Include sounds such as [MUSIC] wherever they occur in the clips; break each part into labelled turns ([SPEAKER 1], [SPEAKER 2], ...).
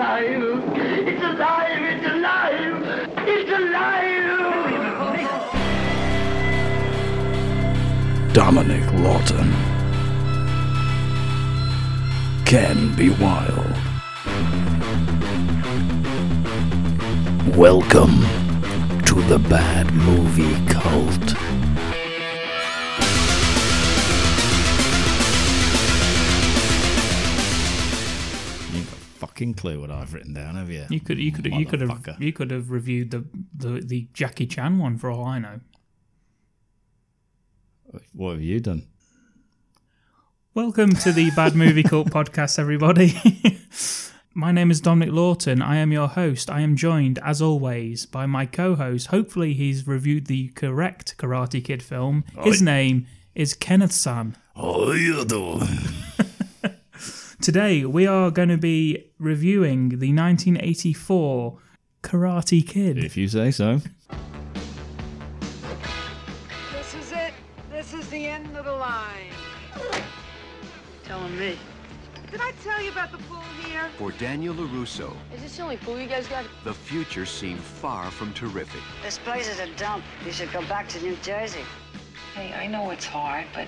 [SPEAKER 1] alive! It's alive! It's alive! It's alive!
[SPEAKER 2] Dominic Lawton. Can be wild. Welcome to the Bad Movie Cult. You got a fucking clue what I've written down, have you?
[SPEAKER 3] You could, you could, you could have,
[SPEAKER 2] Motherfucker.
[SPEAKER 3] you could have reviewed the, the the Jackie Chan one for all I know.
[SPEAKER 2] What have you done?
[SPEAKER 3] Welcome to the Bad Movie Cult podcast, everybody. [LAUGHS] my name is Dominic Lawton. I am your host. I am joined, as always, by my co-host. Hopefully, he's reviewed the correct Karate Kid film. His name is Kenneth San.
[SPEAKER 2] Oh, you do.
[SPEAKER 3] Today, we are going to be reviewing the 1984 Karate Kid.
[SPEAKER 2] If you say so.
[SPEAKER 4] This is it. This is the end of the line.
[SPEAKER 1] Telling me.
[SPEAKER 4] Did I tell you about the pool here?
[SPEAKER 5] For Daniel LaRusso,
[SPEAKER 6] Is this the only pool you guys got?
[SPEAKER 5] the future seemed far from terrific.
[SPEAKER 7] This place is a dump. You should go back to New Jersey.
[SPEAKER 8] Hey, I know it's hard, but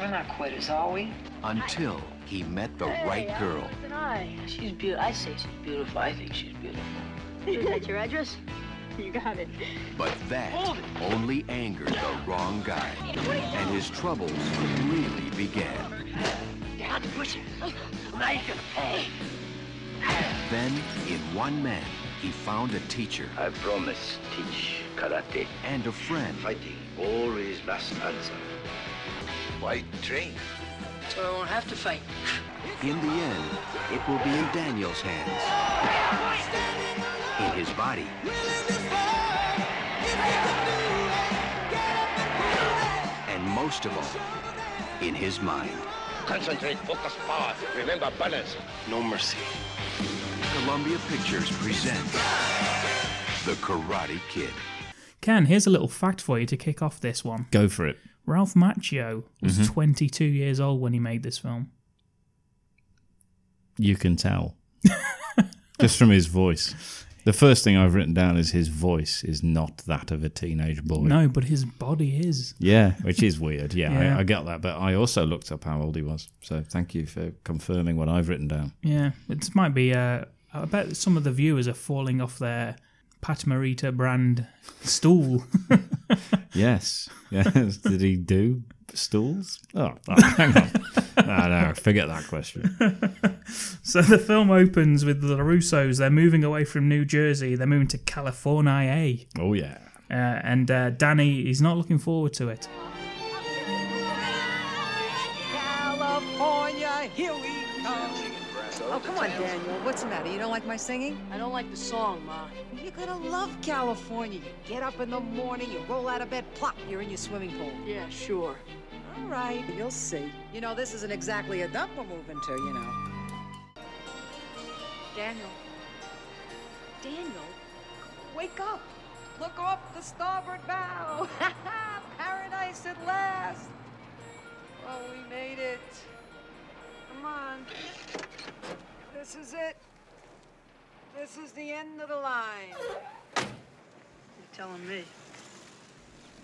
[SPEAKER 8] we're not quitters, are we?
[SPEAKER 5] Until he met the right girl.
[SPEAKER 6] It's an eye.
[SPEAKER 8] She's beautiful. I say she's beautiful. I think she's beautiful.
[SPEAKER 6] Is that your address? You got it.
[SPEAKER 5] But that only angered the wrong guy. And his troubles really began. Then, in one man, he found a teacher
[SPEAKER 9] I promise, teach karate,
[SPEAKER 5] and a friend.
[SPEAKER 9] fighting, always last answer. Why train?
[SPEAKER 7] So I won't have to fight.
[SPEAKER 5] In the end, it will be in Daniel's hands. In his body. And most of all, in his mind.
[SPEAKER 9] Concentrate, focus, power. Remember balance. No mercy.
[SPEAKER 5] Columbia Pictures presents The Karate Kid.
[SPEAKER 3] Ken, here's a little fact for you to kick off this one.
[SPEAKER 2] Go for it.
[SPEAKER 3] Ralph Macchio was 22 years old when he made this film.
[SPEAKER 2] You
[SPEAKER 3] [LAUGHS]
[SPEAKER 2] can tell. Just from his voice. The first thing I've written down is his voice is not that of a teenage boy.
[SPEAKER 3] No, but his body is.
[SPEAKER 2] Yeah, which is weird. Yeah,
[SPEAKER 3] Yeah.
[SPEAKER 2] I, I get that. But I also looked up how old he was. So thank you for confirming what I've written down.
[SPEAKER 3] Yeah, it might be. Uh, I bet some of the viewers are falling off their Pat Morita brand stool. [LAUGHS]
[SPEAKER 2] Yes. [LAUGHS] Yes. Did he do stools? Oh, oh, hang on. no, no, forget that question.
[SPEAKER 3] so the film opens with the Russos. They're moving away from New Jersey. They're moving to California.
[SPEAKER 2] Oh, yeah.
[SPEAKER 3] Uh, and uh, Danny, he's not looking forward to it.
[SPEAKER 4] California, here we come. Oh, come on, Daniel. What's the matter? You don't like my singing?
[SPEAKER 6] I don't like the song, Ma.
[SPEAKER 4] You're gonna love California. You get up in the morning, you roll out of bed, plop, you're in your swimming pool.
[SPEAKER 6] Yeah, sure.
[SPEAKER 4] All right, you'll see. You know, this isn't exactly a dump we're moving to, you know.
[SPEAKER 6] Daniel. Daniel?
[SPEAKER 4] Wake up! Look off the starboard bow! [LAUGHS] Paradise at last! Oh, we made it. Come on. This is it. This is the end of the line.
[SPEAKER 7] You're telling me.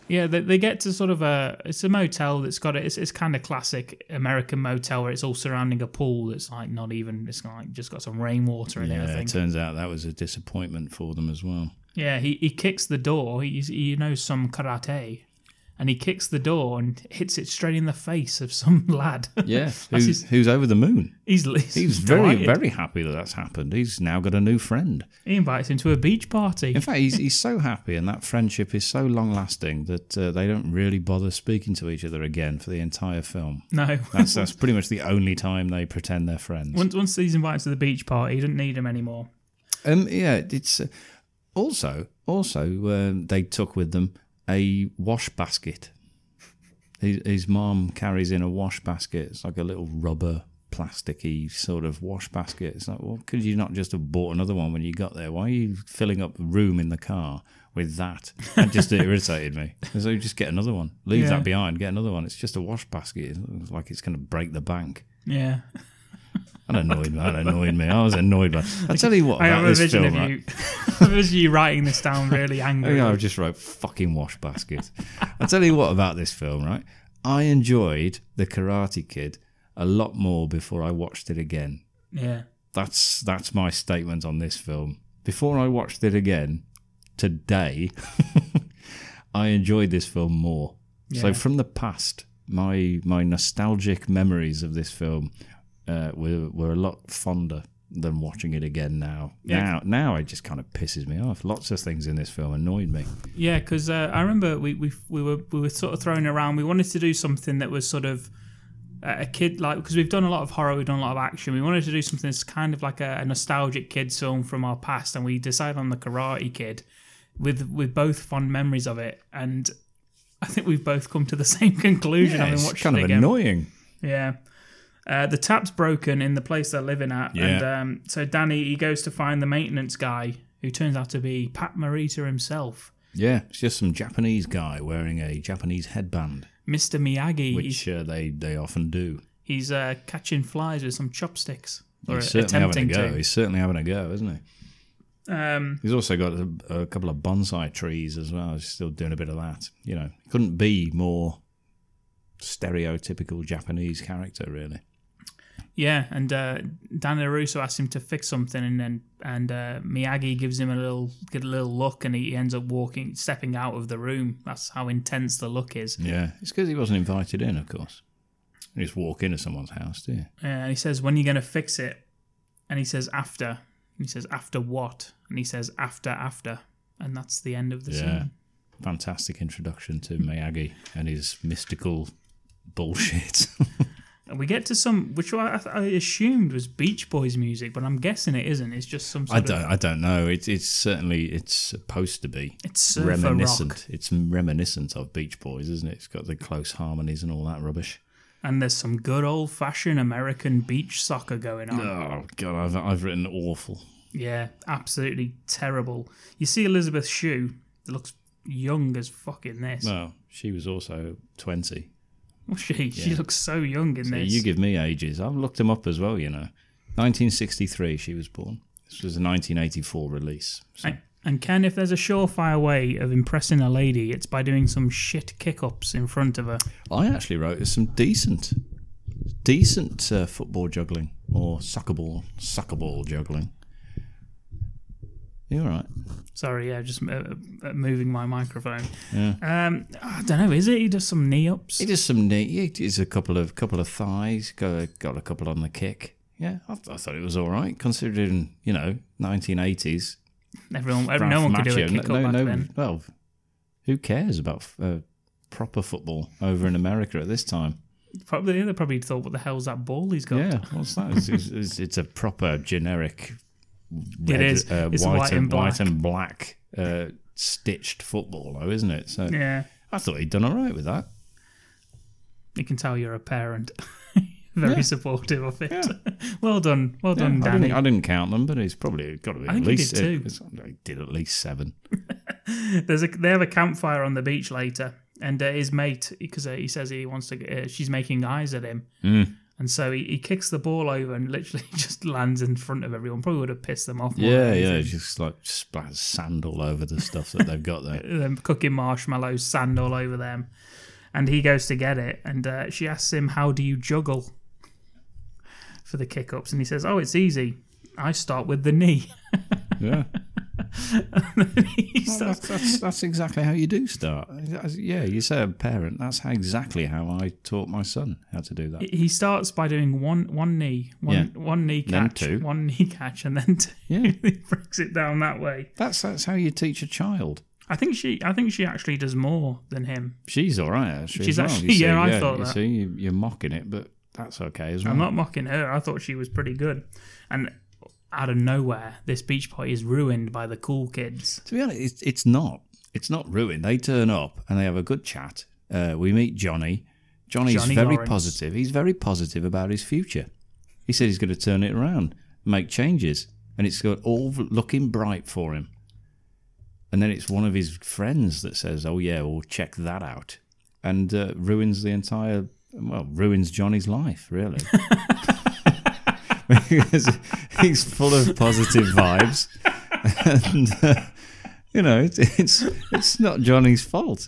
[SPEAKER 3] Yeah, they, they get to sort of a it's a motel that's got it. It's, it's kind of classic American motel where it's all surrounding a pool that's like not even it's like just got some rainwater in it. I
[SPEAKER 2] Yeah,
[SPEAKER 3] think.
[SPEAKER 2] it turns out that was a disappointment for them as well.
[SPEAKER 3] Yeah, he, he kicks the door. He, he knows some karate. And he kicks the door and hits it straight in the face of some [LAUGHS] lad.
[SPEAKER 2] Yeah.
[SPEAKER 3] That's
[SPEAKER 2] Who's,
[SPEAKER 3] his-
[SPEAKER 2] who's over the moon?
[SPEAKER 3] he's he's,
[SPEAKER 2] He's very,
[SPEAKER 3] delighted.
[SPEAKER 2] very happy that that's happened. He's now got a new friend.
[SPEAKER 3] He invites him to a beach party.
[SPEAKER 2] In fact, he's, he's so happy, and that friendship is so long lasting that uh, they don't really bother speaking to each other again for the entire film.
[SPEAKER 3] no.
[SPEAKER 2] That's, that's pretty much the only time they pretend they're
[SPEAKER 3] [LAUGHS]
[SPEAKER 2] friends.
[SPEAKER 3] once, once he's invited to the beach party, he doesn't need him anymore.
[SPEAKER 2] Um, yeah, it's uh, also also um, they took with them a wash basket. His, his mom carries in a wash basket. It's like a little rubber plasticky sort of wash basket. It's like, well, could you not just have bought another one when you got there? Why are you filling up the room in the car with that?
[SPEAKER 3] [LAUGHS]
[SPEAKER 2] That just irritated me. So just get another one. Leave
[SPEAKER 3] Yeah.
[SPEAKER 2] that behind. Get another one. It's just a wash basket. It's like it's going to break the bank.
[SPEAKER 3] Yeah.
[SPEAKER 2] That annoyed me. That annoyed me. I was annoyed by. I tell you what,
[SPEAKER 3] I
[SPEAKER 2] about
[SPEAKER 3] have a
[SPEAKER 2] this
[SPEAKER 3] vision
[SPEAKER 2] Oh, film.
[SPEAKER 3] of
[SPEAKER 2] right?
[SPEAKER 3] you. [LAUGHS] I vision you writing this down
[SPEAKER 2] [LAUGHS]
[SPEAKER 3] really
[SPEAKER 2] I think
[SPEAKER 3] angry.
[SPEAKER 2] I just wrote fucking wash basket. I tell you what about this film, right? I enjoyed The Karate Kid a lot more before I watched it again.
[SPEAKER 3] Yeah.
[SPEAKER 2] That's that's my statement on this film. Before I watched it again today, [LAUGHS] I enjoyed this film more.
[SPEAKER 3] Yeah.
[SPEAKER 2] So from the past, my my nostalgic memories of this film uh, were were a lot fonder than watching it again now.
[SPEAKER 3] Yeah.
[SPEAKER 2] Now now it just kind of pisses me off. Lots of things in this film annoyed me.
[SPEAKER 3] Yeah, because uh, I remember we, we we were we were sort of thrown around. We wanted to do something that was sort of uh, a a kid like because we've done a lot of horror, we've done a lot of action. We wanted to do something that's kind of like a, a nostalgic kids film from our past, and we decided on the Karate Kid with with both fond memories of it, and I think we've both come to the [LAUGHS] same conclusion.
[SPEAKER 2] Yeah,
[SPEAKER 3] I mean,
[SPEAKER 2] it's
[SPEAKER 3] watching
[SPEAKER 2] kind
[SPEAKER 3] it
[SPEAKER 2] of
[SPEAKER 3] again.
[SPEAKER 2] annoying.
[SPEAKER 3] Yeah. Uh, the tap's broken in the place they're living at, and
[SPEAKER 2] Yeah.
[SPEAKER 3] um, so Danny he goes to find the maintenance guy, who turns out to be Pat Morita himself.
[SPEAKER 2] Yeah, it's just some Japanese guy wearing a Japanese headband,
[SPEAKER 3] Mr. Miyagi.
[SPEAKER 2] which uh, they they often do.
[SPEAKER 3] He's, he's uh, catching flies with some chopsticks, or
[SPEAKER 2] He's certainly having a
[SPEAKER 3] attempting
[SPEAKER 2] go.
[SPEAKER 3] to.
[SPEAKER 2] He's certainly having a go, isn't he?
[SPEAKER 3] Um,
[SPEAKER 2] He's also got a, a couple of bonsai trees as well. He's still doing a bit of that. You know, couldn't be more stereotypical Japanese character, really.
[SPEAKER 3] yeah, and uh, Danny Russo asks him to fix something, and then and uh, Miyagi gives him a little good little look, and he, he ends up walking, stepping out of the room. That's how intense the look is.
[SPEAKER 2] Yeah, it's because he wasn't invited in, of course. You just walk into someone's house, do you?
[SPEAKER 3] Uh, and he says, "When are you going to fix it?" And he says, "After." And he says, "After what?" And he says, "After, after." And that's the end of the
[SPEAKER 2] Yeah.
[SPEAKER 3] scene.
[SPEAKER 2] Fantastic introduction to Miyagi and his mystical bullshit. [LAUGHS]
[SPEAKER 3] And we get to some, which I, I assumed was Beach Boys music, but I'm guessing it isn't. It's just some. Sort
[SPEAKER 2] I
[SPEAKER 3] of-
[SPEAKER 2] don't, I don't know. It's, it's certainly it's supposed to be.
[SPEAKER 3] It's surfer
[SPEAKER 2] reminiscent.
[SPEAKER 3] rock,
[SPEAKER 2] It's reminiscent of Beach Boys, isn't it? It's got the close harmonies and all that rubbish.
[SPEAKER 3] and there's some good old fashioned American beach soccer going on.
[SPEAKER 2] Oh god, I've I've written awful.
[SPEAKER 3] Yeah, absolutely terrible. You see Elizabeth Shue that looks young as fuck in this.
[SPEAKER 2] Well, she was also twenty.
[SPEAKER 3] Well, [LAUGHS] She she
[SPEAKER 2] Yeah.
[SPEAKER 3] looks so young in
[SPEAKER 2] So
[SPEAKER 3] this.
[SPEAKER 2] you give me ages. I've looked them up as well. You know, 1963 she was born. This was a 1984 release. So
[SPEAKER 3] and, and Ken, if there's a surefire way of impressing a lady, it's by doing some shit kick ups in front of her.
[SPEAKER 2] I actually wrote some decent, decent uh, football juggling or soccer ball, soccer ball juggling. You all right?
[SPEAKER 3] Sorry, yeah, just uh, uh, moving my microphone. Um, I don't know. Is it he does some knee ups?
[SPEAKER 2] He does some neat. He does a couple of couple of thighs. Got a, got a couple on the kick. Yeah, I, th- I thought it was all right considering you know 1980s.
[SPEAKER 3] Everyone, no
[SPEAKER 2] Ralph
[SPEAKER 3] one could do a
[SPEAKER 2] Macchio.
[SPEAKER 3] kick up back then.
[SPEAKER 2] Well, who cares about uh, proper football over in America at this time?
[SPEAKER 3] Probably they probably thought, what the hell's that ball he's got?
[SPEAKER 2] Yeah, what's that? It's, it's- it's- it's a proper
[SPEAKER 3] [LAUGHS]
[SPEAKER 2] generic. red, uh,
[SPEAKER 3] is. It's white and black.
[SPEAKER 2] white and black uh, stitched football, though, isn't it? So
[SPEAKER 3] Yeah,
[SPEAKER 2] I thought he'd done all right with that.
[SPEAKER 3] you can tell you're a parent. [LAUGHS] Very
[SPEAKER 2] Yeah.
[SPEAKER 3] supportive of it. [LAUGHS] well done, well
[SPEAKER 2] Yeah,
[SPEAKER 3] done,
[SPEAKER 2] I, didn't,
[SPEAKER 3] Danny.
[SPEAKER 2] I didn't count them, but it's probably got to be
[SPEAKER 3] I
[SPEAKER 2] at
[SPEAKER 3] think he
[SPEAKER 2] least
[SPEAKER 3] did too.
[SPEAKER 2] it's- He did at least seven.
[SPEAKER 3] There's a they have a campfire on the beach later, and uh, his mate because uh, he says he wants to. Uh, she's making eyes at him, and so he, he kicks the ball over and literally [LAUGHS] just lands in front of everyone. Probably would have pissed them off. more than
[SPEAKER 2] Yeah, yeah,
[SPEAKER 3] anything.
[SPEAKER 2] it's just like splat sand all over the stuff that they've
[SPEAKER 3] [LAUGHS]
[SPEAKER 2] got there.
[SPEAKER 3] them cooking marshmallows, sand all over them. And he goes to get it, and uh, she asks him, "How do you juggle for the kick ups?" And he says, "Oh, it's easy. I start with the knee."
[SPEAKER 2] Yeah,
[SPEAKER 3] [LAUGHS] He
[SPEAKER 2] Well,
[SPEAKER 3] starts-
[SPEAKER 2] that's, that's, that's exactly how you do start. That's- yeah, you say a parent. That's how exactly how I taught my son how to do that.
[SPEAKER 3] he starts by doing one one knee, one one knee
[SPEAKER 2] Then
[SPEAKER 3] catch,
[SPEAKER 2] two.
[SPEAKER 3] one knee catch, and then [LAUGHS] two.
[SPEAKER 2] Yeah.
[SPEAKER 3] he brings it down that way.
[SPEAKER 2] That's that's how you teach a child.
[SPEAKER 3] I think she, I think she actually does more than him.
[SPEAKER 2] She's all right. Actually,
[SPEAKER 3] She's
[SPEAKER 2] as well,
[SPEAKER 3] actually-
[SPEAKER 2] you see,
[SPEAKER 3] yeah, I thought
[SPEAKER 2] you
[SPEAKER 3] that.
[SPEAKER 2] See, you, you're mocking it, but that's okay as well.
[SPEAKER 3] I'm not mocking her. I thought she was pretty good, and out of nowhere, this beach party is ruined by the cool kids.
[SPEAKER 2] To be honest, it's, it's not. It's not ruined. They turn up and they have a good chat. Uh, we meet Johnny. Johnny's
[SPEAKER 3] Johnny
[SPEAKER 2] very
[SPEAKER 3] Lawrence.
[SPEAKER 2] positive. He's very positive about his future. He said he's going to turn it around, make changes, and it's got all looking bright for him. And then it's one of his friends that says, "Oh yeah, we'll check that out," and uh, ruins the entire well ruins Johnny's life really. [LAUGHS] because he's full of positive vibes, and uh, you know it's, [LAUGHS] it's it's not Johnny's fault.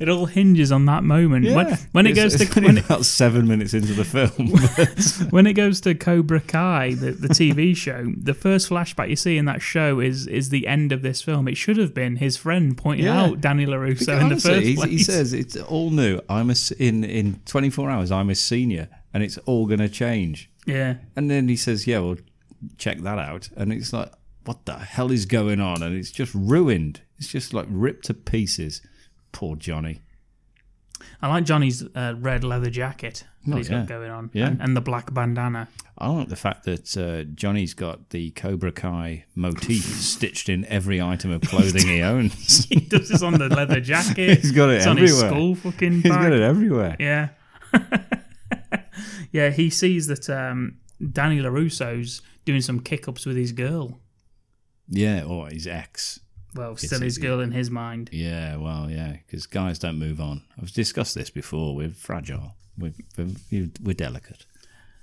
[SPEAKER 3] It all hinges on that moment when when it
[SPEAKER 2] It's-
[SPEAKER 3] goes
[SPEAKER 2] [LAUGHS] it's
[SPEAKER 3] to
[SPEAKER 2] only
[SPEAKER 3] when it,
[SPEAKER 2] about seven minutes into
[SPEAKER 3] [LAUGHS]
[SPEAKER 2] the film. but-
[SPEAKER 3] when it goes to Cobra Kai, the, the
[SPEAKER 2] [LAUGHS]
[SPEAKER 3] TV show, the first flashback you see in that show is is the end of this film. It should have been his friend pointing
[SPEAKER 2] Yeah.
[SPEAKER 3] out Danny LaRusso in the
[SPEAKER 2] Honestly,
[SPEAKER 3] first
[SPEAKER 2] he,
[SPEAKER 3] place.
[SPEAKER 2] he says it's all new. I'm a s- in in 24 hours. I'm a senior, and it's all going to change.
[SPEAKER 3] [LAUGHS] yeah.
[SPEAKER 2] And then he says, "Yeah, well, check that out." And it's like, "What the hell is going on?" And it's just ruined. It's just like ripped to pieces. Poor Johnny.
[SPEAKER 3] I like Johnny's uh, red leather jacket that
[SPEAKER 2] Oh,
[SPEAKER 3] he's
[SPEAKER 2] yeah.
[SPEAKER 3] got going on,
[SPEAKER 2] Yeah.
[SPEAKER 3] and, and the black bandana. [LAUGHS]
[SPEAKER 2] I like the fact that uh, Johnny's got the Cobra Kai
[SPEAKER 3] [LAUGHS]
[SPEAKER 2] motif stitched in every item of clothing he owns.
[SPEAKER 3] He does this on the
[SPEAKER 2] [LAUGHS]
[SPEAKER 3] leather jacket.
[SPEAKER 2] He's got it
[SPEAKER 3] it's
[SPEAKER 2] everywhere.
[SPEAKER 3] on his skull fucking
[SPEAKER 2] He's got
[SPEAKER 3] bag.
[SPEAKER 2] it everywhere.
[SPEAKER 3] Yeah. [LAUGHS] yeah, he sees that um, Danny LaRusso's doing some kick ups with his girl.
[SPEAKER 2] Yeah, oh, or his ex.
[SPEAKER 3] Well,
[SPEAKER 2] Yes,
[SPEAKER 3] still
[SPEAKER 2] he-
[SPEAKER 3] his girl in his mind.
[SPEAKER 2] Yeah, well, yeah, because guys don't move on. I've discussed this before. We're fragile. We're we're, we're delicate.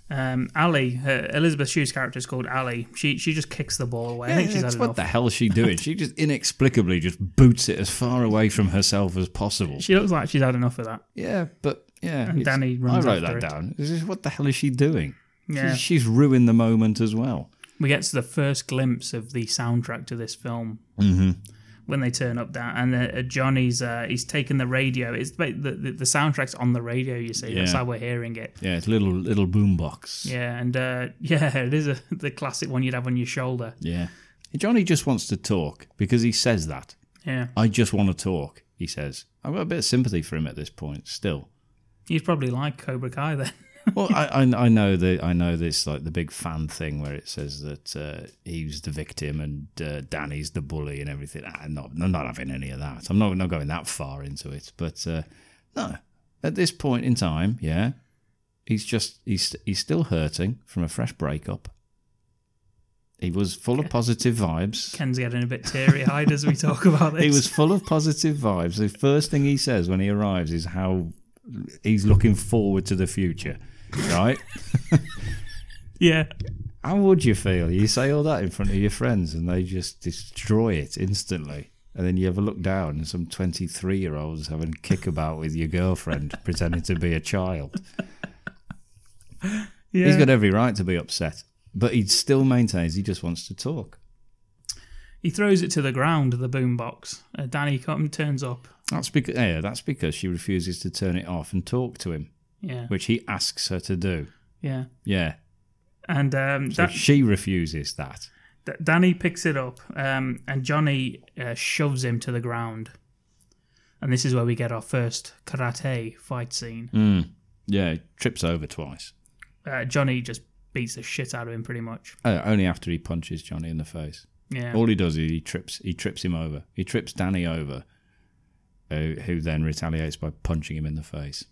[SPEAKER 3] Um, Ali, her, Elizabeth Shue's character is called Ali. She she just kicks the ball away. I
[SPEAKER 2] Yeah,
[SPEAKER 3] think she's had
[SPEAKER 2] it's what
[SPEAKER 3] enough.
[SPEAKER 2] the hell is she doing? She just inexplicably just boots it as far away from herself as possible.
[SPEAKER 3] she looks like she's had enough of that.
[SPEAKER 2] yeah, but yeah,
[SPEAKER 3] And
[SPEAKER 2] it's-
[SPEAKER 3] Danny runs
[SPEAKER 2] I wrote
[SPEAKER 3] after
[SPEAKER 2] that
[SPEAKER 3] it.
[SPEAKER 2] down. It's just, what the hell is she doing?
[SPEAKER 3] Yeah.
[SPEAKER 2] She's, she's ruined the moment as well.
[SPEAKER 3] We get to the first glimpse of the soundtrack to this film
[SPEAKER 2] Mm-hmm.
[SPEAKER 3] when they turn up down, and uh, Johnny's uh, he's taken the radio. It's ba- the, the the soundtrack's on the radio. You see, that's
[SPEAKER 2] Yeah.
[SPEAKER 3] how we're hearing it.
[SPEAKER 2] Yeah, it's little little boombox.
[SPEAKER 3] Yeah, and uh, [LAUGHS] yeah, it is a, the classic one you'd have on your shoulder.
[SPEAKER 2] yeah. Johnny just wants to talk because he says that.
[SPEAKER 3] Yeah,
[SPEAKER 2] I just want to talk. He says. I've got a bit of sympathy for him at this point. Still.
[SPEAKER 3] you'd probably like Cobra Kai then. [LAUGHS]
[SPEAKER 2] well, I, I I know that I know this like the big fan thing where it says that uh, he's the victim and uh, Danny's the bully and everything. I'm not I'm not having any of that. I'm not not going that far into it. But uh, no, at this point in time, yeah, he's just he's he's still hurting from a fresh breakup. He was full of positive vibes.
[SPEAKER 3] Ken's getting a bit teary eyed as we talk about this.
[SPEAKER 2] [LAUGHS] He was full of positive vibes. The first thing he says when he arrives is how he's looking forward to the future, right?
[SPEAKER 3] yeah,
[SPEAKER 2] How would you feel? You say all that in front of your friends and they just destroy it instantly. And then you have a look down and some 23 year olds having a kickabout with your girlfriend [LAUGHS] pretending to be a child.
[SPEAKER 3] yeah.
[SPEAKER 2] He's got every right to be upset, but he still maintains he just wants to talk.
[SPEAKER 3] He throws it to the ground, the boombox. Uh, Danny Cotton turns up.
[SPEAKER 2] That's because, yeah, that's because she refuses to turn it off and talk to him,
[SPEAKER 3] Yeah,
[SPEAKER 2] which he asks her to do.
[SPEAKER 3] yeah.
[SPEAKER 2] Yeah.
[SPEAKER 3] And um,
[SPEAKER 2] So
[SPEAKER 3] that,
[SPEAKER 2] she refuses that.
[SPEAKER 3] D- Danny picks it up, um, and Johnny uh, shoves him to the ground. And this is where we get our first karate fight scene.
[SPEAKER 2] Mm. Yeah, he trips over twice.
[SPEAKER 3] Uh, Johnny just beats the shit out of him, pretty much.
[SPEAKER 2] Oh, only after he punches Johnny in the face.
[SPEAKER 3] Yeah,
[SPEAKER 2] All he does is he trips he trips him over. He trips Danny over, who, who then retaliates by punching him in the face,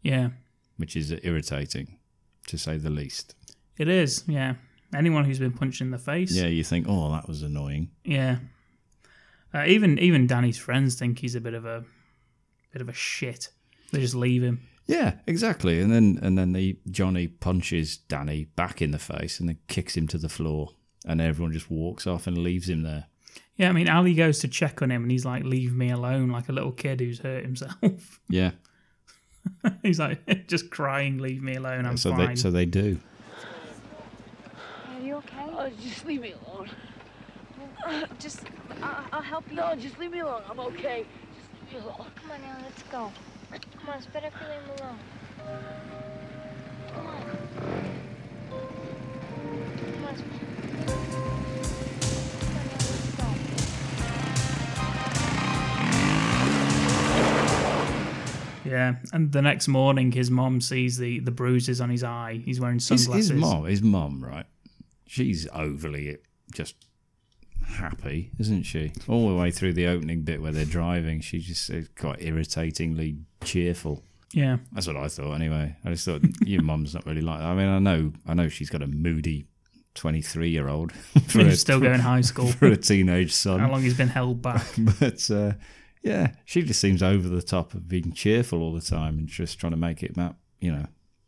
[SPEAKER 3] yeah,
[SPEAKER 2] which is irritating, to say the least.
[SPEAKER 3] it is. Yeah, anyone who's been punched in the face.
[SPEAKER 2] Yeah, you think, oh, that was annoying.
[SPEAKER 3] yeah. Uh, even even Danny's friends think he's a bit of a bit of a shit. They just leave him.
[SPEAKER 2] Yeah, exactly. And then and then the Johnny punches Danny back in the face and then kicks him to the floor, and everyone just walks off and leaves him there.
[SPEAKER 3] Yeah, I mean, Ali goes to check on him, and he's like, "Leave me alone," like a little kid who's hurt himself. [LAUGHS]
[SPEAKER 2] Yeah,
[SPEAKER 3] he's like, [LAUGHS] just crying, "Leave me alone. I'm
[SPEAKER 2] so
[SPEAKER 3] fine."
[SPEAKER 2] they so they do.
[SPEAKER 8] Are you okay?
[SPEAKER 7] Oh, just leave me alone. Uh,
[SPEAKER 8] Just, I- I'll help you.
[SPEAKER 7] No, just leave me alone. I'm okay. Just leave me alone.
[SPEAKER 8] Come on now, let's go. Come on, it's better if you leave him alone. Come on. Come on, it's better. Come on now, let's go.
[SPEAKER 3] Yeah, and the next morning, his mom sees the, the bruises on his eye. He's wearing
[SPEAKER 2] His,
[SPEAKER 3] sunglasses.
[SPEAKER 2] his mom, his mom, right? She's overly just happy, isn't she? All the way through the opening bit where they're driving, she's just uh, quite irritatingly cheerful. [LAUGHS]
[SPEAKER 3] Yeah,
[SPEAKER 2] That's what I thought, anyway. I just thought [LAUGHS] your mum's not really like that. I mean, I know, I know she's got a moody twenty-three-year-old [LAUGHS] for a-
[SPEAKER 3] he's still
[SPEAKER 2] [LAUGHS]
[SPEAKER 3] going high school.
[SPEAKER 2] for a teenage son,
[SPEAKER 3] How long he's been held
[SPEAKER 2] [LAUGHS]
[SPEAKER 3] back?
[SPEAKER 2] but uh, yeah, she just seems over the top of being cheerful all the time and just trying to make it, ma- you know,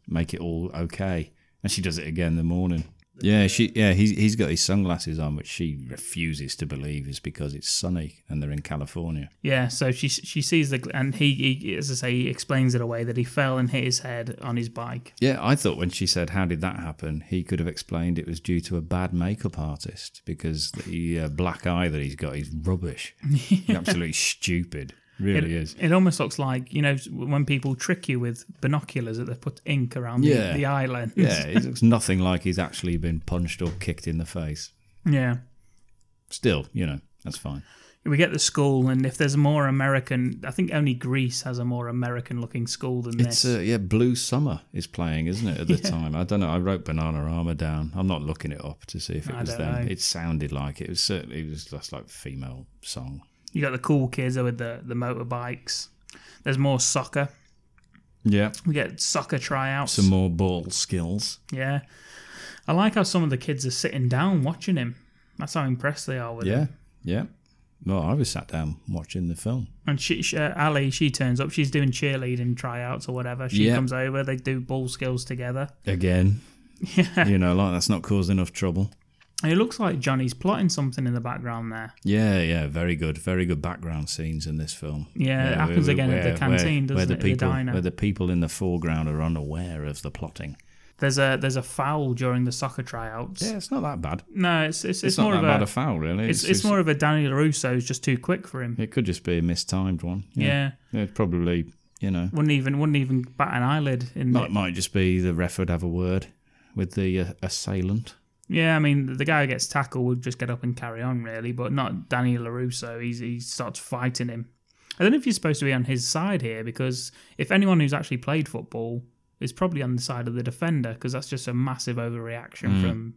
[SPEAKER 2] make it all okay. And she does it again in the morning. Yeah, she. Yeah, he's he's got his sunglasses on, which she refuses to believe is because it's sunny and they're in California.
[SPEAKER 3] Yeah, so she she sees the and he, he as I say he explains it away that he fell and hit his head on his bike.
[SPEAKER 2] Yeah, I thought when she said how did that happen, he could have explained it was due to a bad makeup artist because the uh, black eye that he's got is rubbish, absolutely stupid. Really
[SPEAKER 3] it,
[SPEAKER 2] is.
[SPEAKER 3] It almost looks like you know when people trick you with binoculars that they put ink around
[SPEAKER 2] Yeah.
[SPEAKER 3] the, the eye lens.
[SPEAKER 2] Yeah, it looks nothing like he's actually been punched or kicked in the face.
[SPEAKER 3] [LAUGHS] yeah.
[SPEAKER 2] Still, you know, that's fine.
[SPEAKER 3] We get the school, and if there's a more American, I think only Greece has a more American-looking school than
[SPEAKER 2] It's
[SPEAKER 3] this.
[SPEAKER 2] uh, yeah, Blue Summer is playing, isn't
[SPEAKER 3] [LAUGHS]
[SPEAKER 2] it? At the time, I don't know. I wrote Banana Rama down. I'm not looking it up to see if it
[SPEAKER 3] I
[SPEAKER 2] was
[SPEAKER 3] don't
[SPEAKER 2] them.
[SPEAKER 3] know.
[SPEAKER 2] It sounded like it. it was certainly it was just like female song.
[SPEAKER 3] you got the cool kids with the the motorbikes. There's more soccer.
[SPEAKER 2] Yeah,
[SPEAKER 3] We get soccer tryouts.
[SPEAKER 2] some more ball skills.
[SPEAKER 3] Yeah, I like how some of the kids are sitting down watching him. That's how impressed they are with him.
[SPEAKER 2] Yeah, yeah. Well, I was sat down watching the film.
[SPEAKER 3] And she, she uh, Ali, she turns up. She's doing cheerleading tryouts or whatever. She
[SPEAKER 2] Yeah.
[SPEAKER 3] comes over. They do ball skills together. [LAUGHS]
[SPEAKER 2] Again, you know, like that's not causing enough trouble.
[SPEAKER 3] And it looks like Johnny's plotting something in the background there.
[SPEAKER 2] Yeah, yeah, very good, very good background scenes in this film.
[SPEAKER 3] Yeah, it happens again at the canteen, doesn't
[SPEAKER 2] where the
[SPEAKER 3] it, at the
[SPEAKER 2] People,
[SPEAKER 3] diner?
[SPEAKER 2] Where the people in the foreground are unaware of the plotting.
[SPEAKER 3] There's a there's a foul during the soccer tryouts.
[SPEAKER 2] Yeah, it's not that bad.
[SPEAKER 3] No, it's it's, it's,
[SPEAKER 2] It's,
[SPEAKER 3] more
[SPEAKER 2] not
[SPEAKER 3] of
[SPEAKER 2] that bad
[SPEAKER 3] a,
[SPEAKER 2] a foul, really.
[SPEAKER 3] it's, it's
[SPEAKER 2] just-
[SPEAKER 3] more of a Danny LaRusso is just too quick for him.
[SPEAKER 2] It could just be a mistimed one.
[SPEAKER 3] Yeah.
[SPEAKER 2] yeah it's probably you know
[SPEAKER 3] Wouldn't even wouldn't even bat an eyelid in
[SPEAKER 2] might
[SPEAKER 3] the,
[SPEAKER 2] might just be the ref would have a word with the uh, assailant.
[SPEAKER 3] Yeah, I mean the guy who gets tackled would just get up and carry on really, but not Danny LaRusso. He's he starts fighting him. I don't know if you're supposed to be on his side here because if anyone who's actually played football is probably on the side of the defender because that's just a massive overreaction from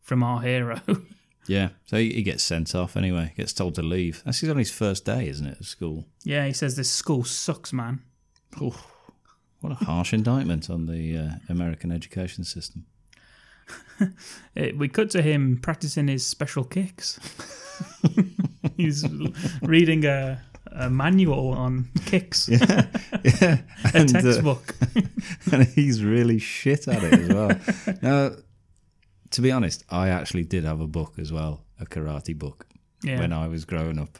[SPEAKER 3] from our hero. [LAUGHS]
[SPEAKER 2] Yeah, so he, he gets sent off anyway. Gets told to leave. That's his on his first day, isn't it, at school?
[SPEAKER 3] yeah, he says this school sucks, man.
[SPEAKER 2] Oh, what a harsh indictment on the uh, American education system. [LAUGHS]
[SPEAKER 3] It, Eh, we cut to him practicing his special
[SPEAKER 2] [LAUGHS]
[SPEAKER 3] kicks. He's reading a, a manual on kicks, a
[SPEAKER 2] And, uh,
[SPEAKER 3] textbook.
[SPEAKER 2] [LAUGHS] and he's really shit at it as well. now, to be honest, I actually did have a book as well, a karate book,
[SPEAKER 3] yeah.
[SPEAKER 2] when I was growing up.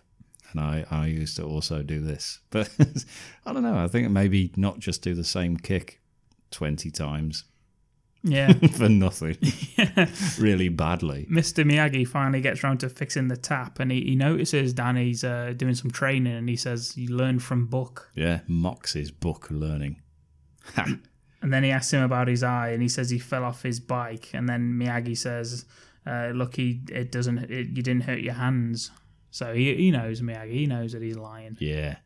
[SPEAKER 2] And I, I used to also do this. [LAUGHS] But I don't know. I think maybe not just do the same kick 20 times [LAUGHS]
[SPEAKER 3] yeah.
[SPEAKER 2] for nothing, really badly.
[SPEAKER 3] Mr. Miyagi finally gets round to fixing the tap and he, he notices Danny's uh, doing some training and he says, You learn from book.
[SPEAKER 2] Yeah, mocks his book learning. Ha.
[SPEAKER 3] And then he asks him about his eye and he says he fell off his bike. And then Miyagi says, uh, Lucky it doesn't, it, you didn't hurt your hands. So he, he knows Miyagi, he knows that he's lying.
[SPEAKER 2] Yeah.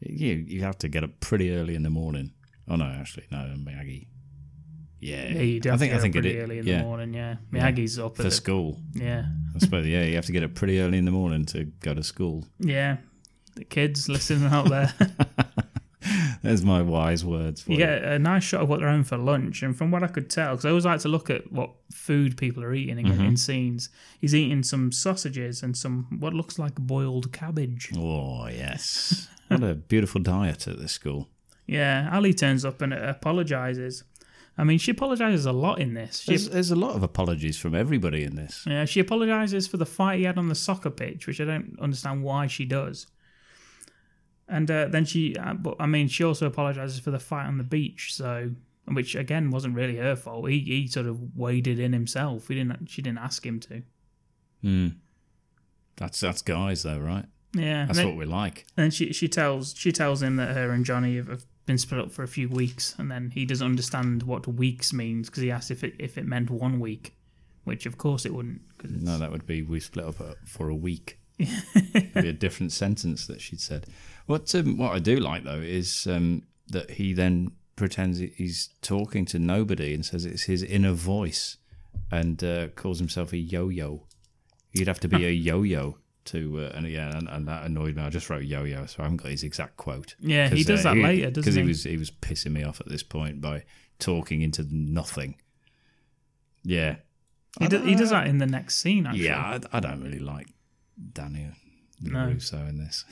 [SPEAKER 2] You, you have to get up pretty early in the morning. Oh, no, actually, no, Maggie. Yeah.
[SPEAKER 3] Yeah, you do have
[SPEAKER 2] I think,
[SPEAKER 3] to get
[SPEAKER 2] I think
[SPEAKER 3] up pretty
[SPEAKER 2] it,
[SPEAKER 3] early in
[SPEAKER 2] yeah,
[SPEAKER 3] the morning, yeah. Miyagi's up at
[SPEAKER 2] For
[SPEAKER 3] the-
[SPEAKER 2] school.
[SPEAKER 3] Yeah.
[SPEAKER 2] I suppose, yeah, you have to get up pretty early in the morning to go to school. [LAUGHS]
[SPEAKER 3] Yeah. The kids listening out there.
[SPEAKER 2] There's my wise words for
[SPEAKER 3] You
[SPEAKER 2] you.
[SPEAKER 3] get a nice shot of what they're having for lunch, and from what I could tell, because I always like to look at what food people are eating in,
[SPEAKER 2] Mm-hmm.
[SPEAKER 3] in scenes. He's eating some sausages and some what looks like boiled cabbage.
[SPEAKER 2] Oh, yes. what a beautiful diet at this school.
[SPEAKER 3] Yeah, Ali turns up and apologizes. I mean, she apologizes a lot in this. She,
[SPEAKER 2] There's, there's a lot of apologies from everybody in this.
[SPEAKER 3] yeah, Uh, she apologizes for the fight he had on the soccer pitch, which I don't understand why she does. And uh, then she, uh, but I mean, she also apologizes for the fight on the beach. So, which again wasn't really her fault. He he sort of waded in himself. He didn't. She didn't ask him to.
[SPEAKER 2] That's that's guys, though, right?
[SPEAKER 3] Yeah,
[SPEAKER 2] That's
[SPEAKER 3] and then,
[SPEAKER 2] what we like.
[SPEAKER 3] and then she she tells she tells him that her and Johnny have, have been split up for a few weeks, and then he doesn't understand what weeks means because he asks if it if it meant one week, which of course it wouldn't. Cause it's,
[SPEAKER 2] No, that would be we split up uh, for a
[SPEAKER 3] [LAUGHS]
[SPEAKER 2] week. It'd be a different sentence that she'd said. What um, what I do like though is um, that he then pretends he- he's talking to nobody and says it's his inner voice, and uh, calls himself a yo-yo. You'd have
[SPEAKER 3] [LAUGHS]
[SPEAKER 2] to be a yo-yo to, uh, and yeah, and, and that annoyed me. I just wrote yo-yo, so I haven't got his exact quote.
[SPEAKER 3] Yeah, he does that later, doesn't
[SPEAKER 2] Because he
[SPEAKER 3] he?
[SPEAKER 2] was he was pissing me off at this point by talking into nothing. Yeah,
[SPEAKER 3] he, do, he does that in the next scene. Actually,
[SPEAKER 2] yeah, I, I don't really like Danny
[SPEAKER 3] No.
[SPEAKER 2] Russo in this.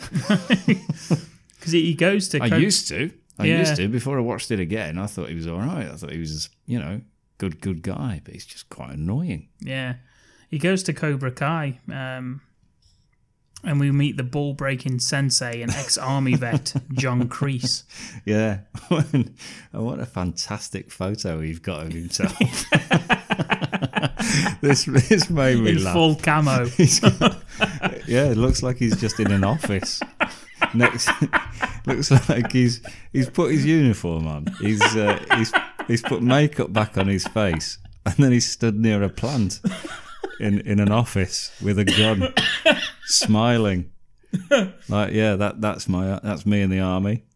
[SPEAKER 3] because he, he goes to
[SPEAKER 2] I
[SPEAKER 3] coach-
[SPEAKER 2] used to. I
[SPEAKER 3] Yeah.
[SPEAKER 2] used to before I watched it again. I thought he was all right. I thought he was, you know, good, good guy, but he's just quite annoying.
[SPEAKER 3] Yeah. He goes to Cobra Kai, um, and we meet the ball breaking sensei and ex army
[SPEAKER 2] [LAUGHS]
[SPEAKER 3] vet, John Creese.
[SPEAKER 2] Yeah. and [LAUGHS] what a fantastic photo he's got of himself.
[SPEAKER 3] [LAUGHS]
[SPEAKER 2] [LAUGHS] this this made me
[SPEAKER 3] In
[SPEAKER 2] laugh.
[SPEAKER 3] full
[SPEAKER 2] [LAUGHS]
[SPEAKER 3] camo.
[SPEAKER 2] He's got- yeah, it looks like he's just in an office. Next, [LAUGHS] looks like he's he's put his uniform on. He's uh, he's he's put makeup back on his face, and then he's stood near a plant in in an office with a gun, smiling. Like, yeah, that that's my that's me in the army. [LAUGHS]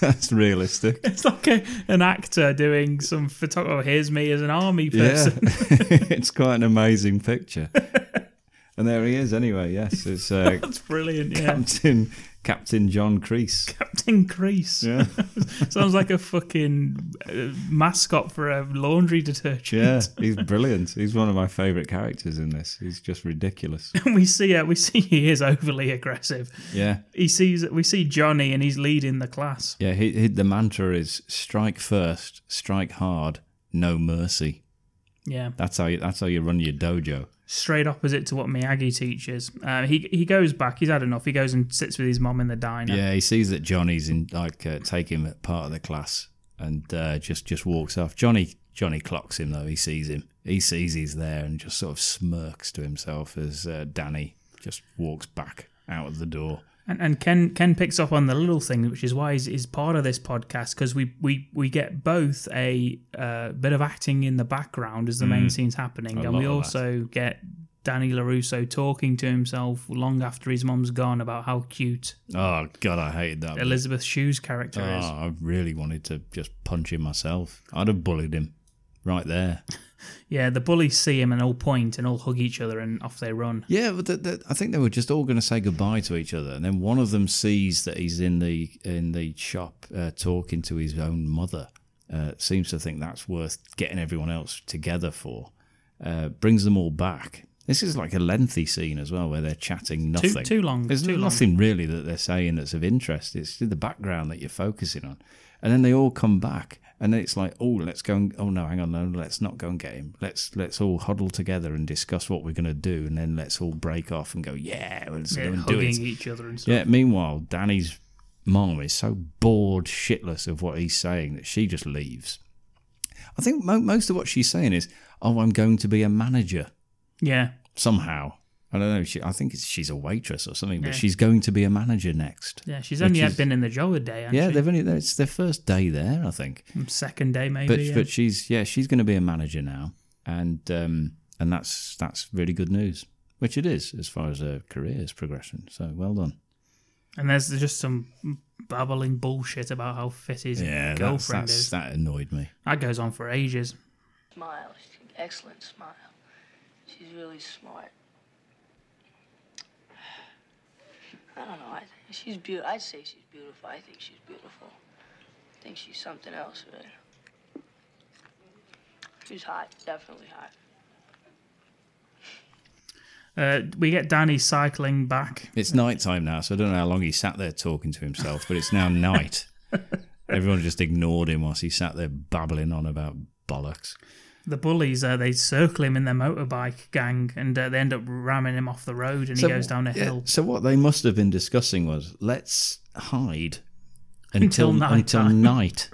[SPEAKER 2] that's realistic.
[SPEAKER 3] It's like a, an actor doing some photography. Oh, here's me as an army
[SPEAKER 2] Yeah,
[SPEAKER 3] person.
[SPEAKER 2] [LAUGHS]
[SPEAKER 3] [LAUGHS]
[SPEAKER 2] it's quite an amazing picture. and there he is, anyway. Yes, it's uh,
[SPEAKER 3] [LAUGHS] That's brilliant. Yeah.
[SPEAKER 2] Captain Captain John Creese.
[SPEAKER 3] Captain Crease.
[SPEAKER 2] Yeah,
[SPEAKER 3] Sounds like a fucking uh, mascot for a laundry detergent.
[SPEAKER 2] yeah, he's brilliant. He's one of my favourite characters in this. He's
[SPEAKER 3] [LAUGHS]
[SPEAKER 2] just ridiculous.
[SPEAKER 3] [LAUGHS] we see uh, we see he is overly aggressive.
[SPEAKER 2] Yeah,
[SPEAKER 3] He sees we see Johnny and he's leading the class.
[SPEAKER 2] yeah. He, he, the mantra is strike first, strike hard, no mercy.
[SPEAKER 3] Yeah.
[SPEAKER 2] That's how you, that's how you run your dojo.
[SPEAKER 3] Straight opposite to what Miyagi teaches. Uh, he he goes back. He's had enough. He goes and sits with his mom in the diner.
[SPEAKER 2] Yeah, he sees that Johnny's in like uh, taking part of the class and uh, just just walks off. Johnny Johnny clocks him though. He sees him. He sees he's there and just sort of smirks to himself as uh, Danny just walks back out of the door.
[SPEAKER 3] And, and Ken Ken picks up on the little thing, which is why he's, he's part of this podcast because we, we we get both a uh, bit of acting in the background as the main scene's happening,
[SPEAKER 2] Mm. A
[SPEAKER 3] and
[SPEAKER 2] lot
[SPEAKER 3] we
[SPEAKER 2] of
[SPEAKER 3] also get Danny Larusso talking to himself long after his mom's gone about how cute
[SPEAKER 2] Oh God, I hated that. bit.
[SPEAKER 3] Elizabeth Shue's character
[SPEAKER 2] Oh,
[SPEAKER 3] is.
[SPEAKER 2] I really wanted to just punch him myself. I'd have bullied him right there.
[SPEAKER 3] Yeah, the bullies see him and all point and all hug each other and off they run.
[SPEAKER 2] Yeah, but the, the, I think they were just all going to say goodbye to each other, and then one of them sees that he's in the in the shop uh, talking to his own mother. Uh, seems to think that's worth getting everyone else together for. Uh, brings them all back. This is like a lengthy scene as well, where they're chatting
[SPEAKER 3] Too
[SPEAKER 2] nothing.
[SPEAKER 3] too long.
[SPEAKER 2] There's
[SPEAKER 3] too long.
[SPEAKER 2] nothing really that they're saying that's of interest. It's the background that you're focusing on. And then they all come back and then it's like, oh, let's go and oh no, hang on, no, let's not go and get him. Let's let's all huddle together and discuss what we're gonna do and then let's all break off and go, yeah, let's
[SPEAKER 3] Yeah,
[SPEAKER 2] go and do
[SPEAKER 3] hugging
[SPEAKER 2] it.
[SPEAKER 3] each other and stuff.
[SPEAKER 2] Yeah, meanwhile, Danny's mom is so bored shitless of what he's saying that she just leaves. I think mo- most of what she's saying is, oh, I'm going to be a manager
[SPEAKER 3] Yeah.
[SPEAKER 2] somehow. I don't know. She, I think it's, she's a waitress or something, but
[SPEAKER 3] Yeah.
[SPEAKER 2] she's going to be a manager next.
[SPEAKER 3] Yeah, she's
[SPEAKER 2] Which
[SPEAKER 3] only
[SPEAKER 2] is-
[SPEAKER 3] been in the job a day, hasn't
[SPEAKER 2] Yeah,
[SPEAKER 3] she? Mm,
[SPEAKER 2] they've only it's their first day there, I think.
[SPEAKER 3] Second day, maybe.
[SPEAKER 2] But
[SPEAKER 3] yeah.
[SPEAKER 2] but she's yeah, she's going to be a manager now, and um and that's that's really good news, which it is as far as her career is progression. So well done.
[SPEAKER 3] And there's just some babbling bullshit about how fit his
[SPEAKER 2] that's,
[SPEAKER 3] girlfriend is.
[SPEAKER 2] that annoyed me.
[SPEAKER 3] That goes on for ages.
[SPEAKER 7] Smile. She's an excellent smile. She's really smart. [SIGHS] I don't know. I think she's beautiful. I'd say she's beautiful. I think she's beautiful. I think she's something else, really. She's hot. Definitely hot.
[SPEAKER 3] Uh, we get Danny cycling back.
[SPEAKER 2] It's night time now, so I don't know how long he sat there talking to himself, but
[SPEAKER 3] [LAUGHS]
[SPEAKER 2] it's now night. Everyone just ignored him whilst he sat there babbling on about bollocks.
[SPEAKER 3] The bullies, uh, they circle him in their motorbike gang and uh, they end up ramming him off the road and he goes down a
[SPEAKER 2] yeah,
[SPEAKER 3] hill.
[SPEAKER 2] so what they must have been discussing was let's hide until
[SPEAKER 3] [LAUGHS] Until
[SPEAKER 2] until,
[SPEAKER 3] night time." [LAUGHS]
[SPEAKER 2] night.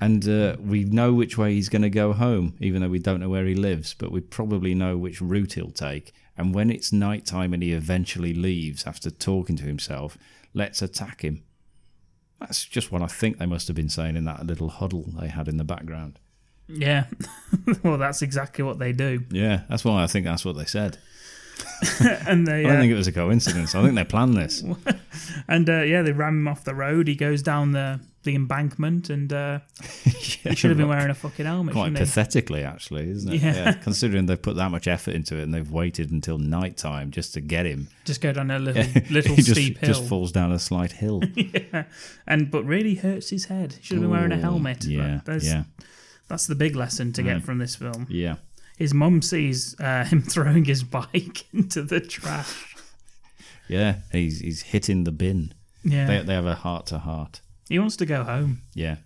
[SPEAKER 2] And uh, we know which way he's going to go home, even though we don't know where he lives, but we probably know which route he'll take. And when it's night time and he eventually leaves after talking to himself, let's attack him. That's just what I think they must have been saying in that little huddle they had in the background.
[SPEAKER 3] Yeah. [LAUGHS] well, that's exactly what they do.
[SPEAKER 2] Yeah, that's why I think that's what they said.
[SPEAKER 3] And they,
[SPEAKER 2] I don't
[SPEAKER 3] uh,
[SPEAKER 2] think it was a coincidence. I think they planned
[SPEAKER 3] [LAUGHS]
[SPEAKER 2] this.
[SPEAKER 3] and uh, yeah, they ram him off the road. He goes down the, the embankment and uh,
[SPEAKER 2] Yeah,
[SPEAKER 3] he should have been
[SPEAKER 2] right.
[SPEAKER 3] wearing a fucking helmet,
[SPEAKER 2] quite
[SPEAKER 3] shouldn't he?
[SPEAKER 2] pathetically, actually, isn't it?
[SPEAKER 3] Yeah.
[SPEAKER 2] Considering they've put that much effort into it and they've waited until night time just to get him.
[SPEAKER 3] Just go down a
[SPEAKER 2] [LAUGHS]
[SPEAKER 3] little, little
[SPEAKER 2] he just,
[SPEAKER 3] steep hill.
[SPEAKER 2] just falls down a
[SPEAKER 3] [LAUGHS]
[SPEAKER 2] slight hill.
[SPEAKER 3] and but really hurts his head. Should have been wearing a
[SPEAKER 2] Ooh,
[SPEAKER 3] helmet. but
[SPEAKER 2] Yeah.
[SPEAKER 3] there's-
[SPEAKER 2] Yeah.
[SPEAKER 3] That's the big lesson to get from this film.
[SPEAKER 2] Yeah.
[SPEAKER 3] His mum sees uh, [LAUGHS] him throwing his bike [LAUGHS] into the trash.
[SPEAKER 2] Yeah. He's he's hitting the bin.
[SPEAKER 3] Yeah,
[SPEAKER 2] They they have a heart to heart.
[SPEAKER 3] he wants to go home.
[SPEAKER 2] Yeah.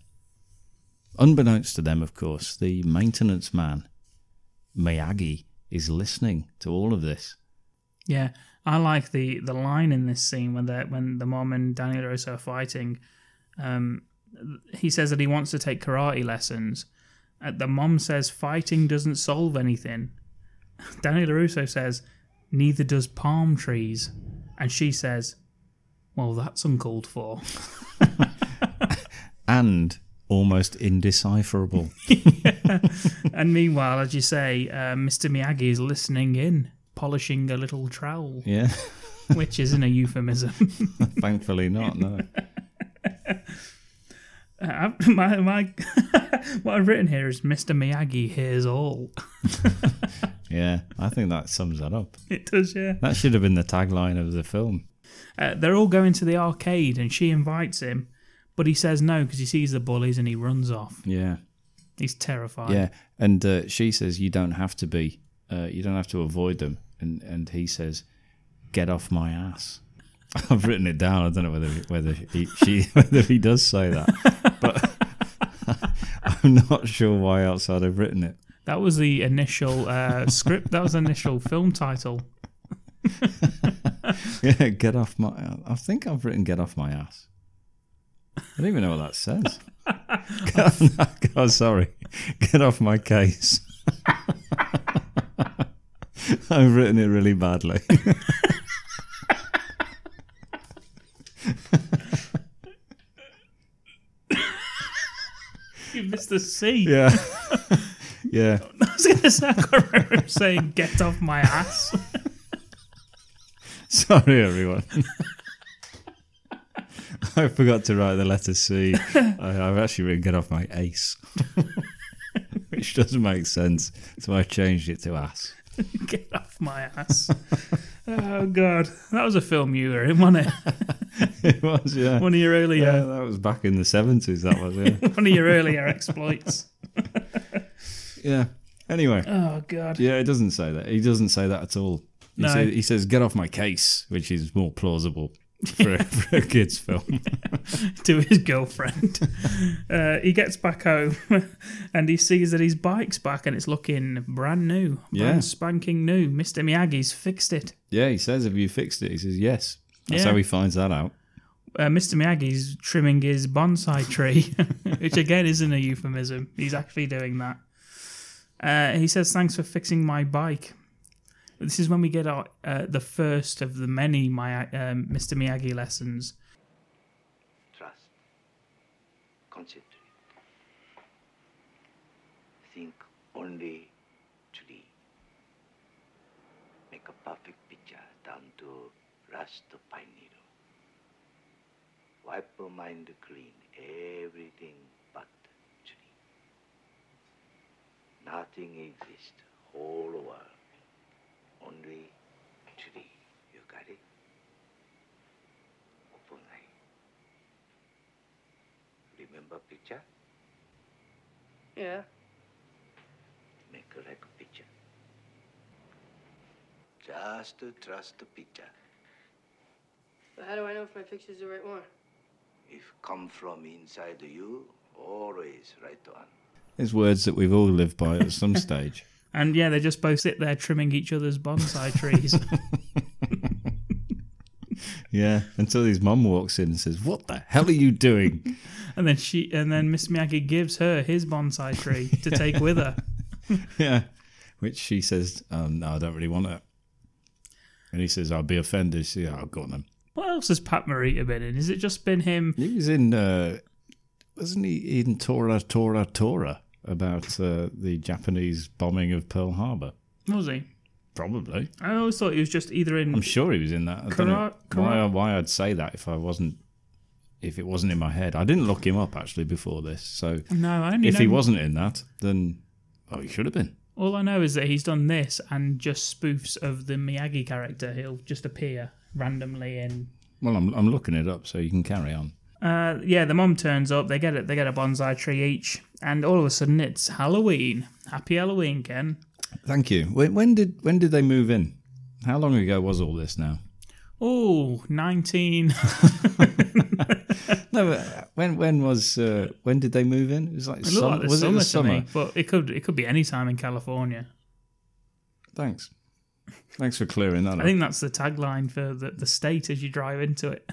[SPEAKER 2] Unbeknownst to them, of course, the maintenance man, Miyagi, is listening to all of this.
[SPEAKER 3] Yeah, I like the the line in this scene when the when the mom and Daniel Russo are fighting. Um, he says that he wants to take karate lessons. Uh, the mom says fighting doesn't solve anything. [LAUGHS] Danny LaRusso says, neither does palm trees. And she says, well, that's uncalled for.
[SPEAKER 2] and almost indecipherable. [LAUGHS]
[SPEAKER 3] Yeah. And meanwhile, as you say, uh, Mr. Miyagi is listening in, polishing a little trowel,
[SPEAKER 2] Yeah, [LAUGHS]
[SPEAKER 3] which isn't a euphemism.
[SPEAKER 2] thankfully not, no.
[SPEAKER 3] Uh, I- [LAUGHS] my, my, what I've written here is Mr. Miyagi hears all. [LAUGHS]
[SPEAKER 2] Yeah, I think that sums that up.
[SPEAKER 3] It does, yeah.
[SPEAKER 2] That should have been the tagline of the film.
[SPEAKER 3] Uh, they're all going to the arcade and she invites him, but he says no because he sees the bullies and he runs off.
[SPEAKER 2] Yeah.
[SPEAKER 3] He's terrified.
[SPEAKER 2] Yeah, and uh, she says you don't have to be, uh, you don't have to avoid them, and and he says, get off my ass. [LAUGHS] I've written it down. I don't know whether whether he, she [LAUGHS] whether he does say that, but [LAUGHS] I'm not sure why else I'd have written it.
[SPEAKER 3] That was the initial
[SPEAKER 2] [LAUGHS]
[SPEAKER 3] uh, script, that was the initial film title.
[SPEAKER 2] Yeah, get off my. I think I've written get off my ass. I don't even know what that says. [LAUGHS] God, God, sorry. Get off my case. [LAUGHS] I've written it really badly. [LAUGHS]
[SPEAKER 3] You missed the C.
[SPEAKER 2] Yeah. Yeah.
[SPEAKER 3] [LAUGHS] I was going to say, I can't remember him saying, get off my ass. [LAUGHS]
[SPEAKER 2] Sorry, everyone. [LAUGHS] I forgot to write the letter C. I, I've actually written get off my ace, [LAUGHS] which doesn't make sense. So I changed it to ass. [LAUGHS]
[SPEAKER 3] get off my ass. oh, God. That was a film you were in, wasn't it?
[SPEAKER 2] It was, yeah.
[SPEAKER 3] One of your
[SPEAKER 2] yeah,
[SPEAKER 3] earlier,
[SPEAKER 2] that was back in the 70s, that
[SPEAKER 3] [LAUGHS]
[SPEAKER 2] was, yeah.
[SPEAKER 3] one of your earlier exploits.
[SPEAKER 2] yeah. Anyway.
[SPEAKER 3] Oh, God.
[SPEAKER 2] Yeah, it doesn't say that. He doesn't say that at all. He,
[SPEAKER 3] No.
[SPEAKER 2] say- he says, "Get off my case," which is more plausible [LAUGHS] for, a, for a kids' film.
[SPEAKER 3] [LAUGHS] to his girlfriend. uh, he gets back home [LAUGHS] and he sees that his bike's back and it's looking brand new, brand
[SPEAKER 2] Yeah.
[SPEAKER 3] spanking new. Mr. Miyagi's fixed it.
[SPEAKER 2] yeah, he says, "Have you fixed it?" He says, "Yes." That's
[SPEAKER 3] Yeah.
[SPEAKER 2] how he finds that out.
[SPEAKER 3] Uh, Mr. Miyagi's trimming his bonsai tree, [LAUGHS] which again isn't a euphemism. He's actually doing that. Uh, he says, "Thanks for fixing my bike." This is when we get our uh, the first of the many my um, Mr. Miyagi lessons.
[SPEAKER 9] Trust. Concentrate. Think only tree. Make a perfect picture down to rust to pine needle. Wipe your mind clean, everything but tree. Nothing exists, whole world. Only tree. You got it? Open eye. Remember picture?
[SPEAKER 6] Yeah.
[SPEAKER 9] Make a like picture. Just trust the picture.
[SPEAKER 6] But how do I know if my picture's the right one?
[SPEAKER 9] If come from inside you, always right one.
[SPEAKER 2] It's words that we've all lived by
[SPEAKER 3] [LAUGHS]
[SPEAKER 2] at some stage.
[SPEAKER 3] And yeah, they just both sit there trimming each other's bonsai trees.
[SPEAKER 2] Yeah, until his mum walks in and says, "What the hell are
[SPEAKER 3] [LAUGHS]
[SPEAKER 2] you doing?"
[SPEAKER 3] And then she, and then Miss Miyagi gives her his bonsai tree to take with
[SPEAKER 2] [LAUGHS]
[SPEAKER 3] her.
[SPEAKER 2] yeah, which she says, um, "No, I don't really want it." And he says, "I'll be offended." She says, "Oh, go on then."
[SPEAKER 3] What else has Pat Morita been in? Has it just been him?
[SPEAKER 2] He was in, uh, wasn't he in Tora Tora Tora about uh, the Japanese bombing of Pearl Harbor?
[SPEAKER 3] Was he?
[SPEAKER 2] Probably.
[SPEAKER 3] I always thought he was just either in.
[SPEAKER 2] I'm sure he was in that. I don't know
[SPEAKER 3] Kara-
[SPEAKER 2] why,
[SPEAKER 3] Kara-
[SPEAKER 2] why I'd say that if I wasn't, if it wasn't in my head. I didn't look him up actually before this. So
[SPEAKER 3] no, I only
[SPEAKER 2] if
[SPEAKER 3] know,
[SPEAKER 2] he wasn't in that, then oh, he should have been.
[SPEAKER 3] All I know is that he's done this and just spoofs of the Miyagi character. He'll just appear randomly in.
[SPEAKER 2] Well, I'm I'm looking it up, so you can carry on.
[SPEAKER 3] Uh, yeah, the mom turns up. They get it. They get a bonsai tree each, and all of a sudden it's Halloween. Happy Halloween, Ken.
[SPEAKER 2] Thank you. When, when did when did they move in? How
[SPEAKER 3] [LAUGHS]
[SPEAKER 2] long ago was all this now?
[SPEAKER 3] Oh, 19.
[SPEAKER 2] No, but when when was uh, when did they move in? It was like,
[SPEAKER 3] It
[SPEAKER 2] sum-
[SPEAKER 3] looked like the
[SPEAKER 2] was
[SPEAKER 3] summer
[SPEAKER 2] it
[SPEAKER 3] to
[SPEAKER 2] the summer?
[SPEAKER 3] me, but it could it could be any time in California.
[SPEAKER 2] Thanks, thanks for clearing that.
[SPEAKER 3] I
[SPEAKER 2] up.
[SPEAKER 3] think that's the tagline for the, the state as you drive into it.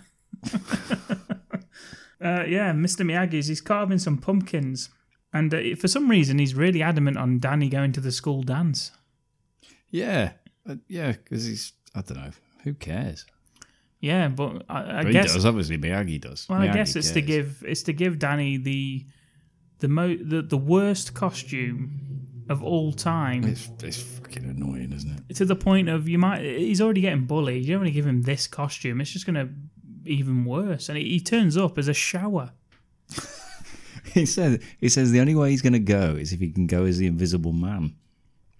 [SPEAKER 3] [LAUGHS] uh, yeah, Mr. Miyagi's he's carving some pumpkins, and uh, for some reason he's really adamant on Danny going to the school dance.
[SPEAKER 2] Yeah, uh, yeah, because he's I don't know who cares.
[SPEAKER 3] Yeah, but I, I
[SPEAKER 2] But
[SPEAKER 3] guess
[SPEAKER 2] he does obviously. Miyagi does.
[SPEAKER 3] well, I
[SPEAKER 2] Miyagi
[SPEAKER 3] guess it's to
[SPEAKER 2] cares.
[SPEAKER 3] give it's to give Danny the the mo the, the worst costume of all time
[SPEAKER 2] It's, it's fucking annoying, isn't it?
[SPEAKER 3] to the point of you might he's already getting bullied. You don't want to give him this costume; it's just going to even worse. And he, he turns up as a shower.
[SPEAKER 2] He says he says the only way he's going to go is if he can go as the Invisible Man,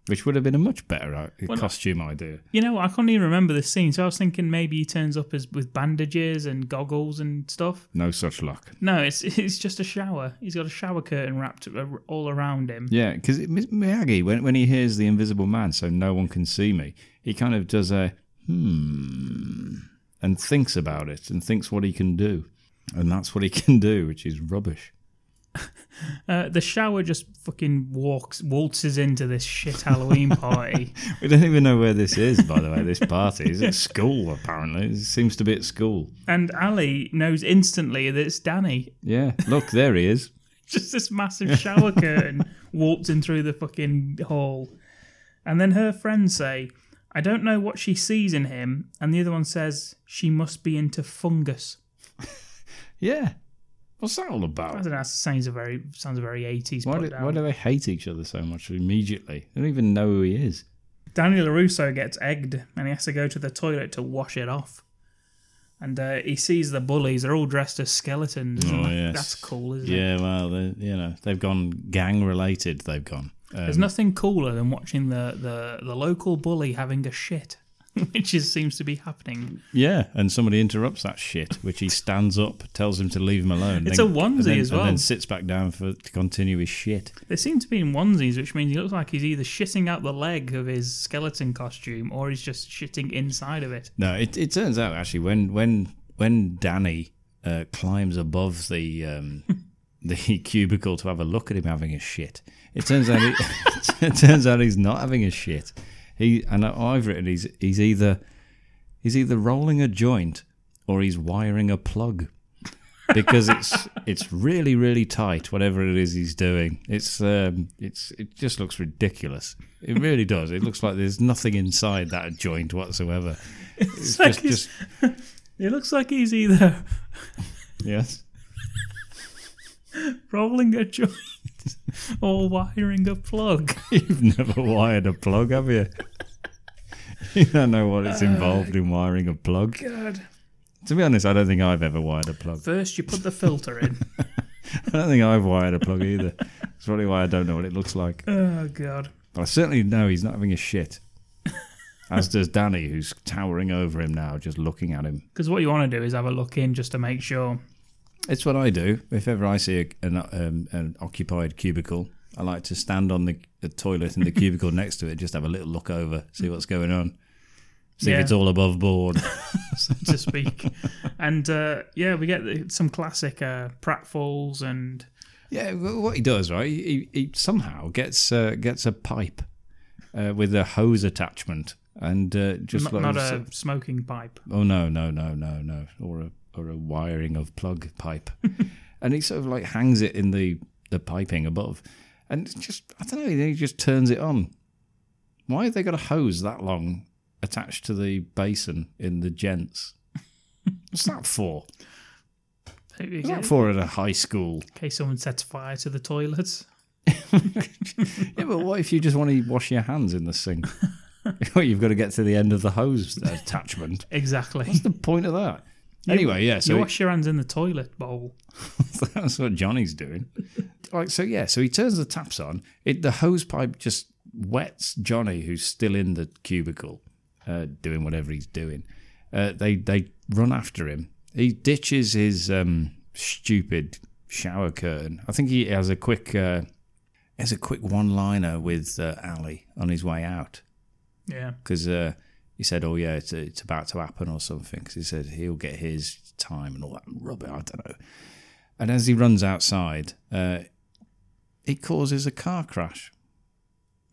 [SPEAKER 2] which would have been a much better uh,
[SPEAKER 3] Well,
[SPEAKER 2] costume idea.
[SPEAKER 3] You know, I can't even remember this scene, so I was thinking maybe he turns up as with bandages and goggles and stuff.
[SPEAKER 2] No such luck.
[SPEAKER 3] No, it's [LAUGHS] it's just a shower. He's got a shower curtain wrapped ar- all around him.
[SPEAKER 2] Yeah, because Miyagi, when, when he hears the Invisible Man, so no one can see me, he kind of does a hmm and thinks about it and thinks what he can do, and that's what he [LAUGHS] can do, which is rubbish.
[SPEAKER 3] Uh, the shower just fucking walks waltzes into this shit Halloween party.
[SPEAKER 2] We don't even know where this is, by the way. This party is at school apparently. It seems to be at school.
[SPEAKER 3] and Ali knows instantly that it's Danny. [LAUGHS]
[SPEAKER 2] Yeah, look, there he is.
[SPEAKER 3] Just this massive shower curtain waltzing through the fucking hall. And then her friends say, I don't know what she sees in him. And the other one says, she must be into fungus.
[SPEAKER 2] Yeah, what's that all
[SPEAKER 3] I
[SPEAKER 2] about?
[SPEAKER 3] don't know, that sounds a very sounds a very 80s
[SPEAKER 2] Why
[SPEAKER 3] put
[SPEAKER 2] do,
[SPEAKER 3] down.
[SPEAKER 2] why do they hate each other so much immediately? They don't even know who he is.
[SPEAKER 3] Daniel LaRusso gets egged and he has to go to the toilet to wash it off. And uh, he sees the bullies, they're all dressed as skeletons. and
[SPEAKER 2] Oh,
[SPEAKER 3] that-
[SPEAKER 2] yes.
[SPEAKER 3] That's cool, isn't it?
[SPEAKER 2] Yeah, well, they- you know, they've gone gang related. They've gone.
[SPEAKER 3] There's nothing cooler than watching the, the, the local bully having a shit, [LAUGHS] which is, seems to be happening.
[SPEAKER 2] Yeah, and somebody interrupts that shit, which he stands up, tells him to leave him alone.
[SPEAKER 3] It's a onesie
[SPEAKER 2] and then,
[SPEAKER 3] as well.
[SPEAKER 2] and then sits back down for to continue his shit.
[SPEAKER 3] They seem to be in onesies, which means he looks like he's either shitting out the leg of his skeleton costume or he's just shitting inside of it. [LAUGHS]
[SPEAKER 2] No, it it turns out actually when when when Danny uh, climbs above the um, [LAUGHS] the cubicle to have a look at him having a shit, it turns out he, [LAUGHS] it turns out he's not having a shit. He and I've written he's he's either he's either rolling a joint or he's wiring a plug because it's it's really really tight whatever it is he's doing. It's um it's it just looks ridiculous. It really does. It looks like there's nothing inside that joint whatsoever.
[SPEAKER 3] It's like
[SPEAKER 2] Just,
[SPEAKER 3] he's-
[SPEAKER 2] just
[SPEAKER 3] It looks like he's either
[SPEAKER 2] yes. [LAUGHS]
[SPEAKER 3] rolling a joint [LAUGHS] or wiring a plug.
[SPEAKER 2] You've never wired a plug, have you? [LAUGHS] You don't know what it's involved in wiring a plug.
[SPEAKER 3] God.
[SPEAKER 2] To be honest, I don't think I've ever wired a plug.
[SPEAKER 3] First, you put the filter in.
[SPEAKER 2] I don't think I've wired a plug either. That's probably why I don't know what it looks like.
[SPEAKER 3] [LAUGHS] oh God.
[SPEAKER 2] But I certainly know he's not having a shit. As does Danny, who's towering over him now, just looking at him.
[SPEAKER 3] Because what you want to do is have a look in just to make sure.
[SPEAKER 2] It's what I do. If ever I see a, an, um, an occupied cubicle, I like to stand on the, the toilet in the cubicle [LAUGHS] next to it, just have a little look over, see what's going on, see
[SPEAKER 3] Yeah.
[SPEAKER 2] if it's all above board.
[SPEAKER 3] to speak. and uh, yeah, we get the- some classic uh, pratfalls and
[SPEAKER 2] Yeah, wh- what he does, right? He, he somehow gets uh, gets a pipe uh, with a hose attachment, and uh, just
[SPEAKER 3] not,
[SPEAKER 2] like
[SPEAKER 3] not a smoking pipe.
[SPEAKER 2] oh no no no no no or a or a wiring of plug
[SPEAKER 3] [LAUGHS]
[SPEAKER 2] pipe, and he sort of like hangs it in the the piping above, and it's just I don't know. Then he just turns it on. Why have they got a hose that long attached to the basin in the gents? What's that for?
[SPEAKER 3] In
[SPEAKER 2] What's that for at a high school?
[SPEAKER 3] case someone sets fire to the toilets.
[SPEAKER 2] [LAUGHS] Yeah, but what if you just want to wash your hands in the sink? [LAUGHS] You've got to get to the end of the hose uh, attachment.
[SPEAKER 3] [LAUGHS] Exactly.
[SPEAKER 2] What's the point of that? Anyway, yeah, so
[SPEAKER 3] you
[SPEAKER 2] he-
[SPEAKER 3] wash your hands in the toilet bowl.
[SPEAKER 2] [LAUGHS] that's what Johnny's [LAUGHS] doing. Like, so yeah, so he turns the taps on. It the hose pipe just wets Johnny, who's still in the cubicle, uh, doing whatever he's doing. Uh, they they run after him. He ditches his um, stupid shower curtain. I think he has a quick uh, has a quick one liner with uh, Ali on his way out.
[SPEAKER 3] Yeah.
[SPEAKER 2] because uh, he said, "Oh yeah, it's, it's about to happen or something." Because he said he'll get his time and all that rubbish. I don't know. And as he runs outside, uh, it causes a car crash.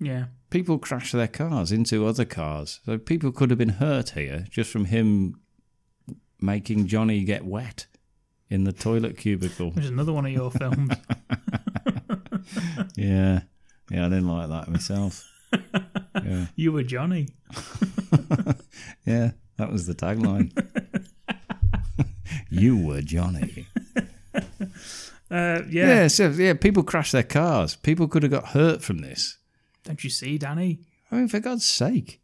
[SPEAKER 3] Yeah.
[SPEAKER 2] People crash their cars into other cars, so people could have been hurt here just from him making Johnny get wet in the toilet cubicle.
[SPEAKER 3] There's another one of your [LAUGHS] films.
[SPEAKER 2] yeah, yeah, I didn't like that myself. Yeah.
[SPEAKER 3] You were Johnny.
[SPEAKER 2] yeah, that was the tagline. [LAUGHS] you were Johnny.
[SPEAKER 3] Uh, yeah.
[SPEAKER 2] Yeah, so, yeah, people crash their cars. People could have got hurt from this.
[SPEAKER 3] Don't you see, Danny?
[SPEAKER 2] I mean, for God's sake,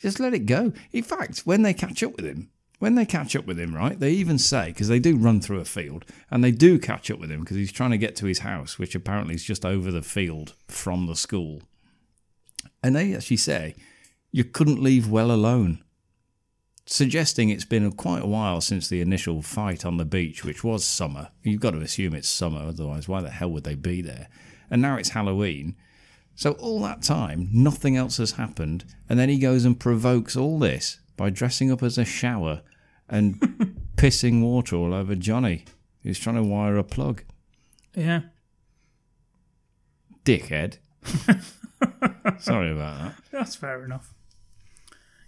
[SPEAKER 2] just let it go. In fact, when they catch up with him, when they catch up with him, right, they even say, because they do run through a field, and they do catch up with him because he's trying to get to his house, which apparently is just over the field from the school. And they actually say, you couldn't leave well alone, suggesting it's been quite a while since the initial fight on the beach, which was summer. You've got to assume it's summer, otherwise, why the hell would they be there? And now it's Halloween. So, all that time, nothing else has happened. And then he goes and provokes all this by dressing up as a shower and pissing water all over Johnny, who's trying to wire a plug.
[SPEAKER 3] Yeah.
[SPEAKER 2] Dickhead. Sorry about
[SPEAKER 3] That's fair enough.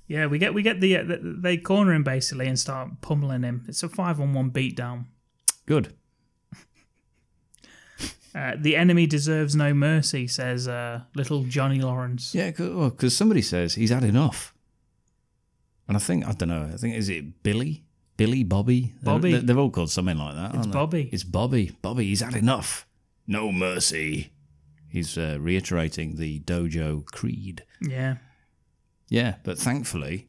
[SPEAKER 3] Yeah, we get we get the, uh, the they corner him basically and start pummeling him. It's a five on one beatdown.
[SPEAKER 2] that. Good.
[SPEAKER 3] Uh, the enemy deserves no mercy, says uh, little Johnny Lawrence.
[SPEAKER 2] Yeah, because somebody says he's had enough. And I think, I don't know, I think, is it Billy? Billy, Bobby? They're-
[SPEAKER 3] Bobby.
[SPEAKER 2] They're, they're all called something like that. aren't they?
[SPEAKER 3] Bobby.
[SPEAKER 2] It's Bobby. Bobby, he's had enough. No mercy. He's uh, reiterating the dojo creed.
[SPEAKER 3] Yeah,
[SPEAKER 2] Yeah, but thankfully,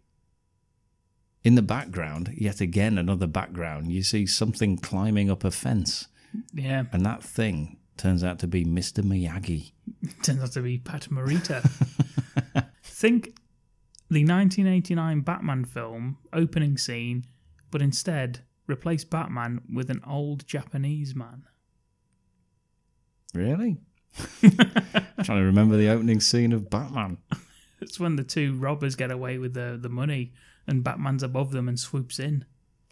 [SPEAKER 2] in the background, yet again another background, you see something climbing up a fence.
[SPEAKER 3] yeah. [LAUGHS]
[SPEAKER 2] And that thing turns out to be Mr. Miyagi.
[SPEAKER 3] Turns out to be Pat Morita. Think the 1989 Batman film opening scene, but instead replace Batman with an old Japanese man.
[SPEAKER 2] [LAUGHS] Really? I'm trying to remember the opening scene of Batman.
[SPEAKER 3] It's when the two robbers get away with the, the money and Batman's above them and swoops in.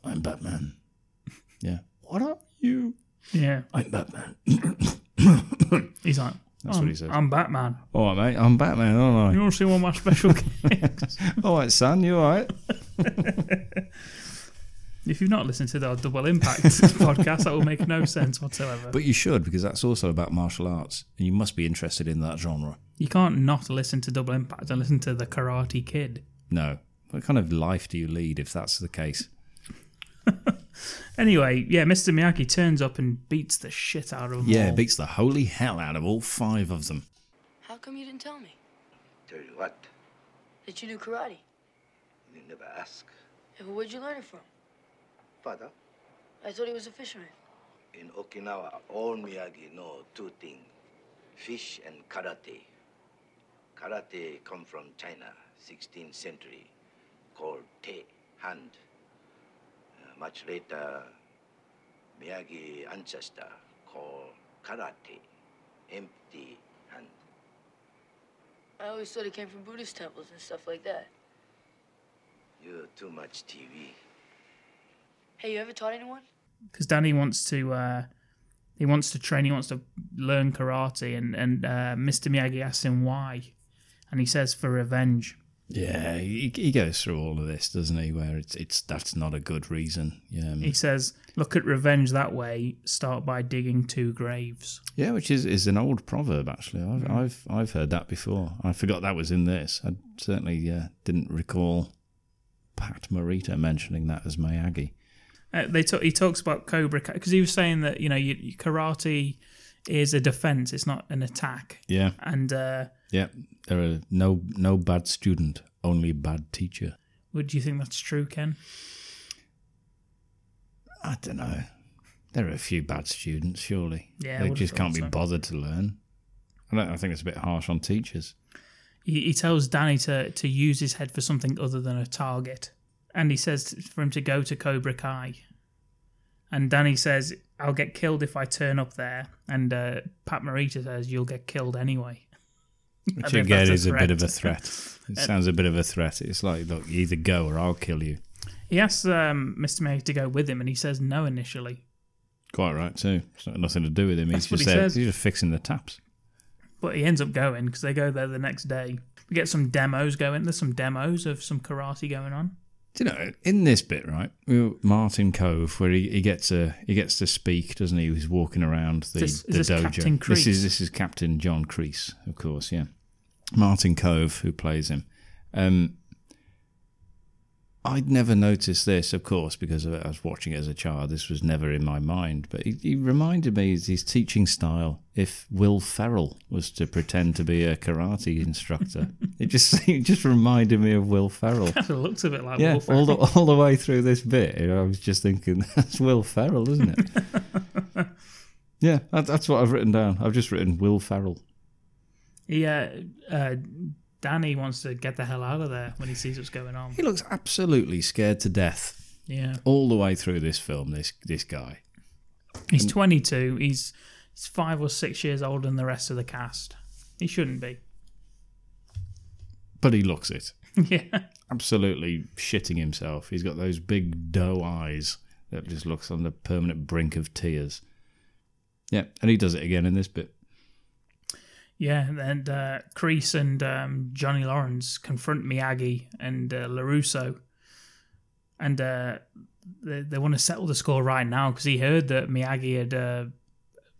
[SPEAKER 2] I'm Batman. Yeah. What are you?
[SPEAKER 3] Yeah.
[SPEAKER 2] I'm Batman.
[SPEAKER 3] He's like,
[SPEAKER 2] That's
[SPEAKER 3] I'm,
[SPEAKER 2] what he says.
[SPEAKER 3] I'm Batman.
[SPEAKER 2] All right, mate. I'm Batman, aren't
[SPEAKER 3] You want to see one of my special kicks?
[SPEAKER 2] I? All right, son. You all right?
[SPEAKER 3] [LAUGHS] if you've not listened to the Double Impact [LAUGHS] podcast, that will make no sense whatsoever.
[SPEAKER 2] But you should, because that's also about martial arts, and you must be interested in that genre.
[SPEAKER 3] you can't not listen to Double Impact and listen to The Karate Kid.
[SPEAKER 2] No. What kind of life do you lead if that's the case?
[SPEAKER 3] Anyway, yeah, Mr. Miyagi turns up and beats the shit out of him.
[SPEAKER 2] Yeah,
[SPEAKER 3] all.
[SPEAKER 2] it beats the holy hell out of all five of them.
[SPEAKER 7] How come you didn't tell me
[SPEAKER 9] Tell you what,
[SPEAKER 7] that you do karate?
[SPEAKER 9] you never ask.
[SPEAKER 7] Yeah, but where'd you learn it from?
[SPEAKER 9] Father,
[SPEAKER 7] I thought he was a fisherman.
[SPEAKER 9] in Okinawa, all Miyagi know two things, fish and karate. Karate come from China, 16th century, called te, hand. Uh, much later, Miyagi ancestor called karate, empty hand.
[SPEAKER 7] I always thought it came from Buddhist temples and stuff like that.
[SPEAKER 9] You too much TV.
[SPEAKER 7] Hey, you ever taught anyone?
[SPEAKER 3] because Danny wants to uh, he wants to train, he wants to learn karate, and and uh, Mr. Miyagi asks him why, and he says for revenge.
[SPEAKER 2] Yeah, he, he goes through all of this, doesn't he? Where it's it's that's not a good reason. Yeah,
[SPEAKER 3] He says, "Look at revenge that way. Start by digging two graves."
[SPEAKER 2] yeah, which is, is an old proverb actually. I've I've I've heard that before. I forgot that was in this. I certainly yeah didn't recall Pat Morita mentioning that as Miyagi.
[SPEAKER 3] Uh, they talk, he talks about Cobra because he was saying that you know you, you- karate is a defense, it's not an attack,
[SPEAKER 2] Yeah,
[SPEAKER 3] and uh,
[SPEAKER 2] yeah. There are no no bad student, only bad teacher.
[SPEAKER 3] would you think that's true, Ken?
[SPEAKER 2] I don't know. There are a few bad students, surely.
[SPEAKER 3] Yeah, I
[SPEAKER 2] they
[SPEAKER 3] would've
[SPEAKER 2] just
[SPEAKER 3] thought
[SPEAKER 2] can't be
[SPEAKER 3] so.
[SPEAKER 2] bothered to learn. I, don't, I think it's a bit harsh on teachers.
[SPEAKER 3] he, he tells Danny to, to use his head for something other than a target. And he says t- for him to go to Cobra Kai. And Danny says, I'll get killed if I turn up there. And uh, Pat Morita says, You'll get killed anyway.
[SPEAKER 2] Which
[SPEAKER 3] mean,
[SPEAKER 2] again
[SPEAKER 3] that's a
[SPEAKER 2] is a bit
[SPEAKER 3] threat.
[SPEAKER 2] of a threat. [LAUGHS] It sounds a bit of a threat. It's like, look, you either go or I'll kill you.
[SPEAKER 3] He asks um, Mr. May to go with him, and he says no initially.
[SPEAKER 2] Quite right too. It's not, nothing to do with him.
[SPEAKER 3] That's
[SPEAKER 2] he's
[SPEAKER 3] what
[SPEAKER 2] just
[SPEAKER 3] he
[SPEAKER 2] there.
[SPEAKER 3] says.
[SPEAKER 2] He's just fixing the taps.
[SPEAKER 3] But he ends up going because they go there the next day. We get some demos going. There's some demos of some karate going on.
[SPEAKER 2] Do you know in this bit right? we were- Martin Cove, where he, he gets a he gets to speak, doesn't he? He's walking around the,
[SPEAKER 3] This- is
[SPEAKER 2] the
[SPEAKER 3] this
[SPEAKER 2] dojo.
[SPEAKER 3] Captain
[SPEAKER 2] This
[SPEAKER 3] Crease?
[SPEAKER 2] is this is Captain John Crease, of course. Yeah, Martin Cove who plays him. Um, I'd never noticed this, of course, because I was watching it as a child. This was never in my mind, but he, he reminded me of his teaching style. If Will Ferrell was to pretend to be a karate instructor, it just [LAUGHS] it just reminded me of Will Ferrell
[SPEAKER 3] It looks a bit like
[SPEAKER 2] yeah,
[SPEAKER 3] Wolf.
[SPEAKER 2] all the [LAUGHS] all the way through this bit, you know, I was just thinking [LAUGHS] that's Will Ferrell, isn't it? yeah, that, that's what I've written down. I've just written Will Ferrell.
[SPEAKER 3] Yeah, uh, Danny wants to get the hell out of there when he sees what's going on.
[SPEAKER 2] He looks absolutely scared to death
[SPEAKER 3] Yeah,
[SPEAKER 2] all the way through this film. This this guy.
[SPEAKER 3] he's 22. He's he's five or six years older than the rest of the cast. He shouldn't be. [LAUGHS]
[SPEAKER 2] But he looks it.
[SPEAKER 3] yeah,
[SPEAKER 2] Absolutely shitting himself. He's got those big doe eyes that just looks on the permanent brink of tears. Yeah, and he does it again in this bit.
[SPEAKER 3] yeah. And uh, Crease and um, Johnny Lawrence confront Miyagi and uh, Larusso, and uh, they they want to settle the score right now because he heard that Miyagi had. Uh,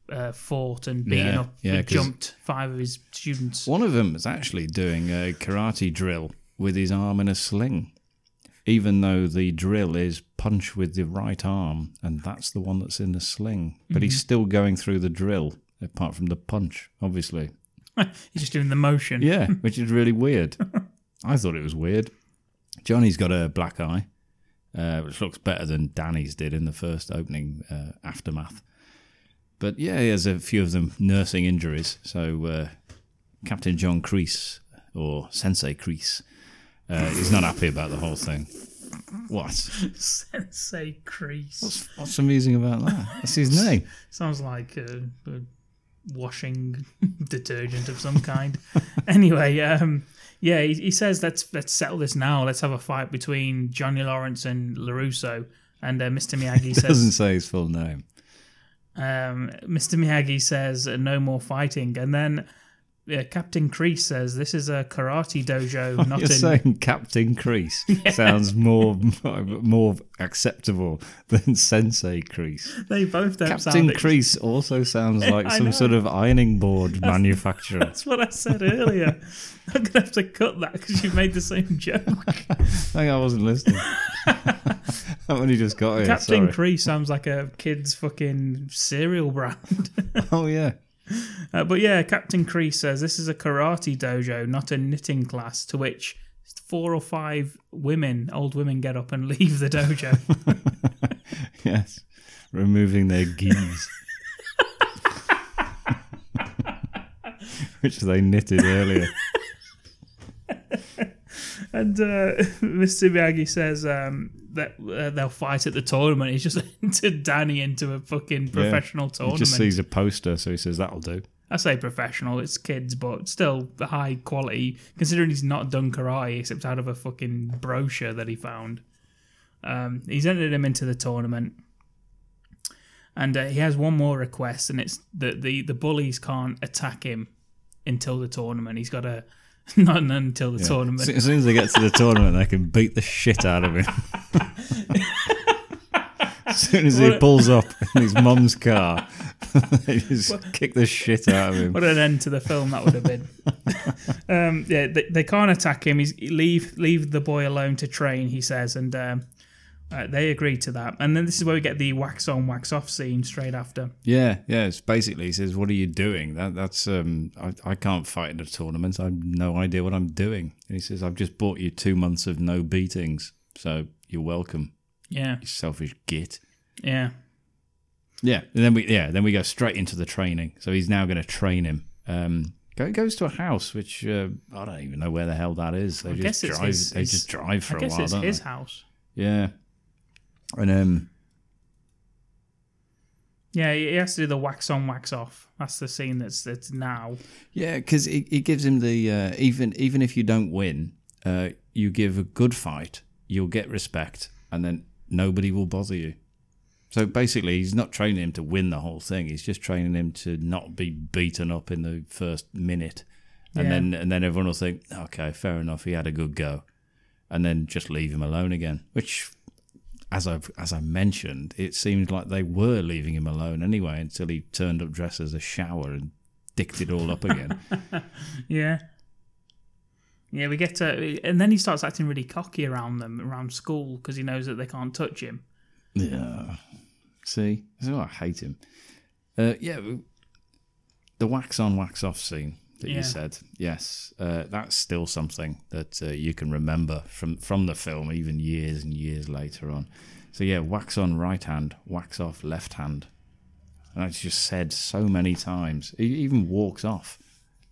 [SPEAKER 3] uh, fought and beaten
[SPEAKER 2] Yeah,
[SPEAKER 3] up,
[SPEAKER 2] yeah, 'cause-
[SPEAKER 3] jumped five of his students.
[SPEAKER 2] One of them is actually doing a karate drill with his arm in a sling, even though the drill is punch with the right arm, and that's the one that's in the sling. But he's still going through the drill, apart from the punch, obviously.
[SPEAKER 3] He's just doing the motion.
[SPEAKER 2] Yeah, [LAUGHS] which is really weird. I thought it was weird. Johnny's got a black eye, uh, which looks better than Danny's did in the first opening uh, aftermath. But yeah, he has a few of them nursing injuries. So uh, Captain John Crease or Sensei Crease uh, is not happy about the whole thing.
[SPEAKER 3] [LAUGHS]
[SPEAKER 2] What?
[SPEAKER 3] Sensei Crease.
[SPEAKER 2] What's, what's amusing about that? That's his name. [LAUGHS]
[SPEAKER 3] Sounds like a, a washing [LAUGHS] detergent of some kind. [LAUGHS] anyway, um, yeah, he, he says let's let's settle this now. Let's have a fight between Johnny Lawrence and Larusso. And uh, Mr.
[SPEAKER 2] [LAUGHS]
[SPEAKER 3] Miyagi
[SPEAKER 2] Doesn't
[SPEAKER 3] says,
[SPEAKER 2] say his full name.
[SPEAKER 3] um, Mr. Miyagi says, uh, no more fighting. And then uh, Captain Crease says, this is a karate dojo, not
[SPEAKER 2] [LAUGHS] You're
[SPEAKER 3] in
[SPEAKER 2] saying Captain Crease sounds more more acceptable than Sensei Crease.
[SPEAKER 3] [LAUGHS] They both don't sound
[SPEAKER 2] Captain
[SPEAKER 3] ex-
[SPEAKER 2] Crease also sounds like
[SPEAKER 3] [LAUGHS] I
[SPEAKER 2] some
[SPEAKER 3] know.
[SPEAKER 2] sort of ironing
[SPEAKER 3] [LAUGHS]
[SPEAKER 2] board manufacturer.
[SPEAKER 3] That's what I said earlier. [LAUGHS] I'm going to have to cut that because you made the same [LAUGHS] joke.
[SPEAKER 2] I think I wasn't listening.
[SPEAKER 3] [LAUGHS]
[SPEAKER 2] I've only just got here.
[SPEAKER 3] Captain
[SPEAKER 2] sorry.
[SPEAKER 3] Cree sounds like a kid's fucking cereal brand. [LAUGHS]
[SPEAKER 2] oh yeah,
[SPEAKER 3] Uh, but yeah, Captain Cree says this is a karate dojo, not a knitting class, to which four or five women, old women, get up and [LAUGHS] leave the dojo.
[SPEAKER 2] [LAUGHS] yes. Removing
[SPEAKER 3] [LAUGHS]
[SPEAKER 2] their geese. Which they knitted earlier.
[SPEAKER 3] and uh, [LAUGHS] Mr. Miyagi says um, that uh, they'll fight at the tournament. He's just [LAUGHS] entered Danny into a fucking
[SPEAKER 2] Yeah.
[SPEAKER 3] professional
[SPEAKER 2] He
[SPEAKER 3] tournament.
[SPEAKER 2] just sees a poster, so he says that'll do.
[SPEAKER 3] I say professional, it's kids, but still high quality, considering he's not done karate except out of a fucking brochure that he found. Um, he's entered him into the tournament. And uh, he has one more request, and it's that the, the bullies can't attack him until the tournament. He's got to. [LAUGHS] Not until the
[SPEAKER 2] Yeah.
[SPEAKER 3] tournament.
[SPEAKER 2] As soon as they get to the tournament, they can beat the shit
[SPEAKER 3] [LAUGHS]
[SPEAKER 2] out of him. as soon as he
[SPEAKER 3] What a-
[SPEAKER 2] pulls up in his mum's car, [LAUGHS] they just kick the shit out of him.
[SPEAKER 3] What an end to the film that would have
[SPEAKER 2] [LAUGHS]
[SPEAKER 3] been. um, yeah, they, they can't attack him. He's leave leave the boy alone to train. He says, and um, uh, they agree to that. And then this is where we get the wax on, wax off scene straight after.
[SPEAKER 2] Yeah, yeah. It's basically he says, "What are you doing? That that's um, I, I can't fight in a tournament. I've no idea what I'm doing." And he says, "I've just bought you two months of no beatings, so you're welcome,
[SPEAKER 3] Yeah,
[SPEAKER 2] you selfish git."
[SPEAKER 3] yeah,
[SPEAKER 2] Yeah, and then we yeah then we go straight into the training. So he's now going to train him. Um, go, goes to a house which uh, I don't even know where the hell that is. They
[SPEAKER 3] I
[SPEAKER 2] just
[SPEAKER 3] guess it's
[SPEAKER 2] drive.
[SPEAKER 3] his-
[SPEAKER 2] they
[SPEAKER 3] his-
[SPEAKER 2] just drive for
[SPEAKER 3] I guess
[SPEAKER 2] a while,
[SPEAKER 3] it's
[SPEAKER 2] don't
[SPEAKER 3] his
[SPEAKER 2] they?
[SPEAKER 3] house.
[SPEAKER 2] Yeah, and um,
[SPEAKER 3] Yeah, he he has to do the wax on, wax off. That's the scene that's that's now.
[SPEAKER 2] Yeah, because it, it gives him the uh, even even if you don't win, uh, you give a good fight, you'll get respect, and then nobody will bother you. So basically, he's not training him to win the whole thing. He's just training him to not be beaten up in the first minute, and
[SPEAKER 3] Yeah.
[SPEAKER 2] then and then everyone will think, okay, fair enough, he had a good go, and then just leave him alone again. Which, as I've as I mentioned, it seemed like they were leaving him alone anyway until he turned up dressed as a shower and dicked it all up again.
[SPEAKER 3] Yeah. Yeah, we get to, and then he starts acting really cocky around them, around school, because he knows that they can't touch him.
[SPEAKER 2] Yeah. See, that's why I hate him. Uh, yeah, w- the wax on, wax off scene that
[SPEAKER 3] Yeah.
[SPEAKER 2] you said. Yes, uh, that's still something that uh, you can remember from from the film, even years and years later on. So yeah, wax on right hand, wax off left hand. And that's just said so many times. He even walks off.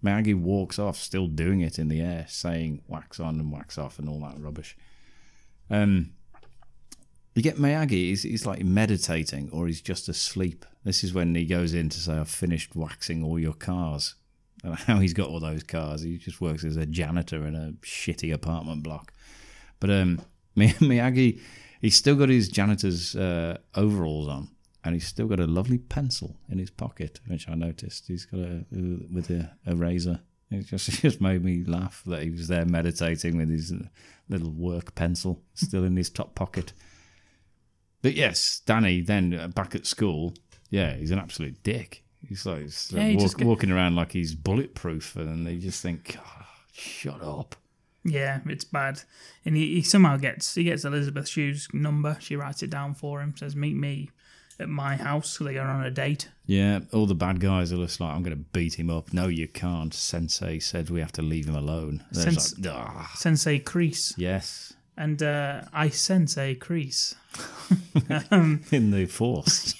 [SPEAKER 2] Maggie walks off, still doing it in the air, saying wax on and wax off and all that rubbish. Um, you get Miyagi, he's, he's like meditating or he's just asleep. This is when he goes in to say, I've finished waxing all your cars. I don't know [LAUGHS] how he's got all those cars. He just works as a janitor in a shitty apartment block. But um, [LAUGHS] Mi- Miyagi, he's still got his janitor's uh, overalls on and he's still got a lovely pencil in his pocket, which I noticed. He's got a, uh, with a, a razor. It just, [LAUGHS] it just made me laugh that he was there meditating with his uh, little work pencil still in his top pocket. But yes, Danny then uh, back at school, yeah, he's an absolute dick. He's like he's, uh,
[SPEAKER 3] Yeah, he
[SPEAKER 2] walk-
[SPEAKER 3] just get-
[SPEAKER 2] walking around like he's bulletproof, and they just think, "God, shut up.
[SPEAKER 3] Yeah, it's bad. And he, he somehow gets he gets Elizabeth Shue's number. She writes it down for him. Says, "Meet me at my house." They go on a date.
[SPEAKER 2] Yeah, all the bad guys are just like, I'm going to beat him up. No, you can't. Sensei said we have to leave him alone. They're just
[SPEAKER 3] Sense-
[SPEAKER 2] like, "Ah,
[SPEAKER 3] Sensei Crease
[SPEAKER 2] yes,
[SPEAKER 3] and uh, I Sensei Crease.
[SPEAKER 2] in the
[SPEAKER 3] [LAUGHS]
[SPEAKER 2] force.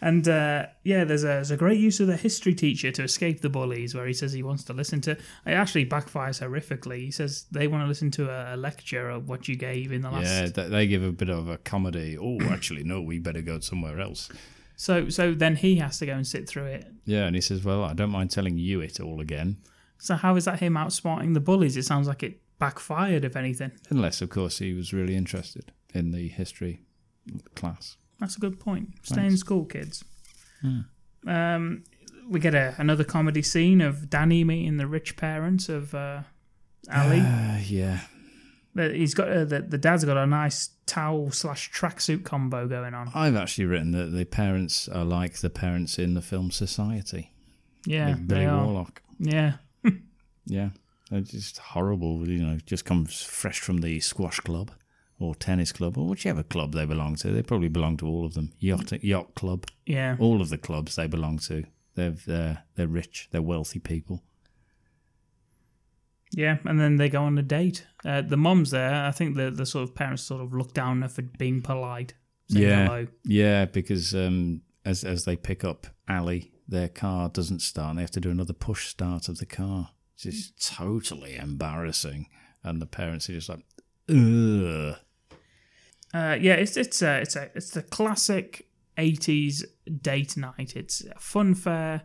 [SPEAKER 3] And uh, yeah, there's a, there's a great use of the history teacher to escape the bullies, where he says he wants to listen to. It actually backfires horrifically. He says they want to listen to a, a lecture of what you gave in the last.
[SPEAKER 2] yeah, th- they give a bit of a comedy.
[SPEAKER 3] [CLEARS THROAT]
[SPEAKER 2] Oh, actually, no, we better go somewhere else.
[SPEAKER 3] So so then he has to go and sit through it.
[SPEAKER 2] Yeah, and he says, well, I don't mind telling you it all again.
[SPEAKER 3] So how is that him outsmarting the bullies? It sounds like it backfired, if anything.
[SPEAKER 2] Unless, of course, he was really interested in the history class.
[SPEAKER 3] That's a good point. Stay in school, kids. Um, we get a, another comedy scene of Danny meeting the rich parents of uh, Ali.
[SPEAKER 2] Uh, yeah.
[SPEAKER 3] That He's got uh, the, the dad's got a nice towel slash tracksuit combo going on.
[SPEAKER 2] I've actually written that the parents are like the parents in the film Society.
[SPEAKER 3] Yeah,
[SPEAKER 2] Like Billy
[SPEAKER 3] they are.
[SPEAKER 2] Warlock.
[SPEAKER 3] Yeah,
[SPEAKER 2] Yeah. They're just horrible, you know, just comes fresh from the squash club or tennis club or whichever club they belong to. They probably belong to all of them. Yacht, yacht club.
[SPEAKER 3] yeah.
[SPEAKER 2] All of the clubs they belong to. They're, they're, they're rich. They're wealthy people.
[SPEAKER 3] Yeah, and then they go on a date. Uh, the mum's there. I think the the sort of parents sort of look down on her for being polite. Saying
[SPEAKER 2] yeah,
[SPEAKER 3] hello.
[SPEAKER 2] yeah, because um, as as they pick up Ali, their car doesn't start. And they have to do another push start of the car. It's just totally embarrassing, and the parents are just like, "Ugh."
[SPEAKER 3] Uh, yeah, it's it's a it's a it's the classic '80s date night. It's a fun fair.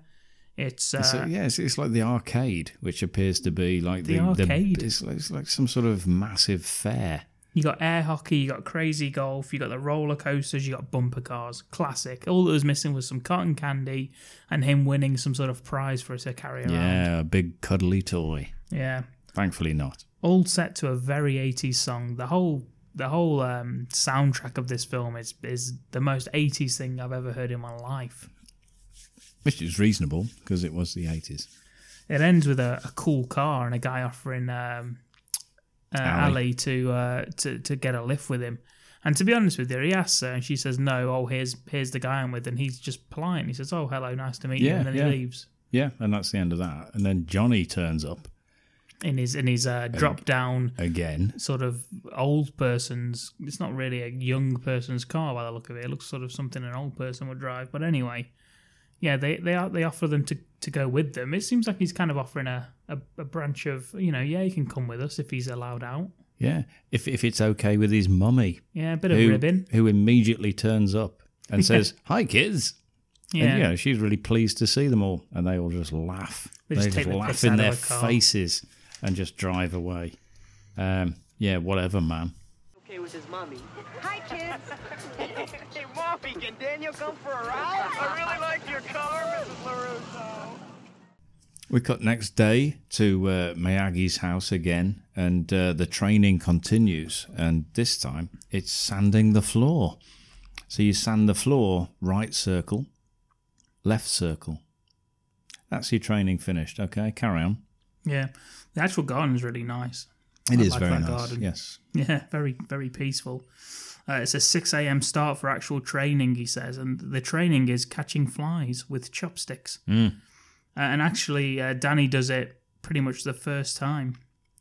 [SPEAKER 3] It's uh,
[SPEAKER 2] so yeah, it's, it's like the arcade, which appears to be like
[SPEAKER 3] The
[SPEAKER 2] the,
[SPEAKER 3] arcade?
[SPEAKER 2] it's, like, it's like some sort of massive fair.
[SPEAKER 3] you got air hockey, you got crazy golf, you got the roller coasters, you got bumper cars. Classic. All that was missing was some cotton candy and him winning some sort of prize for us to carry around.
[SPEAKER 2] Yeah, a big cuddly toy.
[SPEAKER 3] yeah.
[SPEAKER 2] Thankfully not.
[SPEAKER 3] all set to a very 80s song. The whole the whole um, soundtrack of this film is is the most 80s thing I've ever heard in my life.
[SPEAKER 2] Which is reasonable because it was the eighties.
[SPEAKER 3] It ends with a, a cool car and a guy offering um, uh,
[SPEAKER 2] Ali.
[SPEAKER 3] Ali to uh, to to get a lift with him. And to be honest with her, he asks her, and she says, "No, oh, here's here's the guy I'm with," and he's just polite. And he says, "Oh, hello, nice to meet you,"
[SPEAKER 2] Yeah,
[SPEAKER 3] and then
[SPEAKER 2] yeah.
[SPEAKER 3] he leaves
[SPEAKER 2] Yeah, and that's the end of that. And then Johnny turns up
[SPEAKER 3] in his in his uh, drop down
[SPEAKER 2] again.
[SPEAKER 3] sort of old person's it's not really a young person's car by the look of it it looks sort of something an old person would drive but anyway yeah they they are, they offer them to to go with them it seems like he's kind of offering a, a a branch of you know yeah he can come with us if he's allowed out
[SPEAKER 2] Yeah, if if it's okay with his mummy,
[SPEAKER 3] yeah a bit of
[SPEAKER 2] who,
[SPEAKER 3] ribbon
[SPEAKER 2] who immediately turns up
[SPEAKER 3] [LAUGHS]
[SPEAKER 2] and says, "Hi, kids."
[SPEAKER 3] Yeah.
[SPEAKER 2] And, you know, she's really pleased to see them all, and they all just laugh.
[SPEAKER 3] They
[SPEAKER 2] They
[SPEAKER 3] just
[SPEAKER 2] just,
[SPEAKER 3] take the piss
[SPEAKER 2] laugh
[SPEAKER 3] out
[SPEAKER 2] in
[SPEAKER 3] of
[SPEAKER 2] their
[SPEAKER 3] the car.
[SPEAKER 2] faces and just drive away. Um, yeah, whatever, man.
[SPEAKER 1] Okay with his mommy.
[SPEAKER 4] Hi, kids.
[SPEAKER 1] Hey, mommy, can Daniel come for a ride? I really like your car, Mrs. LaRusso.
[SPEAKER 2] We cut next day to uh, Miyagi's house again, and uh, the training continues. And this time, it's sanding the floor. So you sand the floor, right circle, left circle. That's your training finished. Okay, carry on.
[SPEAKER 3] Yeah. The actual garden's really nice.
[SPEAKER 2] It
[SPEAKER 3] I
[SPEAKER 2] is
[SPEAKER 3] like
[SPEAKER 2] very
[SPEAKER 3] that
[SPEAKER 2] nice.
[SPEAKER 3] garden.
[SPEAKER 2] Yes.
[SPEAKER 3] Yeah, very, very peaceful. Uh, it's a 6 a.m. start for actual training, he says, and the training is catching flies with chopsticks.
[SPEAKER 2] Hmm.
[SPEAKER 3] Uh, and actually, uh, Danny does it pretty much the first time,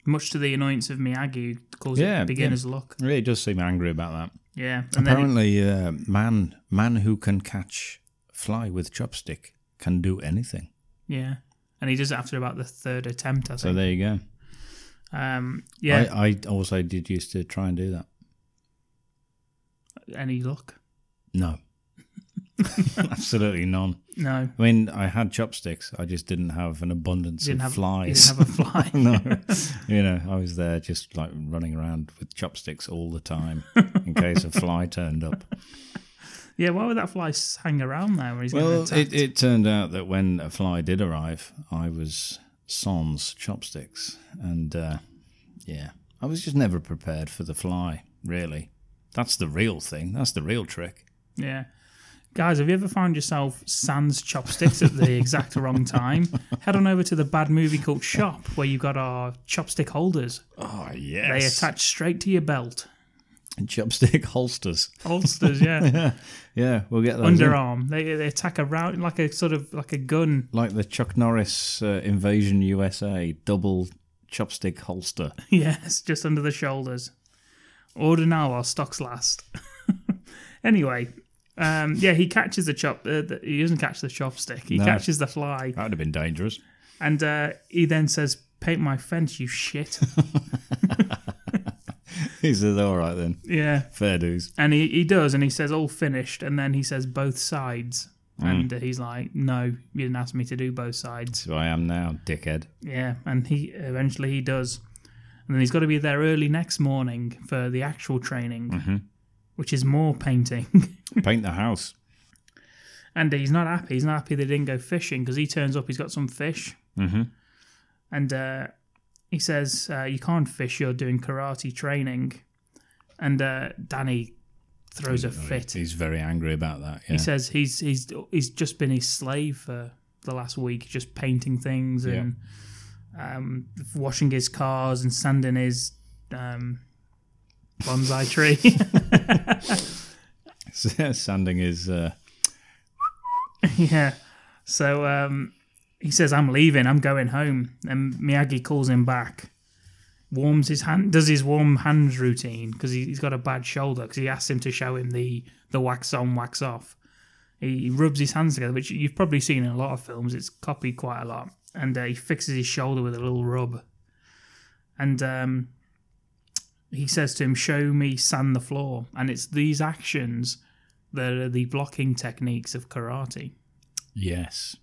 [SPEAKER 3] much to the annoyance of Miyagi, who calls
[SPEAKER 2] Yeah,
[SPEAKER 3] it
[SPEAKER 2] yeah.
[SPEAKER 3] beginner's luck.
[SPEAKER 2] It really does seem angry about that.
[SPEAKER 3] Yeah. And then
[SPEAKER 2] Apparently, uh, man, man who can catch fly with chopstick can do anything.
[SPEAKER 3] he, yeah. And he does it after about the third attempt, I
[SPEAKER 2] So
[SPEAKER 3] think.
[SPEAKER 2] there you go.
[SPEAKER 3] um, yeah.
[SPEAKER 2] I, I also did used to try and do that.
[SPEAKER 3] Any luck? [LAUGHS]
[SPEAKER 2] No, absolutely none.
[SPEAKER 3] No.
[SPEAKER 2] I mean, I had chopsticks. I just didn't have an abundance
[SPEAKER 3] Didn't
[SPEAKER 2] of
[SPEAKER 3] have
[SPEAKER 2] flies.
[SPEAKER 3] Didn't have a fly.
[SPEAKER 2] [LAUGHS] no, you know, I was there just like running around with chopsticks all the time in case a fly turned up.
[SPEAKER 3] Yeah, why would that fly s- hang around there when he's
[SPEAKER 2] Well,
[SPEAKER 3] getting attacked?
[SPEAKER 2] it, it turned out that when a fly did arrive, I was sans chopsticks, and uh, yeah, I was just never prepared for the fly. Really, that's the real thing. That's the real trick.
[SPEAKER 3] Yeah. Guys, have you ever found yourself sans chopsticks at
[SPEAKER 2] [LAUGHS]
[SPEAKER 3] the exact wrong time? Head on over to the Bad Movie Cult shop where you got our chopstick holders.
[SPEAKER 2] Oh
[SPEAKER 3] They
[SPEAKER 2] yes,
[SPEAKER 3] attach straight to your belt.
[SPEAKER 2] chopstick [LAUGHS] holsters. [LAUGHS]
[SPEAKER 3] Holsters, yeah.
[SPEAKER 2] Yeah, we'll get those in.
[SPEAKER 3] Underarm. They, they attack around like a sort of like a gun. [LAUGHS]
[SPEAKER 2] like the Chuck Norris uh, Invasion USA double
[SPEAKER 3] [LAUGHS]
[SPEAKER 2] chopstick holster.
[SPEAKER 3] Yes, just under the shoulders. Order now while stocks last. [LAUGHS] anyway, um, yeah, he catches the chop. Uh, the, he doesn't catch the chopstick. He
[SPEAKER 2] No.
[SPEAKER 3] catches the fly.
[SPEAKER 2] That would have been dangerous.
[SPEAKER 3] And uh, he then says, Paint my fence, you shit. [LAUGHS]
[SPEAKER 2] he says, "All right then,
[SPEAKER 3] yeah.
[SPEAKER 2] fair dues."
[SPEAKER 3] And he, he does, and he says, All finished. And then he says, Both sides. And uh, he's like, No, you didn't ask me to do both sides.
[SPEAKER 2] So I am now, dickhead.
[SPEAKER 3] Yeah. And he eventually he does. And then he's got to be there early next morning for the actual training, which is more painting. [LAUGHS]
[SPEAKER 2] Paint the house.
[SPEAKER 3] and he's not happy. He's not happy they didn't go fishing because he turns up, he's got some fish.
[SPEAKER 2] Mhm.
[SPEAKER 3] And uh, he says, uh, You can't fish, you're doing karate training. And uh, Danny throws a fit.
[SPEAKER 2] He's very angry about that. Yeah.
[SPEAKER 3] He says he's he's he's just been his slave for the last week, just painting things and um, washing his cars and sanding his um, bonsai tree. [LAUGHS]
[SPEAKER 2] [LAUGHS] Sanding is uh,
[SPEAKER 3] [LAUGHS] Yeah. So um, he says, I'm leaving, I'm going home. And Miyagi calls him back, warms his hand, does his warm hands routine because he, he's got a bad shoulder because he asks him to show him the, the wax on, wax off. He, he rubs his hands together, which you've probably seen in a lot of films. It's copied quite a lot. And uh, he fixes his shoulder with a little rub. And um, he says to him, Show me sand the floor. And it's these actions that are the blocking techniques of karate.
[SPEAKER 2] yes.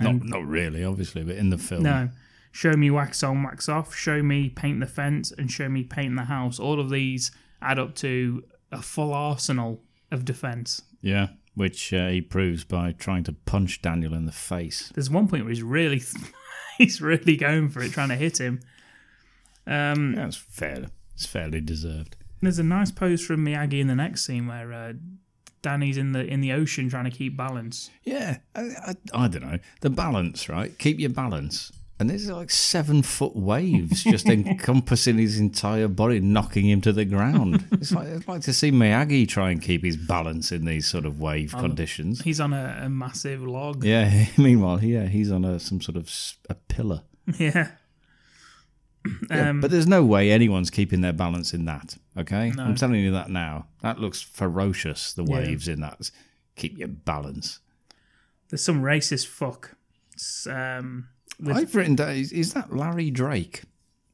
[SPEAKER 2] Not, not really, obviously, but in the film,
[SPEAKER 3] No. Show me wax on, wax off. Show me paint the fence, and show me paint the house. All of these add up to a full arsenal of defense.
[SPEAKER 2] yeah, which uh, he proves by trying to punch Daniel in the face.
[SPEAKER 3] There's one point where he's really, [LAUGHS] he's really going for it, trying to hit him. Um,
[SPEAKER 2] That's fair. Mm. It's fairly deserved.
[SPEAKER 3] There's a nice pose from Miyagi in the next scene where uh, Danny's in the in the ocean trying to keep balance.
[SPEAKER 2] Yeah, I, I, I don't know. The balance, right? Keep your balance. And there's like seven foot waves just encompassing his entire body, knocking him to the ground. It's like I'd like to see Miyagi try and keep his balance in these sort of wave conditions.
[SPEAKER 3] He's on a, a massive log.
[SPEAKER 2] Yeah. [LAUGHS] Meanwhile, yeah, he's on a some sort of s- a pillar.
[SPEAKER 3] [LAUGHS] Yeah.
[SPEAKER 2] Yeah, but there's no way anyone's keeping their balance in that. Okay, I'm telling you that now. That looks ferocious. The waves in that. Keep your balance.
[SPEAKER 3] There's some racist fuck. It's, um, with,
[SPEAKER 2] I've written down. Is, is that Larry Drake?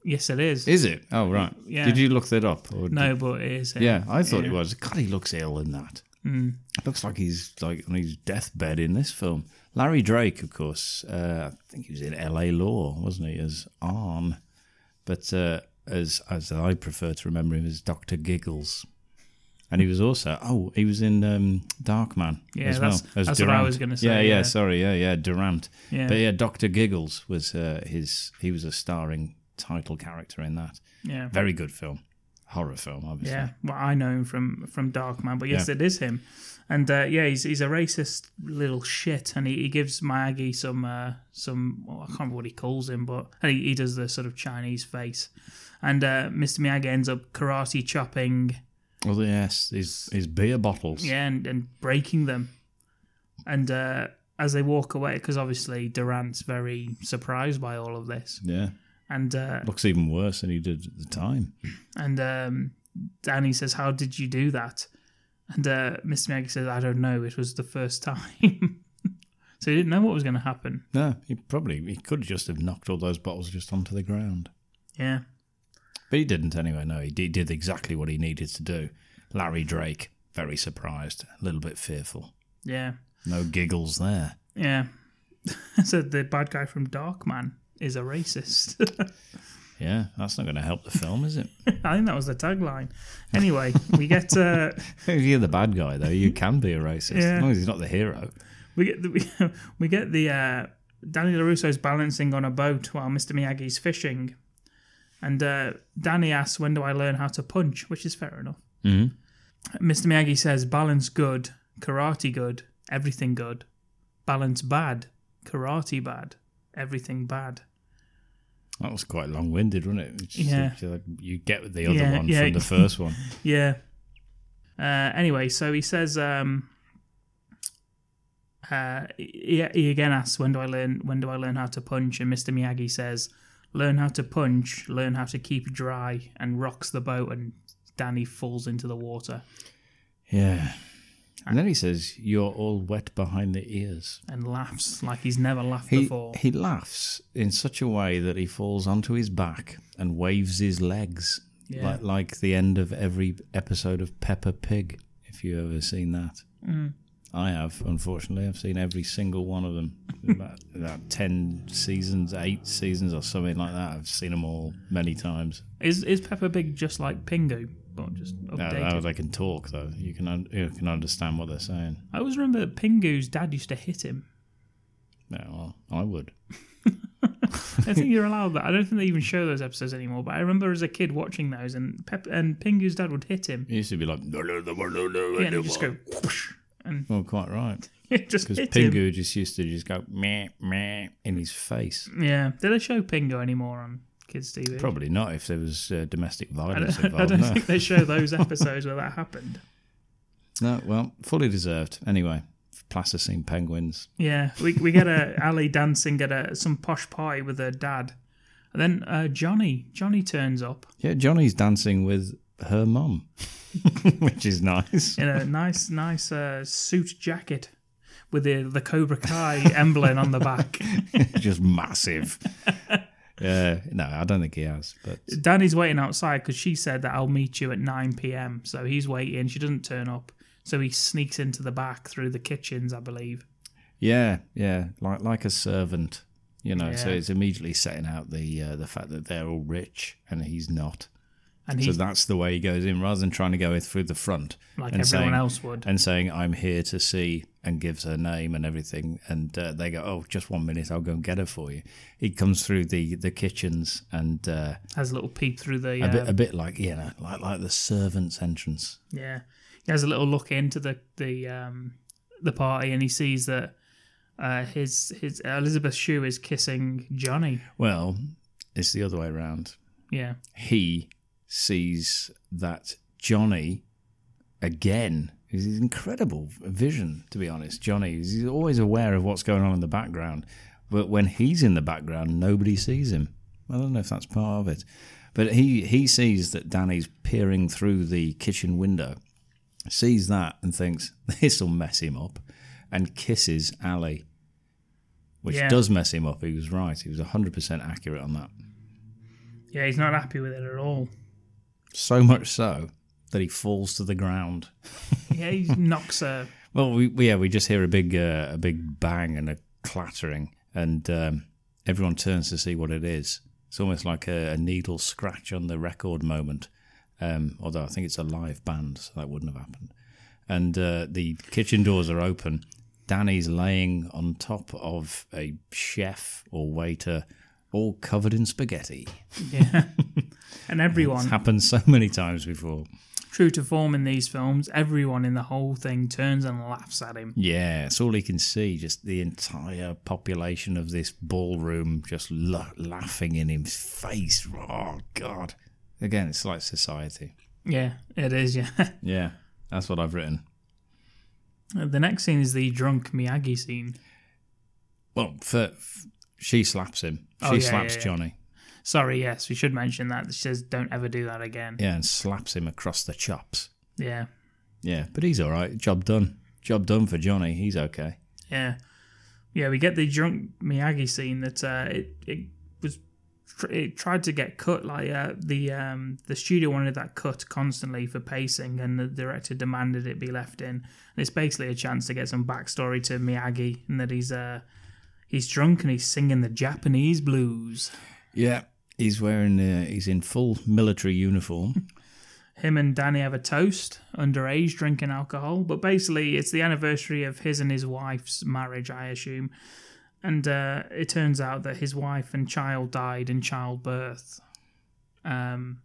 [SPEAKER 3] yes, it is.
[SPEAKER 2] Is it? Oh right.
[SPEAKER 3] Yeah.
[SPEAKER 2] Did you look that up? Or
[SPEAKER 3] No, but it is.
[SPEAKER 2] Did, yeah, I thought it was. God, he looks ill in that.
[SPEAKER 3] Hmm.
[SPEAKER 2] Looks like he's like on his deathbed in this film. Larry Drake, of course. Uh, I think he was in L.A. Law, wasn't he, as Arn? But uh, as as I prefer to remember him as Doctor Giggles. And he was also oh he was in um, Darkman
[SPEAKER 3] Yeah,
[SPEAKER 2] as
[SPEAKER 3] that's-
[SPEAKER 2] well as
[SPEAKER 3] that's what I
[SPEAKER 2] Durant.
[SPEAKER 3] was gonna say,
[SPEAKER 2] Yeah, yeah,
[SPEAKER 3] yeah.
[SPEAKER 2] sorry, yeah, yeah, Durant.
[SPEAKER 3] Yeah.
[SPEAKER 2] But yeah, Doctor Giggles was uh, his. He was a starring title character in that.
[SPEAKER 3] Yeah.
[SPEAKER 2] Very good film, horror film, obviously.
[SPEAKER 3] Yeah, well, I know him from from Darkman, but yes,
[SPEAKER 2] Yeah.
[SPEAKER 3] it is him. And uh, yeah, he's he's a racist little shit, and he, he gives Miyagi some uh, some well, I can't remember what he calls him, but and he, he does the sort of Chinese face, and uh, Mr Miyagi ends up karate chopping,
[SPEAKER 2] Well, yes, his his beer bottles.
[SPEAKER 3] yeah, and, and breaking them, and uh, as they walk away, because obviously Durant's very surprised by all of this,
[SPEAKER 2] Yeah.
[SPEAKER 3] and uh,
[SPEAKER 2] Looks even worse than he did at the time.
[SPEAKER 3] And um, Danny says, How did you do that? And uh, Mr. Miyagi says, I don't know. It was the first [LAUGHS] time. so he didn't know what was going to happen.
[SPEAKER 2] No, he probably he could just have knocked all those bottles just onto the ground.
[SPEAKER 3] Yeah.
[SPEAKER 2] But he didn't anyway. No, he did, did exactly what he needed to do. Larry Drake, very surprised, a little bit fearful.
[SPEAKER 3] Yeah.
[SPEAKER 2] No giggles there.
[SPEAKER 3] Yeah. [LAUGHS] so the bad guy from Darkman is a racist. [LAUGHS]
[SPEAKER 2] Yeah, that's not going to help the film, is it?
[SPEAKER 3] I think that was the tagline. Anyway, we get uh, [LAUGHS]
[SPEAKER 2] if you're the bad guy, though, you can be a racist
[SPEAKER 3] Yeah.
[SPEAKER 2] as long as he's not the hero.
[SPEAKER 3] we get the, we [LAUGHS] get the uh, Danny LaRusso's balancing on a boat while Mr. Miyagi's fishing. And uh, Danny asks, When do I learn how to punch? Which is fair enough. Mr. Miyagi says, Balance good, karate good, everything good. Balance bad, karate bad, everything bad.
[SPEAKER 2] That was quite long winded, wasn't it? It's just
[SPEAKER 3] Yeah.
[SPEAKER 2] like- like you get the other
[SPEAKER 3] Yeah,
[SPEAKER 2] one
[SPEAKER 3] yeah.
[SPEAKER 2] from the first one.
[SPEAKER 3] Yeah. Uh, anyway, so he says, um, uh, he, he again asks, "When do I learn? When do I learn how to punch?" And Mr. Miyagi says, "Learn how to punch. Learn how to keep dry." And rocks the boat, and Danny falls into the water.
[SPEAKER 2] Yeah. And then he says, You're all wet behind the ears.
[SPEAKER 3] And laughs like he's never laughed
[SPEAKER 2] He,
[SPEAKER 3] before.
[SPEAKER 2] he laughs in such a way that he falls onto his back and waves his legs
[SPEAKER 3] Yeah.
[SPEAKER 2] like, like the end of every episode of Peppa Pig, if you've ever seen that. I have, unfortunately. I've seen every single one of them. about, [LAUGHS] about 10 seasons, 8 seasons, or something like that. I've seen them all many times.
[SPEAKER 3] Is is Peppa Pig just like Pingu, but just
[SPEAKER 2] Now,
[SPEAKER 3] updated?
[SPEAKER 2] now they can talk, though. You can, un- you can understand what they're saying.
[SPEAKER 3] I always remember that Pingu's dad used to hit him. [LAUGHS]
[SPEAKER 2] Yeah, well, I would.
[SPEAKER 3] I don't think you're allowed that. I don't think they even show those episodes anymore. But I remember as a kid watching those, and Pep- and Pingu's dad would hit him,
[SPEAKER 2] It used to be like, no, no, no, no, no, no,
[SPEAKER 3] yeah, and
[SPEAKER 2] no,
[SPEAKER 3] he'd just
[SPEAKER 2] no."
[SPEAKER 3] go whoosh, and [LAUGHS]
[SPEAKER 2] Well, quite right.
[SPEAKER 3] it just
[SPEAKER 2] Because
[SPEAKER 3] hit
[SPEAKER 2] Pingu just used to just go meh meh in his face.
[SPEAKER 3] him. Yeah, do they show Pingu anymore on kids' TV?
[SPEAKER 2] Probably not if there was uh, domestic
[SPEAKER 3] I
[SPEAKER 2] violence
[SPEAKER 3] don't, [LAUGHS] I
[SPEAKER 2] involved.
[SPEAKER 3] don't
[SPEAKER 2] no.
[SPEAKER 3] think they show those episodes where that happened.
[SPEAKER 2] no, well, fully deserved. Anyway, plasticine penguins.
[SPEAKER 3] Yeah, we we get a Ali dancing at a some posh party with her dad, and then uh, Johnny Johnny turns up
[SPEAKER 2] Yeah, Johnny's dancing with her mum, [LAUGHS] which
[SPEAKER 3] [LAUGHS]
[SPEAKER 2] is nice.
[SPEAKER 3] in a nice nice uh, suit jacket with the the Cobra Kai emblem on the
[SPEAKER 2] [LAUGHS]
[SPEAKER 3] back. [LAUGHS]
[SPEAKER 2] just massive. Yeah, no, I don't think he has. But
[SPEAKER 3] Danny's waiting outside because she said that I'll meet you at 9 p.m. So he's waiting. She doesn't turn up. So he sneaks into the back through the kitchens, I believe.
[SPEAKER 2] yeah, yeah, like like a servant, you know. So
[SPEAKER 3] Yeah.
[SPEAKER 2] it's immediately setting out the uh, the fact that they're all rich and he's not.
[SPEAKER 3] And
[SPEAKER 2] So
[SPEAKER 3] he's
[SPEAKER 2] that's the way he goes in, rather than trying to go in through the front,
[SPEAKER 3] like
[SPEAKER 2] and
[SPEAKER 3] everyone
[SPEAKER 2] saying-
[SPEAKER 3] else would.
[SPEAKER 2] and saying "I'm here to see" and gives her name and everything, and uh, they go, "Oh, just one minute, I'll go and get her for you." He comes through the the kitchens and uh,
[SPEAKER 3] has a little peep through the.
[SPEAKER 2] a bit
[SPEAKER 3] Uh,
[SPEAKER 2] a bit like you know, like like the servants' entrance.
[SPEAKER 3] yeah. He has a little look into the the um, the party and he sees that uh, his his Elizabeth Shue is kissing Johnny.
[SPEAKER 2] Well, it's the other way around.
[SPEAKER 3] Yeah.
[SPEAKER 2] He sees that Johnny again. It's an incredible vision, to be honest. Johnny he's always aware of what's going on in the background, but when he's in the background, nobody sees him. I don't know if that's part of it, but he he sees that Danny's peering through the kitchen window, sees that and thinks [LAUGHS] this will mess him up, and kisses Ali, which
[SPEAKER 3] Yeah.
[SPEAKER 2] does mess him up. He was right. He was hundred percent accurate on that.
[SPEAKER 3] Yeah, he's not happy with it at all.
[SPEAKER 2] So much so that he falls to the ground.
[SPEAKER 3] Yeah, he [LAUGHS] knocks her.
[SPEAKER 2] Well, we, we- yeah, we just hear a big uh, a big bang and a clattering, and um, everyone turns to see what it is. It's almost like a, a needle scratch on the record moment. Um, although I think it's a live band, so that wouldn't have happened. And uh, the kitchen doors are open. Danny's laying on top of a chef or waiter, all covered in spaghetti. [LAUGHS]
[SPEAKER 3] Yeah. and
[SPEAKER 2] It's
[SPEAKER 3] everyone,
[SPEAKER 2] happened so many times before.
[SPEAKER 3] true to form in these films, everyone in the whole thing turns and laughs at him.
[SPEAKER 2] Yeah, it's all he can see. Just the entire population of this ballroom just la- laughing in his face. Oh, God. Again, it's like society.
[SPEAKER 3] Yeah, it is, yeah. [LAUGHS]
[SPEAKER 2] Yeah, that's what I've written.
[SPEAKER 3] the next scene is the drunk Miyagi scene.
[SPEAKER 2] Well, for, f- she slaps him. She
[SPEAKER 3] Oh, yeah,
[SPEAKER 2] slaps
[SPEAKER 3] yeah, yeah.
[SPEAKER 2] Johnny.
[SPEAKER 3] Sorry, yes, we should mention that. She says, don't ever do that again.
[SPEAKER 2] Yeah, and slaps him across the chops.
[SPEAKER 3] Yeah.
[SPEAKER 2] Yeah, but he's all right. Job done. Job done for Johnny. He's okay.
[SPEAKER 3] Yeah, yeah. We get the drunk Miyagi scene that uh, it it was tr- it tried to get cut. Like uh, the um the studio wanted that cut constantly for pacing, and the director demanded it be left in. And it's basically a chance to get some backstory to Miyagi and that he's uh he's drunk and he's singing the Japanese blues.
[SPEAKER 2] Yeah. He's wearing, uh, he's in full military uniform.
[SPEAKER 3] him and Danny have a toast underage drinking alcohol, but basically it's the anniversary of his and his wife's marriage, I assume. And uh, it turns out that his wife and child died in childbirth. Um,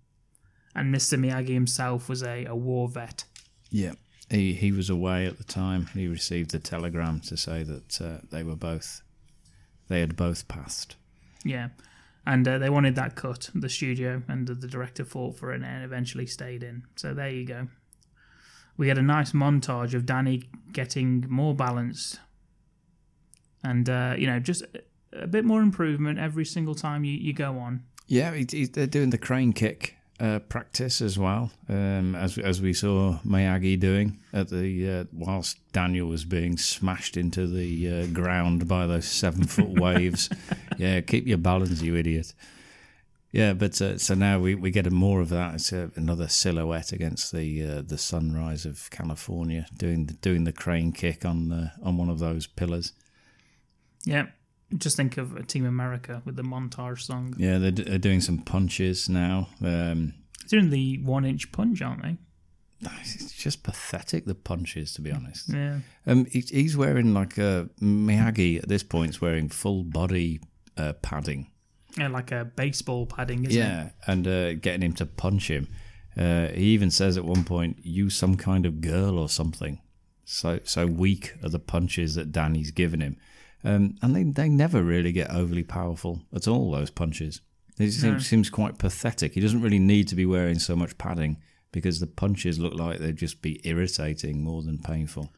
[SPEAKER 3] and Mr. Miyagi himself was a, a war vet.
[SPEAKER 2] Yeah, he he was away at the time. He received a telegram to say that uh, they were both, they had both passed.
[SPEAKER 3] Yeah. And uh, they wanted that cut, the studio, and the director fought for it and eventually stayed in. So there you go. We get a nice montage of Danny getting more balanced and, uh, you know, just a- a bit more improvement every single time you, you go on.
[SPEAKER 2] Yeah, he, he, they're doing the crane kick uh, practice as well, um, as as we saw Miyagi doing at the uh, whilst Daniel was being smashed into the uh, ground by those seven foot waves. Yeah, keep your balance, you idiot. Yeah, but uh, so now we, we get a more of that. It's uh another silhouette against the uh, the sunrise of California, doing the, doing the crane kick on the, on one of those pillars.
[SPEAKER 3] Yeah. Just think of Team America with the montage song.
[SPEAKER 2] Yeah, they're, d- they're doing some punches now. Um,
[SPEAKER 3] It's doing the one inch punch, aren't they?
[SPEAKER 2] It's just pathetic the punches, to be honest.
[SPEAKER 3] Yeah.
[SPEAKER 2] Um, he, he's wearing like a Miyagi at this point. Is wearing full body uh, padding.
[SPEAKER 3] yeah like a baseball padding, isn't it?
[SPEAKER 2] Yeah, and uh, getting him to punch him. Uh, he even says at one point, "You some kind of girl or something." So so weak are the punches that Danny's given him, um, and they they never really get overly powerful at all. Those punches. It seems, seems quite pathetic. He doesn't really need to be wearing so much padding because the punches look like they'd just be irritating more than painful.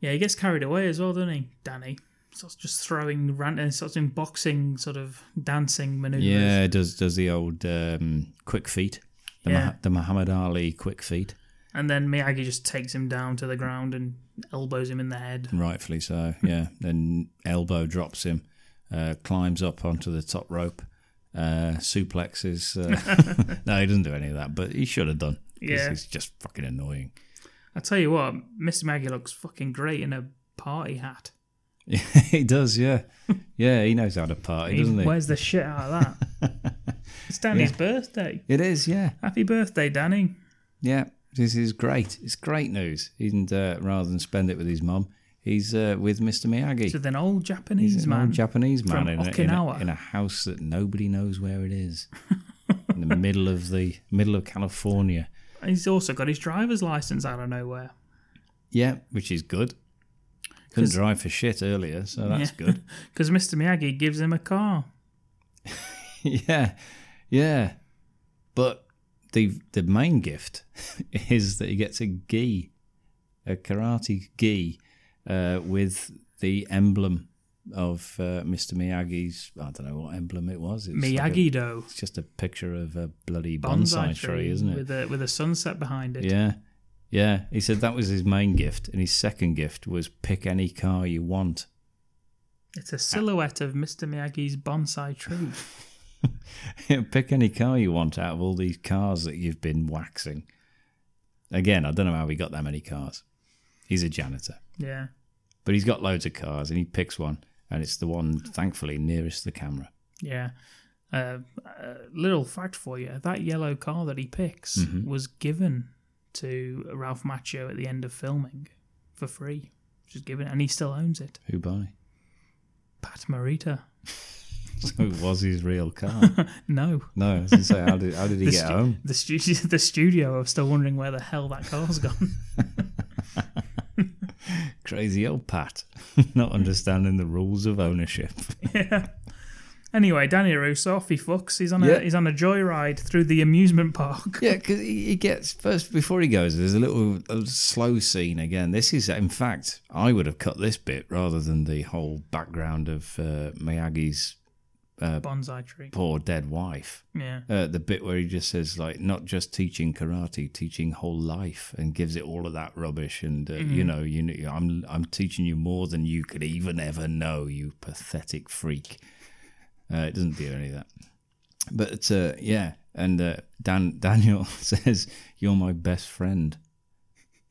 [SPEAKER 3] Yeah, he gets carried away as well, doesn't he, Danny? Starts just throwing rant and starts doing boxing, sort of dancing maneuvers.
[SPEAKER 2] Yeah, does does the old um, quick feet, the,
[SPEAKER 3] Yeah.
[SPEAKER 2] Mah- the Muhammad Ali quick feet,
[SPEAKER 3] And then Miyagi just takes him down to the ground and elbows him in the head.
[SPEAKER 2] rightfully so. Yeah,
[SPEAKER 3] [LAUGHS]
[SPEAKER 2] then elbow drops him, uh, climbs up onto the top rope, uh, suplexes. Uh, [LAUGHS] no, he doesn't do any of that, but he should have done. 'cause
[SPEAKER 3] Yeah.
[SPEAKER 2] he's just fucking annoying. [LAUGHS]
[SPEAKER 3] I tell you what, Mr. Miyagi looks fucking great in a party hat.
[SPEAKER 2] he does, yeah, yeah. He knows how to party,
[SPEAKER 3] He
[SPEAKER 2] doesn't he?
[SPEAKER 3] wears the shit out of that.
[SPEAKER 2] [LAUGHS]
[SPEAKER 3] it's Danny's birthday.
[SPEAKER 2] It is, yeah.
[SPEAKER 3] Happy birthday, Danny.
[SPEAKER 2] Yeah, this is great. It's great news. And uh, rather than spend it with his mum, he's uh, with Mr. Miyagi.
[SPEAKER 3] To an old Japanese
[SPEAKER 2] He's an
[SPEAKER 3] man.
[SPEAKER 2] old Japanese man
[SPEAKER 3] from
[SPEAKER 2] in a, in, a,
[SPEAKER 3] Okinawa.
[SPEAKER 2] in a house that nobody knows where it is,
[SPEAKER 3] [LAUGHS]
[SPEAKER 2] in the middle of the middle of California.
[SPEAKER 3] He's also got his driver's license out of nowhere.
[SPEAKER 2] Yeah, which is good. Couldn't drive for shit earlier, so
[SPEAKER 3] [LAUGHS]
[SPEAKER 2] that's good.
[SPEAKER 3] Because Mr. Miyagi gives him a car.
[SPEAKER 2] yeah, yeah. But the the main gift [LAUGHS] is that he gets a gi, a karate gi, uh, with the emblem of uh, Mr. Miyagi's. I don't know what emblem it was. It's like a-
[SPEAKER 3] Miyagi Do.
[SPEAKER 2] It's just a picture of a bloody
[SPEAKER 3] bonsai,
[SPEAKER 2] bonsai, tree, isn't it?
[SPEAKER 3] With a with a sunset behind it.
[SPEAKER 2] yeah. Yeah. He said that was his main gift. And his second gift was pick any car you want. [LAUGHS]
[SPEAKER 3] It's a silhouette of Mr. Miyagi's bonsai tree.
[SPEAKER 2] Pick any car you want out of all these cars that you've been waxing. Again, I don't know how he got that many cars. He's a janitor,
[SPEAKER 3] Yeah.
[SPEAKER 2] but he's got loads of cars, and he picks one, and it's the one, thankfully, nearest the camera.
[SPEAKER 3] Yeah. Uh, uh, little fact for you: that yellow car that he picks
[SPEAKER 2] Mm-hmm.
[SPEAKER 3] was given to Ralph Macchio at the end of filming for free. Just given, and he still owns it.
[SPEAKER 2] Who by?
[SPEAKER 3] Pat Morita.
[SPEAKER 2] [LAUGHS] So it was his real car.
[SPEAKER 3] No,
[SPEAKER 2] No, I was gonna say, how did how
[SPEAKER 3] [LAUGHS]
[SPEAKER 2] did he
[SPEAKER 3] the,
[SPEAKER 2] get
[SPEAKER 3] stu-
[SPEAKER 2] home?
[SPEAKER 3] the studio. [LAUGHS] The studio. I'm still wondering where the hell that car's gone. [LAUGHS]
[SPEAKER 2] Crazy old Pat, [LAUGHS] not understanding the rules of ownership. [LAUGHS]
[SPEAKER 3] anyway, Danny Russo off he fucks. He's on a
[SPEAKER 2] Yeah.
[SPEAKER 3] he's on a joyride through the amusement park.
[SPEAKER 2] Yeah, because he he gets first before he goes. There's a little a slow scene again. This is, in fact, I would have cut this bit rather than the whole background of uh, Miyagi's Uh,
[SPEAKER 3] Bonsai tree.
[SPEAKER 2] poor dead wife.
[SPEAKER 3] Yeah.
[SPEAKER 2] Uh, the bit where he just says like, not just teaching karate, teaching whole life, and gives it all of that rubbish. And uh,
[SPEAKER 3] Mm-hmm.
[SPEAKER 2] you know, you kn- I'm I'm teaching you more than you could even ever know, you pathetic freak. Uh, it doesn't do any of that. But uh, yeah, and uh, Dan [LAUGHS] Daniel says, "You're my best friend,"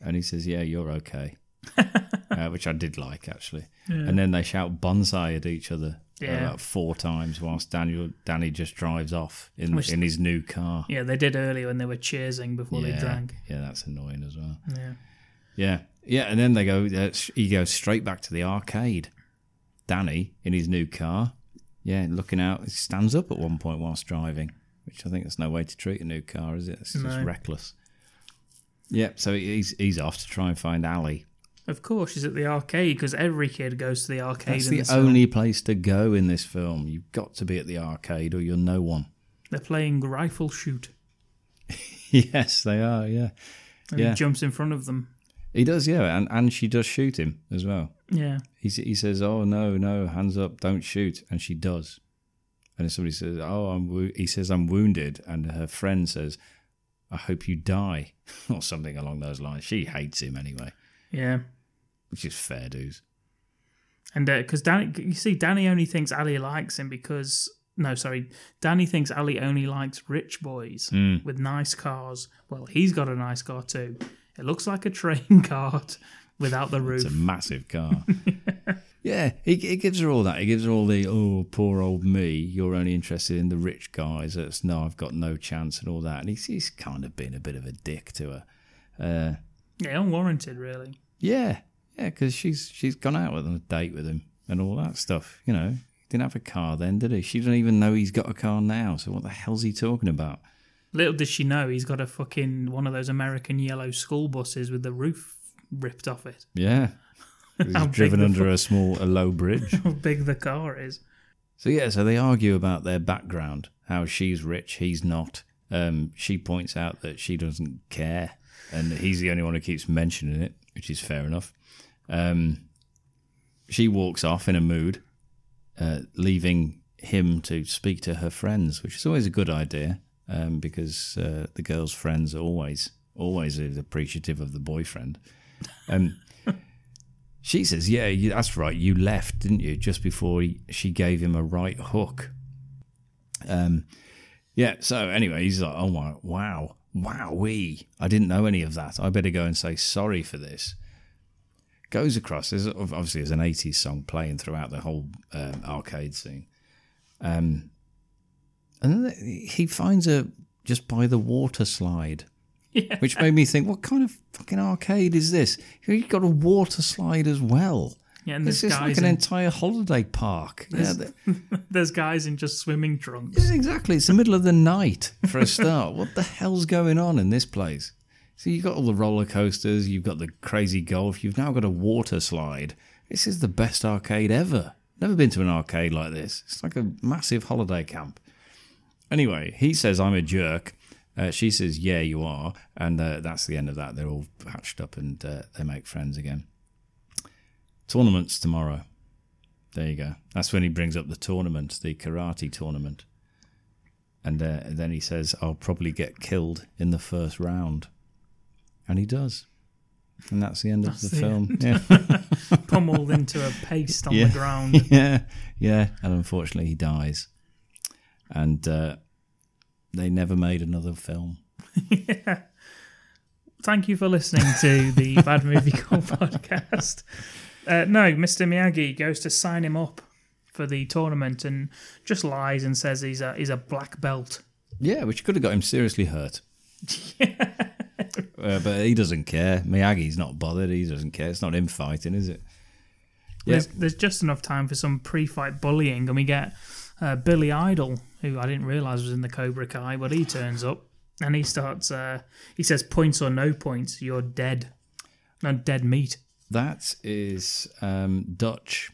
[SPEAKER 2] and he says, "Yeah, you're
[SPEAKER 3] [LAUGHS]
[SPEAKER 2] okay," uh, which I did like actually. And then they shout bonsai at each other Uh,
[SPEAKER 3] Yeah.
[SPEAKER 2] about four times, whilst Daniel Danny just drives off in
[SPEAKER 3] Which-
[SPEAKER 2] in his new car.
[SPEAKER 3] Yeah, they did earlier when they were cheersing before they drank.
[SPEAKER 2] yeah, that's annoying as well.
[SPEAKER 3] Yeah.
[SPEAKER 2] Yeah, yeah, and then they go. Uh, sh- he goes straight back to the arcade. Danny in his new car. Yeah, looking out. He stands up at one point whilst driving, which I think that's no way to treat a new car, is it? It's just
[SPEAKER 3] No.
[SPEAKER 2] reckless. Yeah, so he's he's off to try and find Ali.
[SPEAKER 3] Of course, she's at the arcade because every kid goes to the arcade.
[SPEAKER 2] That's
[SPEAKER 3] in
[SPEAKER 2] the
[SPEAKER 3] the summer.
[SPEAKER 2] only place to go in this film. You've got to be at the arcade, or you're no one. [LAUGHS]
[SPEAKER 3] They're playing rifle shoot.
[SPEAKER 2] yes, they are. Yeah,
[SPEAKER 3] And
[SPEAKER 2] Yeah.
[SPEAKER 3] he jumps in front of them.
[SPEAKER 2] he does. Yeah, and and she does shoot him as well.
[SPEAKER 3] Yeah.
[SPEAKER 2] he, s- he says, "Oh no, no, hands up, don't shoot," and she does. And then somebody says, "Oh, I'm," wo-, he says, "I'm wounded," and her friend says, "I hope you die," [LAUGHS] or something along those lines. She hates him anyway,
[SPEAKER 3] Yeah.
[SPEAKER 2] which is fair dues.
[SPEAKER 3] And because Danny, you see, Danny only thinks Ali likes him because no, sorry, Danny thinks Ali only likes rich boys
[SPEAKER 2] Hmm.
[SPEAKER 3] with nice cars. Well, he's got a nice car too. It looks like a [LAUGHS] train cart without the roof.
[SPEAKER 2] It's a massive car. yeah, he, he gives her all that. He gives her all the oh, poor old me. You're only interested in the rich guys. That's no, I've got no chance, and all that. And he's he's kind of been a bit of a dick to her.
[SPEAKER 3] yeah, unwarranted, really.
[SPEAKER 2] Yeah, yeah, because she's she's gone out with him, a date with him, and all that stuff. You know, he didn't have a car then, did he? She doesn't even know he's got a car now. So what the hell's he talking about?
[SPEAKER 3] Little did she know he's got a fucking one of those American yellow school buses with the roof ripped off it. [LAUGHS]
[SPEAKER 2] Yeah, 'Cause
[SPEAKER 3] How
[SPEAKER 2] he's
[SPEAKER 3] big
[SPEAKER 2] driven
[SPEAKER 3] the
[SPEAKER 2] under
[SPEAKER 3] fu-
[SPEAKER 2] a small, a low bridge.
[SPEAKER 3] How big the car is.
[SPEAKER 2] so yeah, so they argue about their background, how she's rich, he's not. Um, she points out that she doesn't care, and he's the only one who keeps mentioning it, which is fair enough. Um, she walks off in a mood, uh, leaving him to speak to her friends, which is always a good idea um, because uh, the girl's friends are always always is appreciative of the boyfriend. Um, she says, "Yeah, you, that's right. You left, didn't you? Just before he, she gave him a right hook." Um, yeah. So anyway, he's like, "Oh my, wow, wowee! I didn't know any of that. I better go and say sorry for this." goes across. There's obviously there's an '80s song playing throughout the whole um, arcade scene, um, and then he finds her just by the water slide, which made me think, what kind of fucking arcade is this? You've got a water slide as well.
[SPEAKER 3] Yeah, and
[SPEAKER 2] This
[SPEAKER 3] there's
[SPEAKER 2] is
[SPEAKER 3] guys,
[SPEAKER 2] like an
[SPEAKER 3] in,
[SPEAKER 2] entire holiday park. Yeah, th-
[SPEAKER 3] there's guys in just swimming trunks.
[SPEAKER 2] yeah, exactly. It's the middle of the night for a start. what the hell's going on in this place? So you've got all the roller coasters, you've got the crazy golf, you've now got a water slide. This is the best arcade ever. Never been to an arcade like this. It's like a massive holiday camp. Anyway, he says I'm a jerk. Uh, she says, "Yeah, you are," and uh, that's the end of that. They're all hatched up and uh, they make friends again. Tournaments tomorrow. There you go. That's when he brings up the tournament, the karate tournament. And uh, then he says, I'll probably get killed in the first round. And he does. And that's the end of the,
[SPEAKER 3] the
[SPEAKER 2] film. Yeah.
[SPEAKER 3] pummeled into a paste on
[SPEAKER 2] Yeah. [LAUGHS]
[SPEAKER 3] the ground.
[SPEAKER 2] yeah. Yeah. And unfortunately, he dies. and uh, they never made another film.
[SPEAKER 3] yeah. Thank you for listening to the Bad Movie Call podcast. Uh, no, Mr. Miyagi goes to sign him up for the tournament and just lies and says he's a he's a black belt.
[SPEAKER 2] Yeah, which could have got him seriously [LAUGHS] hurt. Uh, but he doesn't care. Miyagi's not bothered. He doesn't care. It's not him fighting, is it? Yeah.
[SPEAKER 3] There's, there's just enough time for some pre-fight bullying, and we get uh, Billy Idol, who I didn't realize was in the Cobra Kai, but he turns up and he starts. Uh, he says, "Points or no points, you're dead. No dead meat." [LAUGHS]
[SPEAKER 2] That is um, Dutch,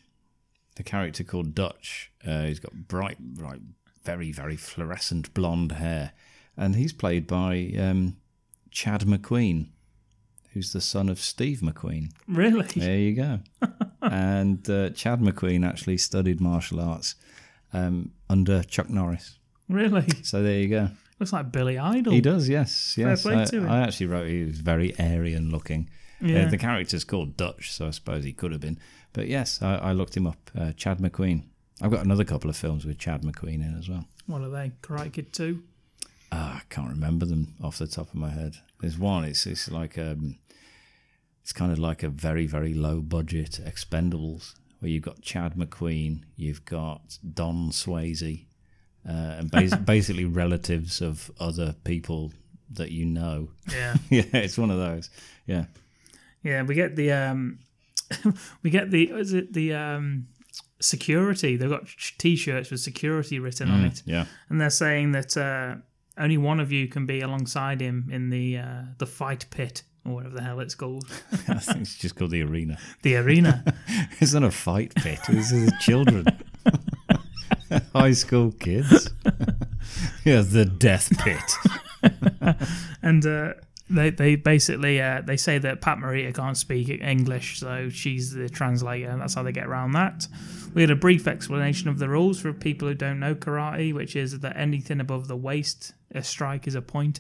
[SPEAKER 2] the character called Dutch. Uh, he's got bright, bright, very, very fluorescent blonde hair, and he's played by um, Chad McQueen, who's the son of Steve McQueen.
[SPEAKER 3] Really?
[SPEAKER 2] There you go. and uh, Chad McQueen actually studied martial arts um, under Chuck Norris.
[SPEAKER 3] Really?
[SPEAKER 2] So there you go.
[SPEAKER 3] Looks like Billy Idol.
[SPEAKER 2] He does, yes,
[SPEAKER 3] Fair
[SPEAKER 2] yes.
[SPEAKER 3] play
[SPEAKER 2] I,
[SPEAKER 3] to him.
[SPEAKER 2] I actually wrote he was very Aryan looking.
[SPEAKER 3] Yeah.
[SPEAKER 2] Uh, the character's called Dutch, so I suppose he could have been. But yes, I, I looked him up. Uh, Chad McQueen. I've got another couple of films with Chad McQueen in as well.
[SPEAKER 3] What are they? Karate Kid Two.
[SPEAKER 2] Ah, I can't remember them off the top of my head. There's one. It's it's like um, it's kind of like a very very low budget Expendables where you've got Chad McQueen, you've got Don Swayze, uh, and bas-
[SPEAKER 3] [LAUGHS]
[SPEAKER 2] basically relatives of other people that you know.
[SPEAKER 3] Yeah.
[SPEAKER 2] [LAUGHS] yeah, it's one of those. Yeah,
[SPEAKER 3] [LAUGHS] Yeah, we get the um, [LAUGHS] we get the is it the um, security? They've got t-shirts with security written on it,
[SPEAKER 2] Mm, yeah. [LAUGHS]
[SPEAKER 3] and they're saying that uh, only one of you can be alongside him in the uh, the fight pit or whatever the hell it's called, [LAUGHS]
[SPEAKER 2] I think it's just called the arena. [LAUGHS]
[SPEAKER 3] the arena.
[SPEAKER 2] It's not a fight pit. This is children, [LAUGHS] high school kids. [LAUGHS] yeah, the death pit.
[SPEAKER 3] and uh, they they basically uh, they say that Pat Morita can't speak English, so she's the translator, and that's how they get around that. We had a brief explanation of the rules for people who don't know karate, which is that anything above the waist, a strike is a point.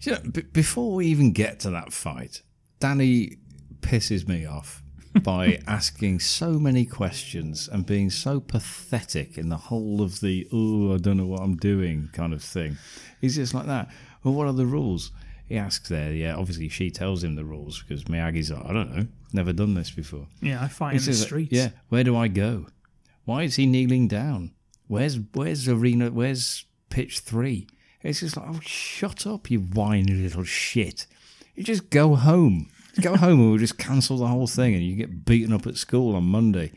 [SPEAKER 2] Do you know, b- before we even get to that fight, Danny pisses me off by asking so many questions and being so pathetic in the whole of the "oh, I don't know what I'm doing" kind of thing. He's just like that. Well, what are the rules? He asks there. Yeah, obviously she tells him the rules because Miyagi's like, I don't know, never done this before.
[SPEAKER 3] Yeah, I fight
[SPEAKER 2] He
[SPEAKER 3] in the
[SPEAKER 2] says, like,
[SPEAKER 3] streets.
[SPEAKER 2] Yeah, where do I go? Why is he kneeling down? Where's where's arena? Where's pitch three? It's just like, oh, shut up, you whiny little shit. You just go home. Just
[SPEAKER 3] [LAUGHS]
[SPEAKER 2] Go home, and we'll just cancel the whole thing, and you get beaten up at school on Monday.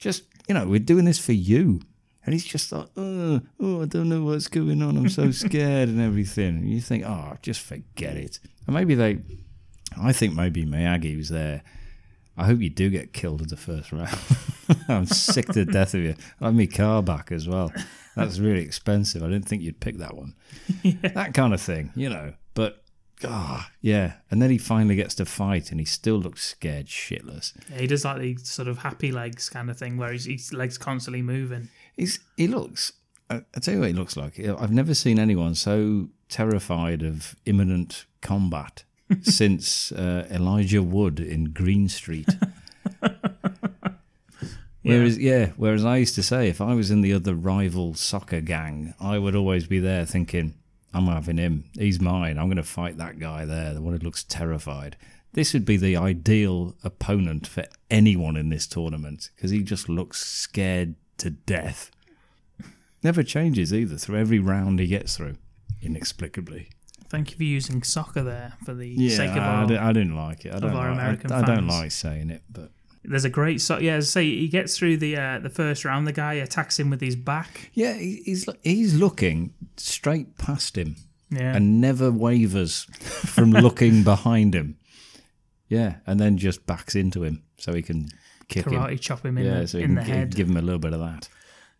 [SPEAKER 2] Just you know, we're doing this for you. And he's just like, oh, oh, I don't know what's going on.
[SPEAKER 3] [LAUGHS]
[SPEAKER 2] I'm so scared and everything. And you think, oh, just forget it. And maybe they, I think maybe Miyagi was there I hope you do get killed in the first round. [LAUGHS] I'm sick to death of you. I have my car back as well. That's really expensive. I didn't think you'd pick that one. That kind of thing, you know. But ah, yeah. And then he finally gets to fight, and he still looks scared shitless.
[SPEAKER 3] Yeah, he does like the sort of happy legs kind of thing, where his, his legs constantly moving.
[SPEAKER 2] He's he looks. I, I tell you what, he looks like. I've never seen anyone so terrified of imminent combat since uh, Elijah Wood in Green Street. Whereas, yeah, whereas I used to say, if I was in the other rival soccer gang, I would always be there thinking, I'm having him. He's mine. I'm going to fight that guy there, the one who looks terrified. This would be the ideal opponent for anyone in this tournament because he just looks scared to death. Never changes either through every round he gets through, inexplicably.
[SPEAKER 3] Thank you for using soccer there for the sake of
[SPEAKER 2] I,
[SPEAKER 3] our.
[SPEAKER 2] di- I didn't like it. I don't,
[SPEAKER 3] our
[SPEAKER 2] like,
[SPEAKER 3] American
[SPEAKER 2] I, I don't
[SPEAKER 3] fans.
[SPEAKER 2] like saying it, but
[SPEAKER 3] There's a great so yeah. as I Say he gets through the uh, the first round. The guy attacks him with his back.
[SPEAKER 2] yeah, he- he's lo- he's looking straight past him.
[SPEAKER 3] Yeah,
[SPEAKER 2] and never wavers from [LAUGHS] looking behind him. Yeah, and then just backs into him so he can kick
[SPEAKER 3] karate
[SPEAKER 2] him.
[SPEAKER 3] chop him in
[SPEAKER 2] Yeah,
[SPEAKER 3] the,
[SPEAKER 2] so he
[SPEAKER 3] in
[SPEAKER 2] can
[SPEAKER 3] the
[SPEAKER 2] gi-
[SPEAKER 3] head.
[SPEAKER 2] give him a little bit of that.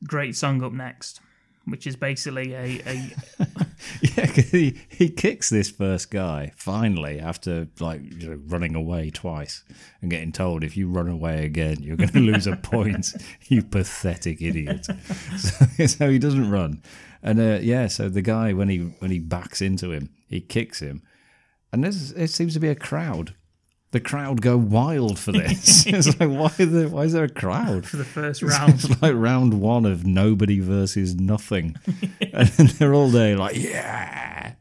[SPEAKER 3] Great song up next, which is basically a, a
[SPEAKER 2] [LAUGHS] Yeah, 'cause he, he kicks this first guy finally after like you know, running away twice and getting told if you run away again you're going to [LAUGHS] lose a point. You pathetic idiot. [LAUGHS] So, [LAUGHS] so he doesn't run, and uh, yeah, so the guy when he when he backs into him, he kicks him, and there's, there seems to be a crowd. the crowd go wild for this. [LAUGHS] it's like why is there, why is there a crowd?
[SPEAKER 3] for the first
[SPEAKER 2] [LAUGHS]
[SPEAKER 3] round.
[SPEAKER 2] It's like round one of nobody versus
[SPEAKER 3] [LAUGHS]
[SPEAKER 2] nothing, and then they're all there like yeah.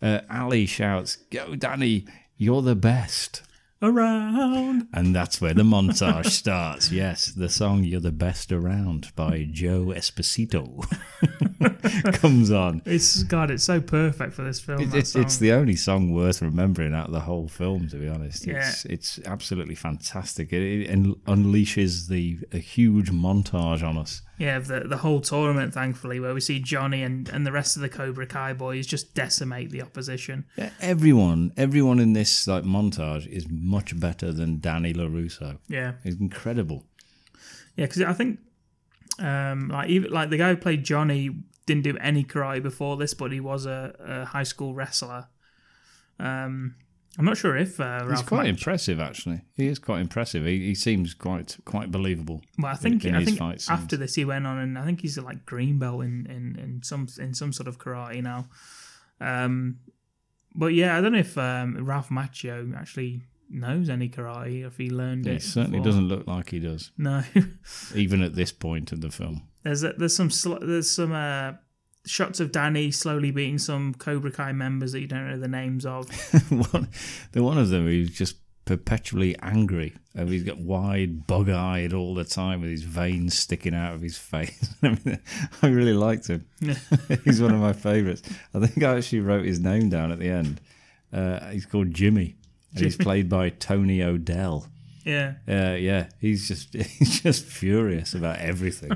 [SPEAKER 2] Uh, Ali shouts, "Go, Danny! You're the best!"
[SPEAKER 3] Around.
[SPEAKER 2] And that's where
[SPEAKER 3] [LAUGHS]
[SPEAKER 2] the montage starts. Yes, the song You're the Best Around by Joe Esposito [LAUGHS] comes on.
[SPEAKER 3] It's God. It's so perfect for this film.
[SPEAKER 2] It,
[SPEAKER 3] that
[SPEAKER 2] it's it's
[SPEAKER 3] song.
[SPEAKER 2] the only song worth remembering out of the whole film, to be honest.
[SPEAKER 3] Yeah.
[SPEAKER 2] It's, it's absolutely fantastic. It, it un- unleashes the a huge montage on us.
[SPEAKER 3] Yeah, the the whole tournament, thankfully, where we see Johnny and, and the rest of the Cobra Kai boys just decimate the opposition.
[SPEAKER 2] Yeah, Everyone, everyone in this like montage is much better than Danny LaRusso.
[SPEAKER 3] Yeah,
[SPEAKER 2] It's incredible.
[SPEAKER 3] yeah, because I think um, like even like the guy who played Johnny didn't do any karate before this, but he was a, a high school wrestler. Um, I'm not sure if uh,
[SPEAKER 2] He's
[SPEAKER 3] Ralph
[SPEAKER 2] quite
[SPEAKER 3] Macchio-
[SPEAKER 2] impressive, actually. He is quite impressive. He, he seems quite quite believable.
[SPEAKER 3] Well, I think
[SPEAKER 2] in
[SPEAKER 3] I
[SPEAKER 2] his
[SPEAKER 3] think
[SPEAKER 2] fight scenes.
[SPEAKER 3] after this he went on and I think he's like green belt in, in, in some in some sort of karate now. Um, but yeah, I don't know if um, Ralph Macchio actually knows any karate or if he learned
[SPEAKER 2] He
[SPEAKER 3] it.
[SPEAKER 2] certainly
[SPEAKER 3] before.
[SPEAKER 2] doesn't look like he does,
[SPEAKER 3] No, [LAUGHS]
[SPEAKER 2] even at this point in the film.
[SPEAKER 3] there's a, there's some sl- there's some uh, shots of Danny slowly beating some Cobra Kai members that you don't know the names
[SPEAKER 2] [LAUGHS]
[SPEAKER 3] of.
[SPEAKER 2] one, the one of them who's just perpetually angry. And he's got wide, bug-eyed all the time with his veins sticking out of his face. [LAUGHS] I, mean, I really liked him. [LAUGHS] he's one of my favourites. I think I actually wrote his name down at the end. Uh, he's called Jimmy, and he's played by Tony O'Dell.
[SPEAKER 3] yeah,
[SPEAKER 2] Uh, yeah, he's just [LAUGHS] he's just furious about everything.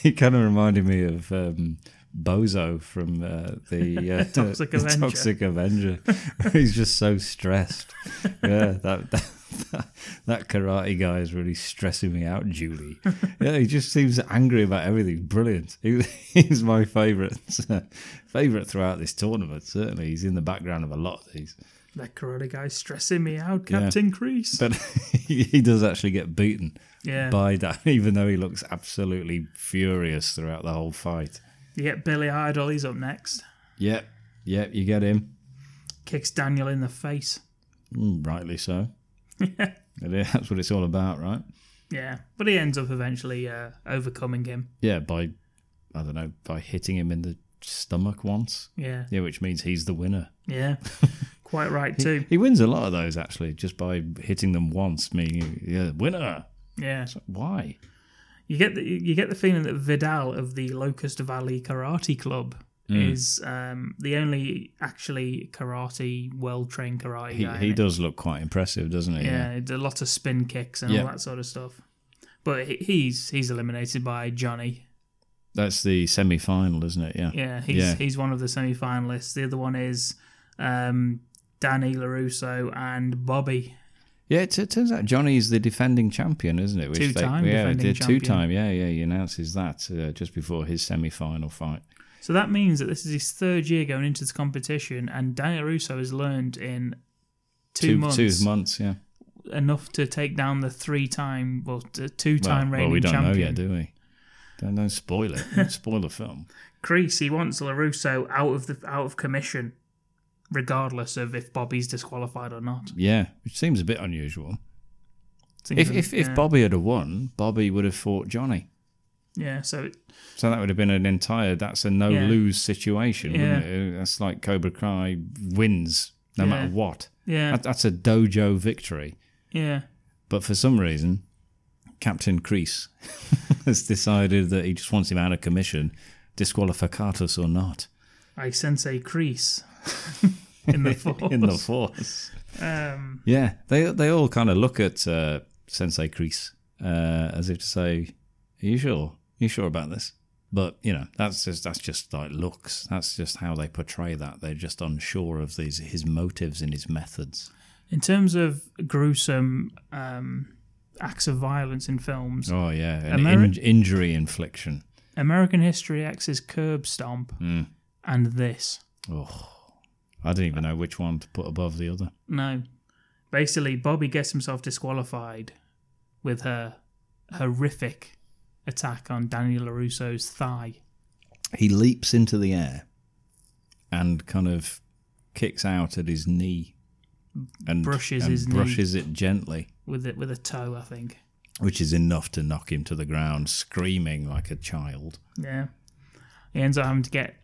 [SPEAKER 2] he kind of reminded me of um, Bozo from uh,
[SPEAKER 3] [LAUGHS]
[SPEAKER 2] the, uh,
[SPEAKER 3] Toxic
[SPEAKER 2] the
[SPEAKER 3] Avenger.
[SPEAKER 2] Toxic Avenger. [LAUGHS] he's just so stressed. yeah, that, [LAUGHS] that that that karate guy is really stressing me out, Julie. yeah, he just seems angry about everything. Brilliant. He, [LAUGHS] he's my favourite favourite throughout this tournament. Certainly, he's in the background of a lot of these.
[SPEAKER 3] that karate guy's stressing me out,
[SPEAKER 2] Yeah.
[SPEAKER 3] Captain Crease.
[SPEAKER 2] But [LAUGHS] he he does actually get beaten
[SPEAKER 3] Yeah.
[SPEAKER 2] by that, [LAUGHS] even though he looks absolutely furious throughout the whole fight.
[SPEAKER 3] you get Billy Idol. He's up next.
[SPEAKER 2] Yep, yep, you get him.
[SPEAKER 3] Kicks Daniel in the face.
[SPEAKER 2] Mm,
[SPEAKER 3] [LAUGHS]
[SPEAKER 2] rightly so. It is- That's what it's all about, right?
[SPEAKER 3] Yeah, but he ends up eventually uh, overcoming him.
[SPEAKER 2] Yeah, by, I don't know, by hitting him in the stomach once.
[SPEAKER 3] Yeah,
[SPEAKER 2] Yeah, which means he's the winner. [LAUGHS]
[SPEAKER 3] yeah, quite right too.
[SPEAKER 2] He wins a lot of those, actually, just by hitting them once, meaning, yeah, winner.
[SPEAKER 3] Yeah,
[SPEAKER 2] Why?
[SPEAKER 3] you get the you get the feeling that Vidal of the Locust Valley Karate Club
[SPEAKER 2] Mm.
[SPEAKER 3] is um, the only actually karate well trained karate
[SPEAKER 2] He,
[SPEAKER 3] guy.
[SPEAKER 2] he
[SPEAKER 3] in it.
[SPEAKER 2] does look quite impressive, doesn't he?
[SPEAKER 3] Yeah, a lot of spin kicks and
[SPEAKER 2] Yeah.
[SPEAKER 3] all that sort of stuff. But he- he's he's eliminated by Johnny.
[SPEAKER 2] That's the semi final, isn't it? Yeah.
[SPEAKER 3] Yeah, he's
[SPEAKER 2] Yeah.
[SPEAKER 3] he's one of the semi finalists. The other one is um, Danny Larusso and Bobby.
[SPEAKER 2] Yeah, it, it turns out Johnny is the defending champion, isn't it? Which
[SPEAKER 3] Two-time
[SPEAKER 2] yeah,
[SPEAKER 3] defending
[SPEAKER 2] the
[SPEAKER 3] champion.
[SPEAKER 2] Two-time, yeah, yeah. He announces that uh, just before his semi-final fight.
[SPEAKER 3] So that means that this is his third year going into this competition, and Daniel Russo has learned in two, months
[SPEAKER 2] two months, yeah.
[SPEAKER 3] enough to take down the three-time, well, t- two-time
[SPEAKER 2] well,
[SPEAKER 3] reigning
[SPEAKER 2] we don't
[SPEAKER 3] champion.
[SPEAKER 2] know yet, do we? Don't, don't spoil it.
[SPEAKER 3] [LAUGHS]
[SPEAKER 2] Don't spoil the film.
[SPEAKER 3] Crease, he wants Larusso out of the out of commission, regardless of if Bobby's disqualified or not.
[SPEAKER 2] Yeah, which seems a bit unusual.
[SPEAKER 3] Seems
[SPEAKER 2] If
[SPEAKER 3] un-
[SPEAKER 2] if, if
[SPEAKER 3] yeah.
[SPEAKER 2] Bobby had have won, Bobby would have fought Johnny.
[SPEAKER 3] yeah, so it,
[SPEAKER 2] So that would have been an entire. That's a no
[SPEAKER 3] Yeah.
[SPEAKER 2] lose situation, wouldn't
[SPEAKER 3] Yeah.
[SPEAKER 2] it? That's like Cobra Kai wins no
[SPEAKER 3] Yeah.
[SPEAKER 2] matter what.
[SPEAKER 3] yeah,
[SPEAKER 2] That, that's a dojo victory.
[SPEAKER 3] yeah,
[SPEAKER 2] But for some reason, Captain Crease [LAUGHS] has decided that he just wants him out of commission, disqualificatus or not,
[SPEAKER 3] I sense a
[SPEAKER 2] [LAUGHS]
[SPEAKER 3] crease in the force.
[SPEAKER 2] in the force.
[SPEAKER 3] um,
[SPEAKER 2] Yeah, they they all kind of look at uh, Sensei Crease uh, as if to say, "Are you sure? Are you sure about this?" But you know, that's just that's just like looks. That's just how they portray that. They're just unsure of these his motives and his methods.
[SPEAKER 3] in terms of gruesome um, acts of violence in films,
[SPEAKER 2] Oh yeah, and
[SPEAKER 3] Ameri-
[SPEAKER 2] in- injury infliction.
[SPEAKER 3] American History X's curb stomp
[SPEAKER 2] Hmm.
[SPEAKER 3] and this.
[SPEAKER 2] Oh, I don't even know which one to put above the other.
[SPEAKER 3] No. Basically, Bobby gets himself disqualified with her horrific attack on Daniel LaRusso's thigh.
[SPEAKER 2] he leaps into the air and kind of kicks out at his knee and
[SPEAKER 3] Brushes
[SPEAKER 2] and
[SPEAKER 3] his knee.
[SPEAKER 2] brushes it gently,
[SPEAKER 3] with it with a toe, I think.
[SPEAKER 2] which is enough to knock him to the ground, screaming like a child.
[SPEAKER 3] Yeah, he ends up having to get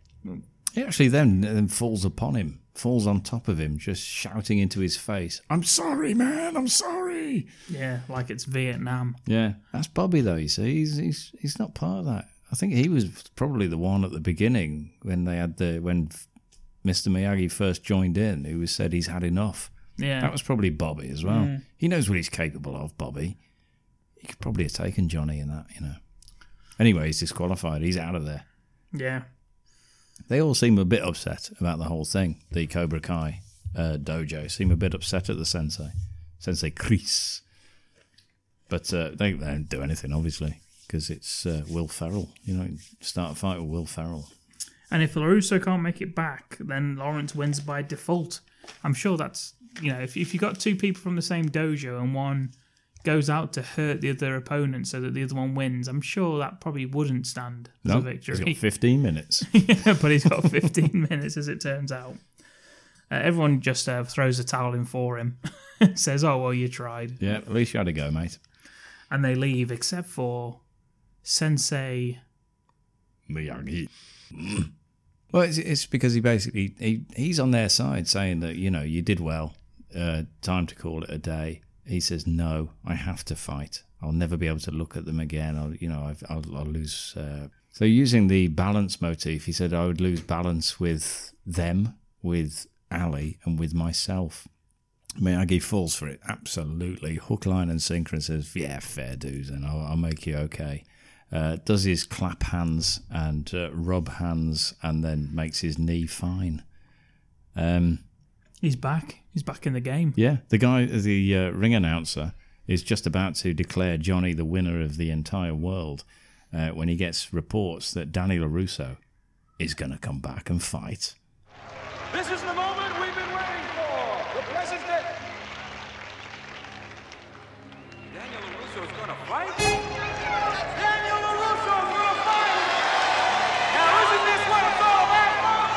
[SPEAKER 2] He actually then, then falls upon him, falls on top of him, just shouting into his face, I'm sorry, man, I'm sorry.
[SPEAKER 3] yeah, like it's Vietnam.
[SPEAKER 2] Yeah. That's Bobby, though, you see. He's, he's, he's not part of that. I think he was probably the one at the beginning when they had the, when f- Mr. Miyagi first joined in, who was said he's had enough.
[SPEAKER 3] Yeah,
[SPEAKER 2] That was probably Bobby as well.
[SPEAKER 3] Mm.
[SPEAKER 2] He knows what he's capable of, Bobby. He could probably have taken Johnny in that, you know. Anyway, he's disqualified. He's out of there.
[SPEAKER 3] yeah,
[SPEAKER 2] They all seem a bit upset about the whole thing. The Cobra Kai uh, dojo seem a bit upset at the sensei, Sensei Chris. But uh, they, they don't do anything, obviously, because it's uh, Will Ferrell. You know, start a fight with Will Ferrell.
[SPEAKER 3] And if Larusso can't make it back, then Lawrence wins by default. I'm sure that's you know if if you got two people from the same dojo and one goes out to hurt the other opponent so that the other one wins, I'm sure that probably wouldn't stand as a
[SPEAKER 2] he's
[SPEAKER 3] [LAUGHS]
[SPEAKER 2] got
[SPEAKER 3] victory.
[SPEAKER 2] 15 minutes.
[SPEAKER 3] but he's got 15 [LAUGHS] minutes as it turns out. Uh, everyone just uh, throws a towel in for him, [LAUGHS] says, "Oh well, you tried."
[SPEAKER 2] yeah, at least you had a go, mate.
[SPEAKER 3] and they leave except for Sensei.
[SPEAKER 2] Miyagi. Well, it's, it's because he basically he, he's on their side saying that you know you did well, uh, time to call it a day. He says no, I have to fight. I'll never be able to look at them again. I'll you know I've, I'll, I'll lose. Uh... So using the balance motif, he said I would lose balance with them, with Ali, and with myself. Miyagi falls for it absolutely hook, line, and sinker, and says yeah, fair dues, and I'll, I'll make you okay uh, does his clap hands and uh, rub hands and then makes his knee fine. Um,
[SPEAKER 3] He's back. He's back in the game.
[SPEAKER 2] yeah, the guy, the uh, ring announcer, is just about to declare Johnny the winner of the entire world uh, when he gets reports that Danny LaRusso is going to come back and fight.
[SPEAKER 1] This is the moment we've been waiting for. The present day. Daniel LaRusso is going to fight? Daniel LaRusso is going to fight! Now, isn't this what it's all about?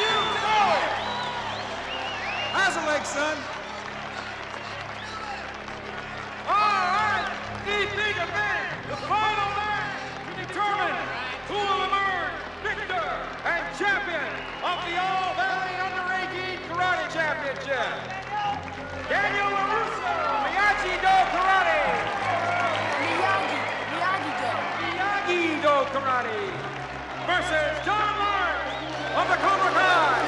[SPEAKER 1] You know it! How's a leg, son? All right, DP to man, the final match to determine who will emerge victor and champion of the All Valley Under 18 Karate Championship. Daniel LaRusso, Miyagi Do Karate. Miyagi, Miyagi Do. Miyagi Do Karate versus John Lawrence of the Cobra Kai.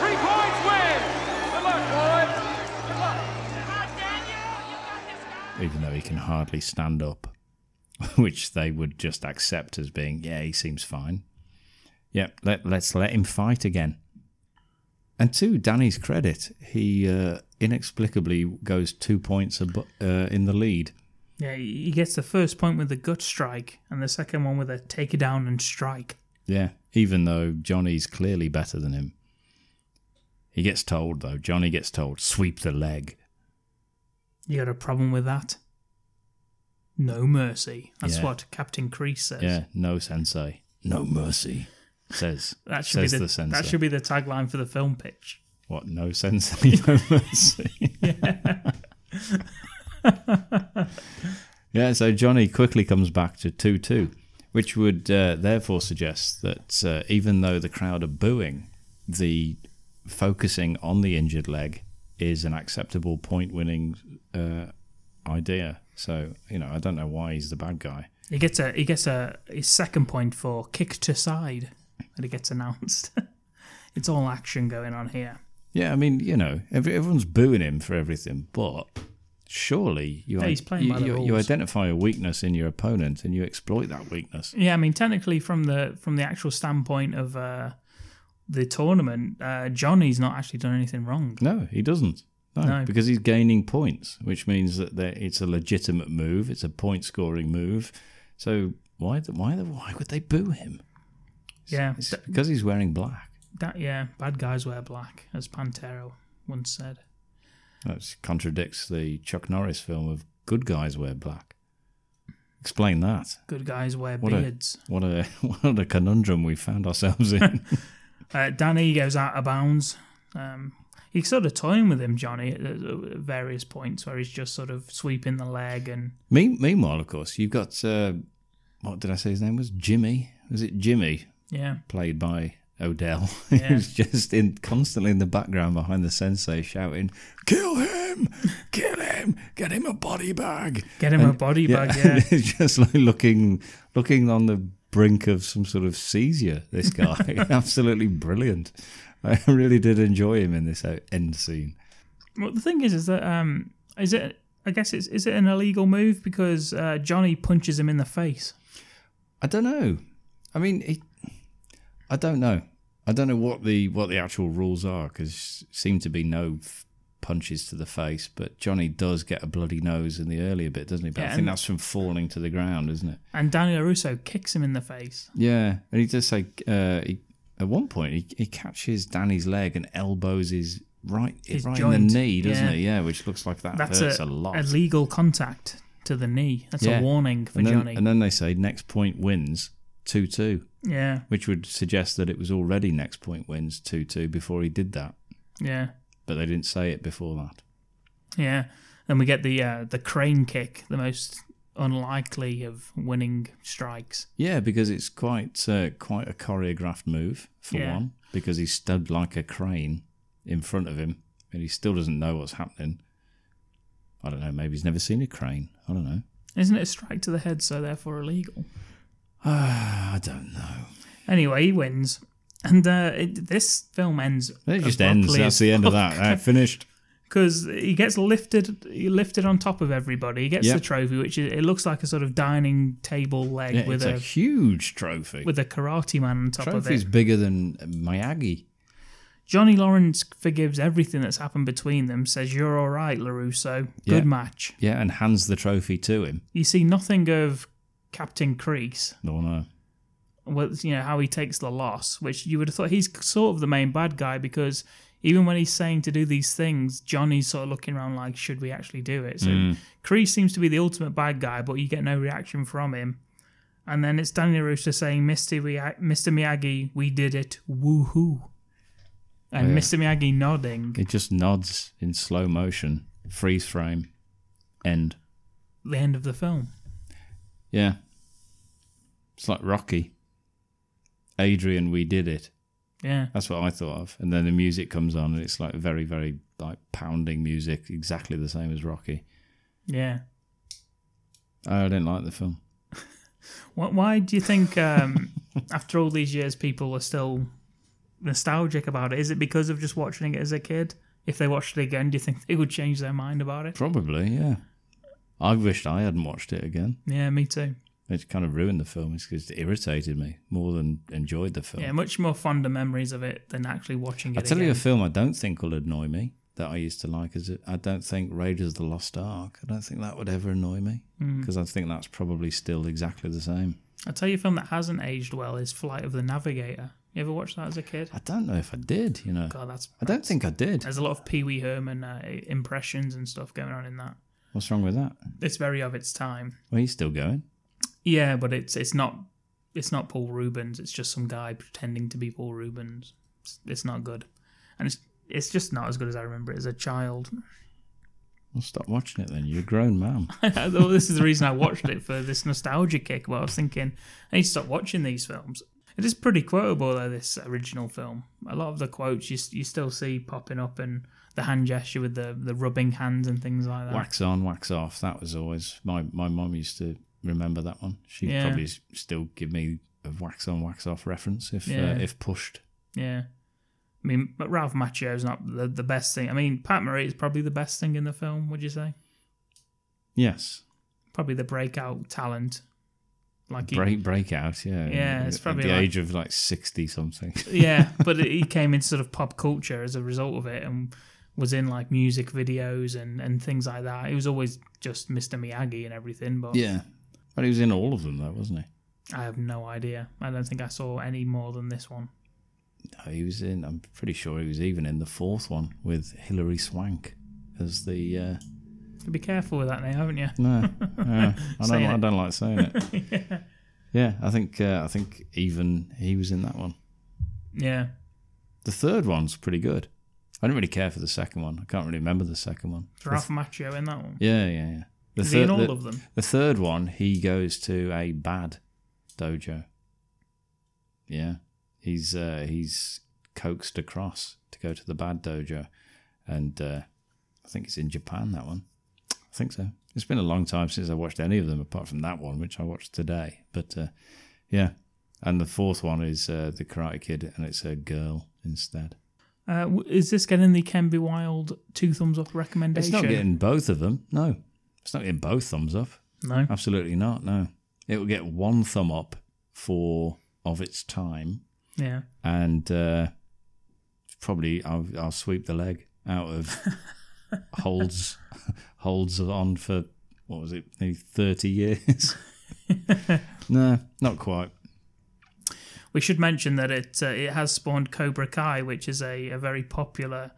[SPEAKER 1] Three points win. Good luck, boys. Good luck. Good luck, Daniel. You got this, guy.
[SPEAKER 2] even though he can hardly stand up, [LAUGHS] which they would just accept as being, yeah, he seems fine. Yep, let, let's let him fight again. And to Danny's credit, he uh, inexplicably goes two points abo- uh, in the lead.
[SPEAKER 3] Yeah, he he gets the first point with a gut strike and the second one with a take it down and strike.
[SPEAKER 2] Yeah, even though Johnny's clearly better than him. He gets told, though, Johnny gets told, sweep the leg.
[SPEAKER 3] You got a problem with that? No mercy. That's
[SPEAKER 2] Yeah.
[SPEAKER 3] what Captain Crease says.
[SPEAKER 2] Yeah, no sensei. No mercy, says,
[SPEAKER 3] That should
[SPEAKER 2] says
[SPEAKER 3] be the,
[SPEAKER 2] the sensei.
[SPEAKER 3] that should be the tagline for the film pitch.
[SPEAKER 2] What, no sensei, no mercy? yeah, so Johnny quickly comes back to 2 2, which would uh, therefore suggest that uh, even though the crowd are booing, the focusing on the injured leg is an acceptable point winning uh, idea. So, you know, I don't know why he's the bad guy.
[SPEAKER 3] He gets a he gets a his second point for kick to side that he gets announced. [LAUGHS] it's all action going on here.
[SPEAKER 2] Yeah, I mean, you know, every, everyone's booing him for everything, but surely you,
[SPEAKER 3] Yeah, he's playing
[SPEAKER 2] you,
[SPEAKER 3] by the
[SPEAKER 2] you, you
[SPEAKER 3] rules.
[SPEAKER 2] identify a weakness in your opponent and you exploit that weakness.
[SPEAKER 3] Yeah, I mean, technically, from the from the actual standpoint of uh, the tournament, uh, Johnny's not actually done anything wrong.
[SPEAKER 2] No, he doesn't. No,
[SPEAKER 3] No.
[SPEAKER 2] because he's gaining points, which means that there- it's a legitimate move. It's a point scoring move. So why the, why the, why would they boo him?
[SPEAKER 3] Yeah,
[SPEAKER 2] It's
[SPEAKER 3] th-
[SPEAKER 2] because he's wearing black.
[SPEAKER 3] that yeah, bad guys wear black, as Pantero once said.
[SPEAKER 2] That contradicts the Chuck Norris film of Good Guys Wear Black. Explain that.
[SPEAKER 3] Good guys wear
[SPEAKER 2] What a,
[SPEAKER 3] beards.
[SPEAKER 2] what a [LAUGHS] what a conundrum we found ourselves in.
[SPEAKER 3] Uh, Danny goes out of bounds. Um, he's sort of toying with him, Johnny, at, at at various points where he's just sort of sweeping the leg and
[SPEAKER 2] Me- meanwhile, of course, you've got uh, what did I say his name was? Jimmy. Was it Jimmy?
[SPEAKER 3] yeah,
[SPEAKER 2] played by Odell, [LAUGHS] who's just in constantly in the background behind the sensei shouting, "Kill him! Kill him! Get him a body bag!
[SPEAKER 3] get him a
[SPEAKER 2] And-
[SPEAKER 3] body
[SPEAKER 2] [LAUGHS]
[SPEAKER 3] bag.
[SPEAKER 2] and
[SPEAKER 3] Yeah,
[SPEAKER 2] he's just like looking, looking on the brink of some sort of seizure. This guy,
[SPEAKER 3] [LAUGHS]
[SPEAKER 2] absolutely brilliant. I really did enjoy him in this uh, end scene.
[SPEAKER 3] Well, the thing is, is that um, is it? I guess it's is it an illegal move because uh, Johnny punches him in the face.
[SPEAKER 2] I don't know. I mean, it, I don't know. I don't know what the what the actual rules are because seem to be no f- punches to the face, but Johnny does get a bloody nose in the earlier bit, doesn't he? But
[SPEAKER 3] Yeah,
[SPEAKER 2] I think
[SPEAKER 3] and-
[SPEAKER 2] that's from falling to the ground, isn't it?
[SPEAKER 3] And Danny Russo kicks him in the face.
[SPEAKER 2] Yeah, and he does say uh, he, at one point he, he catches Danny's leg and elbows his right
[SPEAKER 3] His
[SPEAKER 2] right in
[SPEAKER 3] joint,
[SPEAKER 2] the knee, doesn't
[SPEAKER 3] yeah.
[SPEAKER 2] he? Yeah, which looks like that
[SPEAKER 3] That's
[SPEAKER 2] hurts
[SPEAKER 3] a,
[SPEAKER 2] a, lot.
[SPEAKER 3] legal contact to the knee. That's
[SPEAKER 2] Yeah.
[SPEAKER 3] a warning for
[SPEAKER 2] and then,
[SPEAKER 3] Johnny.
[SPEAKER 2] and then they say next point wins two two.
[SPEAKER 3] yeah,
[SPEAKER 2] which would suggest that it was already next point wins 2 2 before he did that,
[SPEAKER 3] yeah,
[SPEAKER 2] but they didn't say it before that.
[SPEAKER 3] yeah. Then we get the uh, the crane kick, the most unlikely of winning strikes.
[SPEAKER 2] Yeah, because it's quite uh, quite a choreographed move for
[SPEAKER 3] Yeah.
[SPEAKER 2] one, because he's stood like a crane in front of him, and he still doesn't know what's happening. I don't know. Maybe he's never seen a crane. I don't know.
[SPEAKER 3] Isn't it a strike to the head, so therefore illegal?
[SPEAKER 2] Ah, I don't know.
[SPEAKER 3] Anyway, he wins. And uh, it, this film ends.
[SPEAKER 2] It just ends. That's the end of
[SPEAKER 3] [LAUGHS]
[SPEAKER 2] that. Uh, finished.
[SPEAKER 3] because he gets lifted he lifted on top of everybody he gets
[SPEAKER 2] Yeah.
[SPEAKER 3] the trophy which is, it looks like a sort of dining table leg
[SPEAKER 2] Yeah,
[SPEAKER 3] with
[SPEAKER 2] it's
[SPEAKER 3] a,
[SPEAKER 2] a, huge trophy.
[SPEAKER 3] with a karate man on top
[SPEAKER 2] Trophy's
[SPEAKER 3] of it
[SPEAKER 2] bigger than Miyagi.
[SPEAKER 3] johnny lawrence forgives everything that's happened between them says you're all right larusso good
[SPEAKER 2] Yeah.
[SPEAKER 3] match
[SPEAKER 2] Yeah, and hands the trophy to him.
[SPEAKER 3] you see nothing of captain crease
[SPEAKER 2] No, no.
[SPEAKER 3] with you know how he takes the loss which you would have thought he's sort of the main bad guy because even when he's saying to do these things johnny's sort of looking around like should we actually do it so Kreese seems to be the ultimate bad guy but you get no reaction from him and then it's danny Russo saying mr Miyagi, mr miyagi we did it woohoo and
[SPEAKER 2] Yeah.
[SPEAKER 3] mr miyagi nodding
[SPEAKER 2] It just nods in slow motion, freeze frame, end.
[SPEAKER 3] the end of the film
[SPEAKER 2] Yeah. It's like Rocky. Adrian, we did it.
[SPEAKER 3] yeah
[SPEAKER 2] That's what I thought of. And then the music comes on and it's like very, very like pounding music, exactly the same as Rocky.
[SPEAKER 3] yeah
[SPEAKER 2] I didn't like the film.
[SPEAKER 3] Why, why do you think, um, [LAUGHS] after all these years, people are still nostalgic about it? Is it because of just watching it as a kid? If they watched it again, do you think [LAUGHS] they would change their mind about it?
[SPEAKER 2] Probably, yeah. I wished I hadn't watched it again.
[SPEAKER 3] Yeah, me too.
[SPEAKER 2] It's kind of ruined the film. It's 'cause it irritated me more than enjoyed the film.
[SPEAKER 3] Yeah, much more fonder memories of it than actually watching it.
[SPEAKER 2] I Oh. tell
[SPEAKER 3] again.
[SPEAKER 2] you a film I don't think will annoy me that I used to like is it, I don't think Raiders of the Lost Ark. I don't think that would ever annoy me
[SPEAKER 3] Hmm.
[SPEAKER 2] because I think that's probably still exactly the same.
[SPEAKER 3] I'll tell you a film that hasn't aged well is Flight of the Navigator. You ever watched that as a kid?
[SPEAKER 2] I don't know if I did, you know.
[SPEAKER 3] God, that's
[SPEAKER 2] I don't think I did.
[SPEAKER 3] there's a lot of Pee Wee Herman uh, impressions and stuff going on in that.
[SPEAKER 2] What's wrong with that?
[SPEAKER 3] It's very of its time.
[SPEAKER 2] Well, he's still going.
[SPEAKER 3] Yeah, but it's it's not it's not Paul Rubens. It's just some guy pretending to be Paul Rubens. It's, it's not good, and it's it's just not as good as I remember it as a child. [LAUGHS]
[SPEAKER 2] Well, stop watching it then. You're a grown man.
[SPEAKER 3] Well, this is the reason I watched it for this nostalgia kick. Where I was thinking I need to stop watching these films. It is pretty quotable though. This original film, a lot of the quotes you s- you still see popping up and the hand gesture with the the rubbing hands and things like that.
[SPEAKER 2] wax on, wax off. That was always my my mum used to remember that one. She'd
[SPEAKER 3] Yeah.
[SPEAKER 2] probably s- still give me a wax on, wax off reference if
[SPEAKER 3] Yeah.
[SPEAKER 2] uh, if pushed.
[SPEAKER 3] Yeah. I mean, but Ralph Macchio's not the, the best thing. I mean, Pat Murray is probably the best thing in the film, would you say?
[SPEAKER 2] Yes.
[SPEAKER 3] Probably the breakout talent. Like he,
[SPEAKER 2] Break breakout, yeah.
[SPEAKER 3] Yeah, it's
[SPEAKER 2] At
[SPEAKER 3] probably
[SPEAKER 2] the
[SPEAKER 3] like-
[SPEAKER 2] age of like sixty something. [LAUGHS]
[SPEAKER 3] yeah, but he came into sort of pop culture as a result of it and was in like music videos and, and things like that. He was always just Mr. Miyagi and everything, but
[SPEAKER 2] Yeah. But he was in all of them, though, wasn't he?
[SPEAKER 3] I have no idea. I don't think I saw any more than this one.
[SPEAKER 2] No, he was in, I'm pretty sure he was even in the fourth one with Hilary Swank as the. Uh,
[SPEAKER 3] So be careful with that now, haven't you?
[SPEAKER 2] no, no, I, don't,
[SPEAKER 3] Saying
[SPEAKER 2] I
[SPEAKER 3] it.
[SPEAKER 2] don't like saying it. [LAUGHS] yeah. I think uh, I think even he was in that one.
[SPEAKER 3] Yeah.
[SPEAKER 2] The third one's pretty good. I didn't really care for the second one. I can't really remember the second one.
[SPEAKER 3] It's Ralph Macchio in that one.
[SPEAKER 2] Yeah, yeah, yeah. The
[SPEAKER 3] Is he in all
[SPEAKER 2] the,
[SPEAKER 3] of them?
[SPEAKER 2] The third one, he goes to a bad dojo. Yeah, he's uh, he's coaxed across to go to the bad dojo, and uh, I think it's in Japan that one. I think so. It's been a long time since I watched any of them, apart from that one, which I watched today. But uh, yeah, and the fourth one is uh, the Karate Kid, and it's a girl instead.
[SPEAKER 3] Uh, w- is this getting the Can Be Wild two thumbs up recommendation?
[SPEAKER 2] It's not getting both of them. No, it's not getting both thumbs up.
[SPEAKER 3] no.
[SPEAKER 2] Absolutely not. No, it will get one thumb up for of its time,
[SPEAKER 3] Yeah.
[SPEAKER 2] and uh, probably I'll, I'll sweep the leg out of holds holds on for what was it nearly thirty years. no, not quite.
[SPEAKER 3] We should mention that it uh, it has spawned Cobra Kai, which is a, a very popular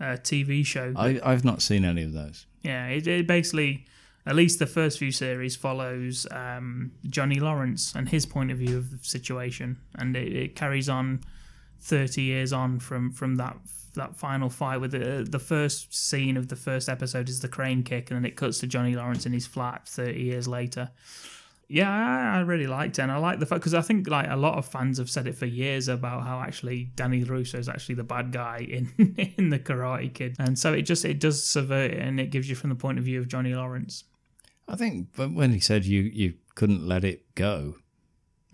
[SPEAKER 3] uh, TV show.
[SPEAKER 2] I, I've not seen any of those.
[SPEAKER 3] yeah, it, it basically, at least the first few series, follows um, Johnny Lawrence and his point of view of the situation, and it, it carries on thirty years on from from that that final fight. With the, the first scene of the first episode is the crane kick, and then it cuts to Johnny Lawrence in his flat thirty years later. Yeah, I, I really liked it, and I like the fact because I think like a lot of fans have said it for years about how actually Danny Russo is actually the bad guy in [LAUGHS] in the Karate Kid, and so it just it does subvert it and it gives you from the point of view of Johnny Lawrence.
[SPEAKER 2] I think but when he said you you couldn't let it go,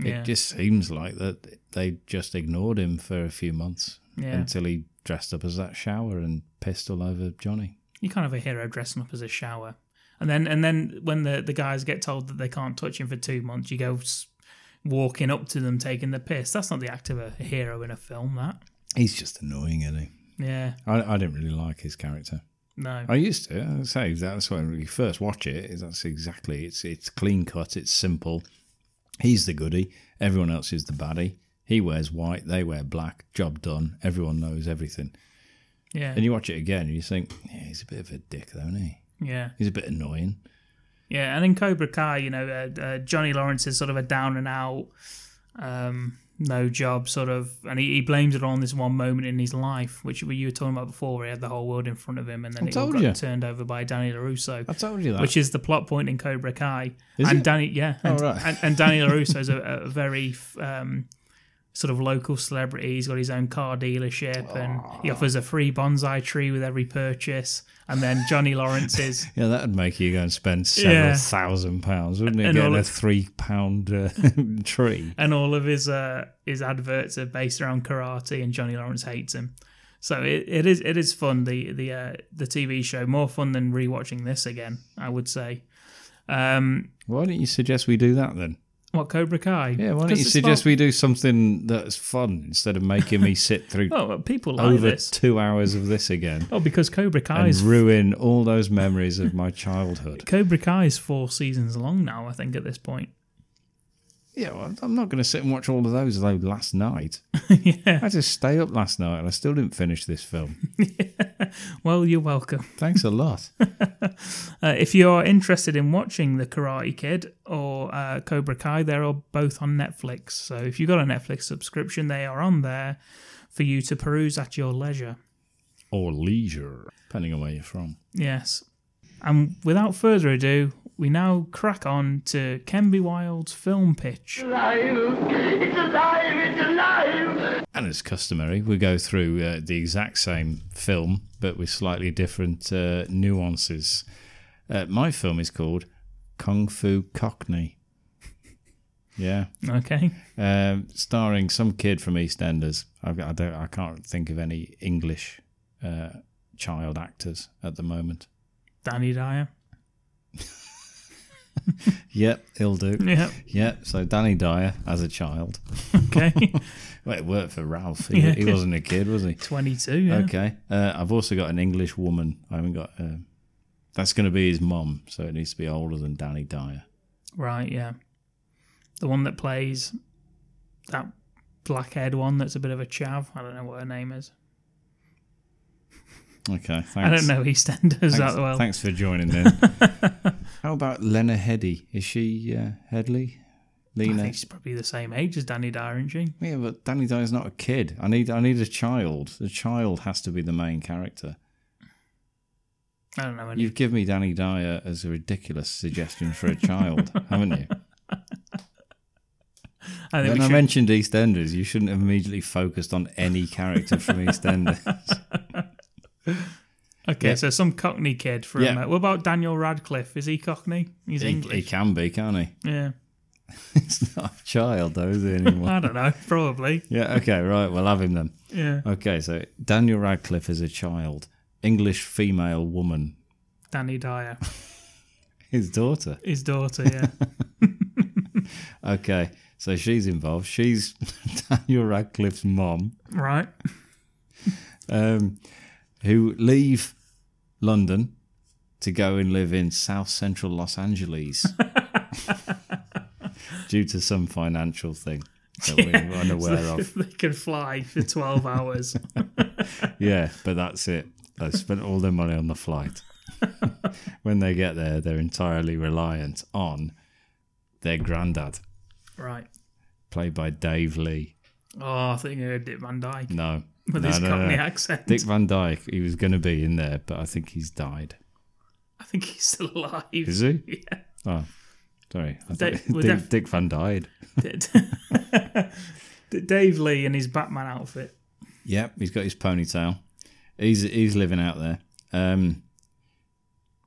[SPEAKER 3] Yeah.
[SPEAKER 2] it just seems like that they just ignored him for a few months
[SPEAKER 3] Yeah.
[SPEAKER 2] until he dressed up as that shower and pissed all over Johnny.
[SPEAKER 3] You can't have a hero dressing up as a shower, and then and then when the the guys get told that they can't touch him for two months, you go s- walking up to them taking the piss. That's not the act of a hero in a film. That
[SPEAKER 2] He's just annoying, isn't he?
[SPEAKER 3] yeah,
[SPEAKER 2] I, I didn't really like his character.
[SPEAKER 3] no,
[SPEAKER 2] I used to. I say that's when you first watch it. is That's exactly. It's it's clean cut. It's simple. He's the goody. Everyone else is the baddie. He wears white. They wear black. Job done. Everyone knows everything.
[SPEAKER 3] yeah,
[SPEAKER 2] And you watch it again, and you think, yeah, he's a bit of a dick, though, isn't he?
[SPEAKER 3] yeah.
[SPEAKER 2] He's a bit annoying.
[SPEAKER 3] Yeah, and in Cobra Kai, you know, uh, uh, Johnny Lawrence is sort of a down and out, um, no job sort of, and he, he blames it on this one moment in his life, which we- you were talking about before, where he had the whole world in front of him, and then
[SPEAKER 2] I
[SPEAKER 3] it all
[SPEAKER 2] told
[SPEAKER 3] got
[SPEAKER 2] you.
[SPEAKER 3] turned over by Danny LaRusso,
[SPEAKER 2] I told you that.
[SPEAKER 3] which is the plot point in Cobra Kai.
[SPEAKER 2] Is
[SPEAKER 3] and
[SPEAKER 2] it?
[SPEAKER 3] Danny, yeah, and,
[SPEAKER 2] right.
[SPEAKER 3] and, and Danny LaRusso
[SPEAKER 2] [LAUGHS]
[SPEAKER 3] is a, a very f- um, sort of local celebrity. He's got his own car dealership, and he offers a free bonsai tree with every purchase. And then Johnny Lawrence is.
[SPEAKER 2] yeah, that'd make you go and spend several
[SPEAKER 3] Yeah.
[SPEAKER 2] thousand pounds, wouldn't it?
[SPEAKER 3] And all
[SPEAKER 2] Getting a
[SPEAKER 3] of-
[SPEAKER 2] three pound uh, [LAUGHS] tree.
[SPEAKER 3] and all of his uh, his adverts are based around karate, and Johnny Lawrence hates him. So it, it is it is fun the the uh, the TV show more fun than rewatching this again. I would say. Um,
[SPEAKER 2] Why don't you suggest we do that then?
[SPEAKER 3] what Cobra Kai?
[SPEAKER 2] Yeah, why don't you suggest we do something that's fun instead of making me sit [LAUGHS] through
[SPEAKER 3] Oh, people like
[SPEAKER 2] over
[SPEAKER 3] this.
[SPEAKER 2] two hours of this [LAUGHS] again
[SPEAKER 3] oh, because Cobra Kai
[SPEAKER 2] and
[SPEAKER 3] is
[SPEAKER 2] ruin all those memories of my childhood?
[SPEAKER 3] Cobra Kai is four seasons long now. I think at this point.
[SPEAKER 2] [LAUGHS] Yeah, well, I'm not going to sit and watch all of those though. Last [LAUGHS] night, I just stayed up last night and I still didn't finish this [LAUGHS] film.
[SPEAKER 3] Well, you're welcome.
[SPEAKER 2] Thanks a lot.
[SPEAKER 3] Uh, if you are interested in watching The Karate Kid or uh, Cobra Kai, they are both on Netflix. So if you've got a Netflix subscription, they are on there for you to peruse at your leisure.
[SPEAKER 2] or leisure, depending on where you're from.
[SPEAKER 3] Yes. And without further ado, we now crack on to Kenby Wild's film pitch.
[SPEAKER 2] And as customary, we go through uh, the exact same film, but with slightly different uh, nuances. Uh, my film is called Kung Fu Cockney. [LAUGHS] Yeah,
[SPEAKER 3] Okay.
[SPEAKER 2] um, starring some kid from EastEnders. I've, got- I don't, I can't think of any English uh, child actors at the moment.
[SPEAKER 3] Danny Dyer. [LAUGHS]
[SPEAKER 2] Yep, he'll do.
[SPEAKER 3] Yeah.
[SPEAKER 2] Yep. So Danny Dyer as a child.
[SPEAKER 3] Okay.
[SPEAKER 2] Well, it worked for Ralph. He, he wasn't a kid, was he?
[SPEAKER 3] 22. Yeah.
[SPEAKER 2] Okay. Uh, I've also got an English woman. I haven't got. Uh, that's going to be his mum, so it needs to be older than Danny Dyer.
[SPEAKER 3] Right. Yeah. The one that plays that blackhead one that's a bit of a chav. I don't know what her name is.
[SPEAKER 2] Okay. Thanks.
[SPEAKER 3] I don't know EastEnders
[SPEAKER 2] Thanks,
[SPEAKER 3] that well. [LAUGHS]
[SPEAKER 2] thanks for joining in. How about Lena Headey? Is she uh, Headley?
[SPEAKER 3] I
[SPEAKER 2] Lena.
[SPEAKER 3] think she's probably the same age as Danny Dyer, isn't she?
[SPEAKER 2] Yeah, but Danny Dyer's not a kid. I need I need a child. The child has to be the main character.
[SPEAKER 3] I don't know. Any,
[SPEAKER 2] You've given me Danny Dyer as a ridiculous suggestion for
[SPEAKER 3] [LAUGHS]
[SPEAKER 2] a child, haven't you?
[SPEAKER 3] I think
[SPEAKER 2] When
[SPEAKER 3] we
[SPEAKER 2] I
[SPEAKER 3] should.
[SPEAKER 2] mentioned EastEnders, you shouldn't have immediately focused on any
[SPEAKER 3] [LAUGHS]
[SPEAKER 2] character from EastEnders.
[SPEAKER 3] okay,
[SPEAKER 2] yeah.
[SPEAKER 3] so some Cockney kid from.
[SPEAKER 2] Yeah.
[SPEAKER 3] uh, what about Daniel Radcliffe? Is he Cockney? He's
[SPEAKER 2] he,
[SPEAKER 3] English.
[SPEAKER 2] he can be, can't he? [LAUGHS]
[SPEAKER 3] yeah.
[SPEAKER 2] It's not a child, though, is he anymore?
[SPEAKER 3] [LAUGHS] I don't know. Probably.
[SPEAKER 2] yeah, okay, right. We'll have him then.
[SPEAKER 3] Yeah.
[SPEAKER 2] Okay, so Daniel Radcliffe is a child, English female woman,
[SPEAKER 3] Danny Dyer,
[SPEAKER 2] his daughter.
[SPEAKER 3] his daughter.
[SPEAKER 2] [LAUGHS]
[SPEAKER 3] Yeah.
[SPEAKER 2] Okay, so she's involved. She's [LAUGHS] Daniel Radcliffe's mom.
[SPEAKER 3] right.
[SPEAKER 2] um, who leave London to go and live in South Central Los Angeles [LAUGHS] due to some financial thing that we're
[SPEAKER 3] [LAUGHS]
[SPEAKER 2] unaware of.
[SPEAKER 3] they can fly for twelve hours.
[SPEAKER 2] Yeah, but that's it. They spent all their money on
[SPEAKER 3] [LAUGHS]
[SPEAKER 2] the flight. when they get there, they're entirely reliant on their granddad,
[SPEAKER 3] right.
[SPEAKER 2] played by Dave Lee.
[SPEAKER 3] Oh, I think I heard Dick Van Dyke
[SPEAKER 2] [LAUGHS] No,
[SPEAKER 3] with
[SPEAKER 2] no,
[SPEAKER 3] his
[SPEAKER 2] no, no,
[SPEAKER 3] Cockney
[SPEAKER 2] no.
[SPEAKER 3] accent.
[SPEAKER 2] Dick Van Dyke. He was going to be in there, but I think he's died.
[SPEAKER 3] I think he's still alive.
[SPEAKER 2] Is he?
[SPEAKER 3] Yeah.
[SPEAKER 2] Oh, sorry. I
[SPEAKER 3] Dick-
[SPEAKER 2] thought-
[SPEAKER 3] we're
[SPEAKER 2] Dick,
[SPEAKER 3] def-
[SPEAKER 2] Dick Van died.
[SPEAKER 3] D- [LAUGHS] Dave Lee in his Batman outfit.
[SPEAKER 2] Yep, he's got his ponytail. He's he's living out there. Um,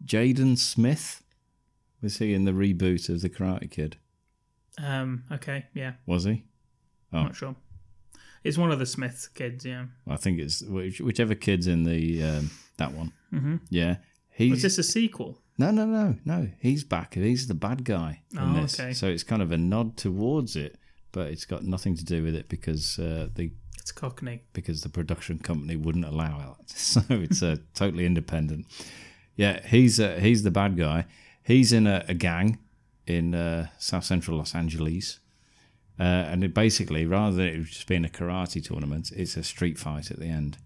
[SPEAKER 2] Jaden Smith was he in the reboot of the Karate Kid?
[SPEAKER 3] Um. Okay. Yeah.
[SPEAKER 2] Was he? Oh.
[SPEAKER 3] Not sure. It's one of the Smith kids. Yeah.
[SPEAKER 2] I think it's which, whichever kid's in the um, that one. Mm-hmm. Yeah,
[SPEAKER 3] Was
[SPEAKER 2] he's
[SPEAKER 3] this a sequel?
[SPEAKER 2] no, no, no, no. He's back. He's the bad guy in
[SPEAKER 3] Oh,
[SPEAKER 2] this.
[SPEAKER 3] okay.
[SPEAKER 2] So it's kind of a nod towards it, but it's got nothing to do with it because uh, the
[SPEAKER 3] It's Cockney.
[SPEAKER 2] because the production company wouldn't allow it. [LAUGHS] So
[SPEAKER 3] [LAUGHS]
[SPEAKER 2] it's uh, totally independent. Yeah, he's uh, he's the bad guy. He's in a, a gang in uh, South Central Los Angeles, uh, and it basically, rather than it just being a karate tournament, it's a street fight at the end.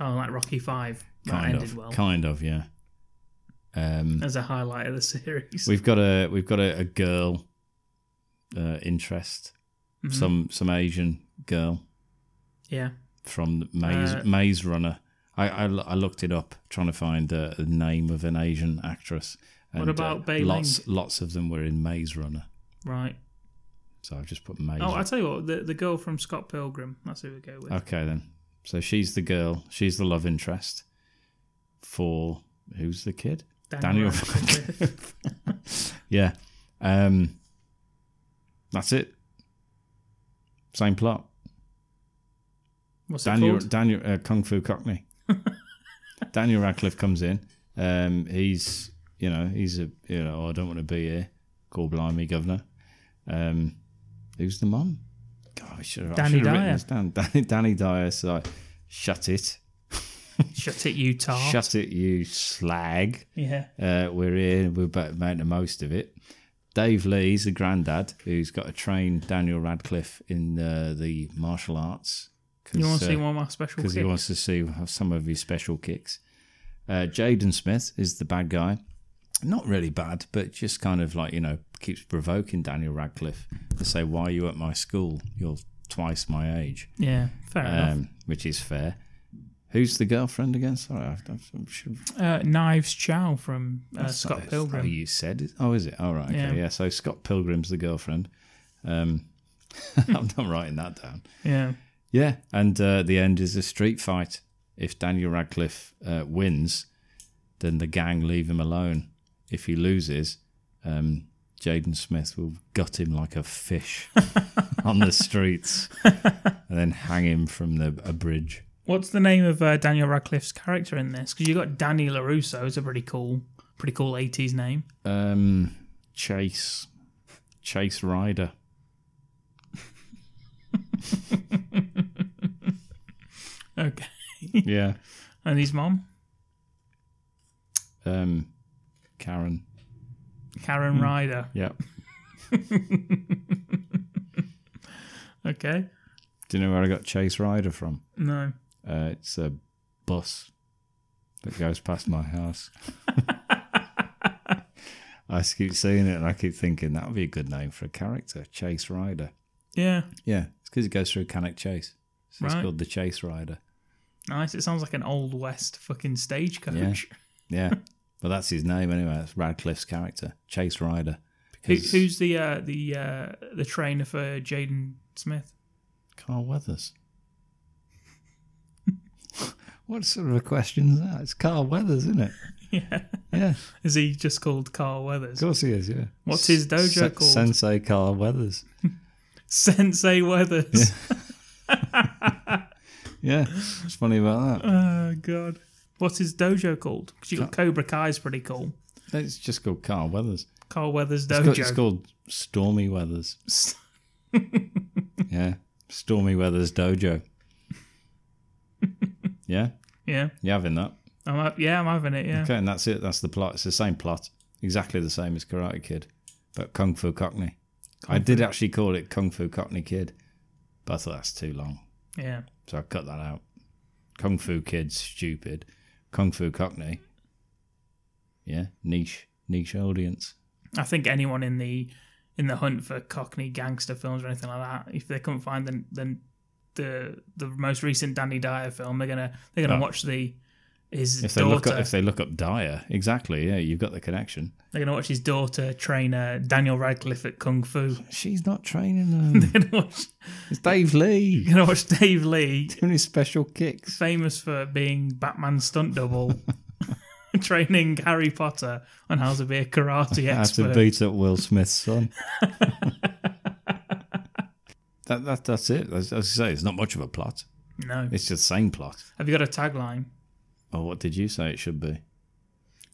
[SPEAKER 3] Oh, like Rocky Five. That
[SPEAKER 2] Kind
[SPEAKER 3] ended
[SPEAKER 2] of,
[SPEAKER 3] well.
[SPEAKER 2] kind of, yeah. Um,
[SPEAKER 3] as a highlight of the [LAUGHS] series.
[SPEAKER 2] we've got a we've got a, a girl uh, interest,
[SPEAKER 3] Mm-hmm.
[SPEAKER 2] some some Asian girl.
[SPEAKER 3] yeah.
[SPEAKER 2] from Maze
[SPEAKER 3] Uh,
[SPEAKER 2] Maze Runner. I, I l- I looked it up trying to find uh, the name of an Asian actress.
[SPEAKER 3] What about
[SPEAKER 2] uh,
[SPEAKER 3] Bei
[SPEAKER 2] lots lots of them were in Maze Runner,
[SPEAKER 3] Right.
[SPEAKER 2] so I've just put Maze.
[SPEAKER 3] Oh, I
[SPEAKER 2] Runner.
[SPEAKER 3] tell you what, the, the girl from Scott Pilgrim. That's who we go with.
[SPEAKER 2] okay then. So she's the girl. She's the love interest for who's the kid?
[SPEAKER 3] Daniel
[SPEAKER 2] [LAUGHS] Radcliffe. yeah, um, that's it. Same plot.
[SPEAKER 3] [LAUGHS] What's
[SPEAKER 2] Daniel,
[SPEAKER 3] it called?
[SPEAKER 2] Daniel uh, Kung
[SPEAKER 3] [LAUGHS]
[SPEAKER 2] Fu Cockney. Daniel Radcliffe comes in. Um, he's you know he's a you know "Oh, I don't want to be here. Call blimey, governor. Um, who's the mum? God, I should have, I
[SPEAKER 3] Danny
[SPEAKER 2] should have written
[SPEAKER 3] Dyer.
[SPEAKER 2] this down. [LAUGHS] Danny, Danny Dyer. So I, shut it,
[SPEAKER 3] Shut it, you tart.
[SPEAKER 2] shut it, you slag.
[SPEAKER 3] Yeah.
[SPEAKER 2] Uh, we're here. We're about make the most of it. Dave Lee's the granddad who's got to train Daniel Radcliffe in uh, the martial arts. 'Cause,
[SPEAKER 3] You want to see
[SPEAKER 2] uh,
[SPEAKER 3] one of my special
[SPEAKER 2] because
[SPEAKER 3] kicks?
[SPEAKER 2] he wants to see some of his special kicks. Uh, Jaden Smith is the bad guy. Not really bad, but just kind of like, you know, keeps provoking Daniel Radcliffe to say, Why are you at my school? You're twice my age,
[SPEAKER 3] Yeah, fair
[SPEAKER 2] um, which is fair. Who's the girlfriend again? Sorry, I, I should.
[SPEAKER 3] enough. Uh, Knives Chow from uh,
[SPEAKER 2] that's not-
[SPEAKER 3] Scott
[SPEAKER 2] Oh,
[SPEAKER 3] Pilgrim.
[SPEAKER 2] you said it. Oh, is it? All right. Okay. Yeah.
[SPEAKER 3] Yeah.
[SPEAKER 2] So Scott Pilgrim's the girlfriend. Um, [LAUGHS] I'm not writing that down.
[SPEAKER 3] Yeah.
[SPEAKER 2] Yeah, and uh, the end is a street fight. If Daniel Radcliffe uh, wins, then the gang leave him alone. If he loses, um, Jaden Smith will gut him like
[SPEAKER 3] [LAUGHS]
[SPEAKER 2] a fish on the streets and then hang him from the a bridge.
[SPEAKER 3] What's the name of uh, Daniel Radcliffe's character in this? Because you got Danny LaRusso. It's a pretty cool, pretty cool '80s name.
[SPEAKER 2] Um, Chase,
[SPEAKER 3] [LAUGHS]
[SPEAKER 2] Chase Ryder.
[SPEAKER 3] Okay.
[SPEAKER 2] Yeah.
[SPEAKER 3] And his mom,
[SPEAKER 2] Um, Karen.
[SPEAKER 3] Karen
[SPEAKER 2] Hmm.
[SPEAKER 3] Ryder.
[SPEAKER 2] Yeah.
[SPEAKER 3] Okay.
[SPEAKER 2] Do you know where I got Chase Ryder from?
[SPEAKER 3] No.
[SPEAKER 2] Uh, it's a bus that goes past my house. [LAUGHS] I just keep seeing it and I keep thinking that would be a good name for a character, Chase Rider.
[SPEAKER 3] Yeah,
[SPEAKER 2] Yeah, it's because it goes through Canic Chase. So it's
[SPEAKER 3] Right.
[SPEAKER 2] called the Chase Rider.
[SPEAKER 3] nice. It sounds like an old west fucking stagecoach.
[SPEAKER 2] Yeah, but that's his name anyway. That's Radcliffe's character, Chase Rider.
[SPEAKER 3] Who,
[SPEAKER 2] Because
[SPEAKER 3] who's the uh, the uh, the trainer for Jaden Smith?
[SPEAKER 2] Carl Weathers? [LAUGHS] what sort of a question is that? It's Carl Weathers, isn't it?
[SPEAKER 3] [LAUGHS] Yeah,
[SPEAKER 2] Yeah,
[SPEAKER 3] is he just called Carl Weathers?
[SPEAKER 2] of course he is. Yeah.
[SPEAKER 3] What's his dojo
[SPEAKER 2] Se-
[SPEAKER 3] called?
[SPEAKER 2] Sensei Carl Weathers.
[SPEAKER 3] Sensei Weathers.
[SPEAKER 2] Yeah, what's funny
[SPEAKER 3] [LAUGHS]
[SPEAKER 2] about that?
[SPEAKER 3] Oh god. What's his dojo called? 'Cause you got Cobra Kai's pretty cool.
[SPEAKER 2] It's just called Carl Weathers.
[SPEAKER 3] Carl Weathers
[SPEAKER 2] It's, called, it's
[SPEAKER 3] dojo.
[SPEAKER 2] called Stormy Weathers. [LAUGHS] yeah, Stormy
[SPEAKER 3] [LAUGHS]
[SPEAKER 2] Weathers Dojo. yeah,
[SPEAKER 3] yeah,
[SPEAKER 2] you having that?
[SPEAKER 3] I'm up, yeah, I'm having it. Yeah,
[SPEAKER 2] Okay, and that's it. That's the plot. It's the same plot, exactly the same as Karate Kid, but Kung Fu Cockney. I did actually call it Kung Fu Cockney Kid, but I thought that's too long,
[SPEAKER 3] yeah.
[SPEAKER 2] so I cut that out. Kung Fu Kid, stupid. Kung Fu Cockney. Yeah, niche, niche audience.
[SPEAKER 3] I think anyone in the in the hunt for Cockney gangster films or anything like that, if they couldn't find the the the, the most recent Danny Dyer film, they're gonna they're gonna
[SPEAKER 2] Oh.
[SPEAKER 3] watch the his
[SPEAKER 2] If they look
[SPEAKER 3] daughter.
[SPEAKER 2] up, if they look up Dyer, exactly. Yeah, you've got the connection.
[SPEAKER 3] They're gonna watch his daughter train uh, Daniel Radcliffe at kung fu. [LAUGHS]
[SPEAKER 2] She's not training them. [LAUGHS]
[SPEAKER 3] they're gonna watch,
[SPEAKER 2] it's Dave
[SPEAKER 3] [LAUGHS]
[SPEAKER 2] Lee
[SPEAKER 3] they're gonna watch Dave Lee
[SPEAKER 2] doing his special kicks.
[SPEAKER 3] famous for being Batman's stunt double,
[SPEAKER 2] [LAUGHS]
[SPEAKER 3] [LAUGHS] training Harry Potter on how to be a karate
[SPEAKER 2] I have to
[SPEAKER 3] expert.
[SPEAKER 2] beat up Will Smith's son. [LAUGHS] that, that that's it. As, as you say, it's not much of a plot.
[SPEAKER 3] No.
[SPEAKER 2] It's just the same plot.
[SPEAKER 3] Have you got a tagline?
[SPEAKER 2] Or what did you say it should be?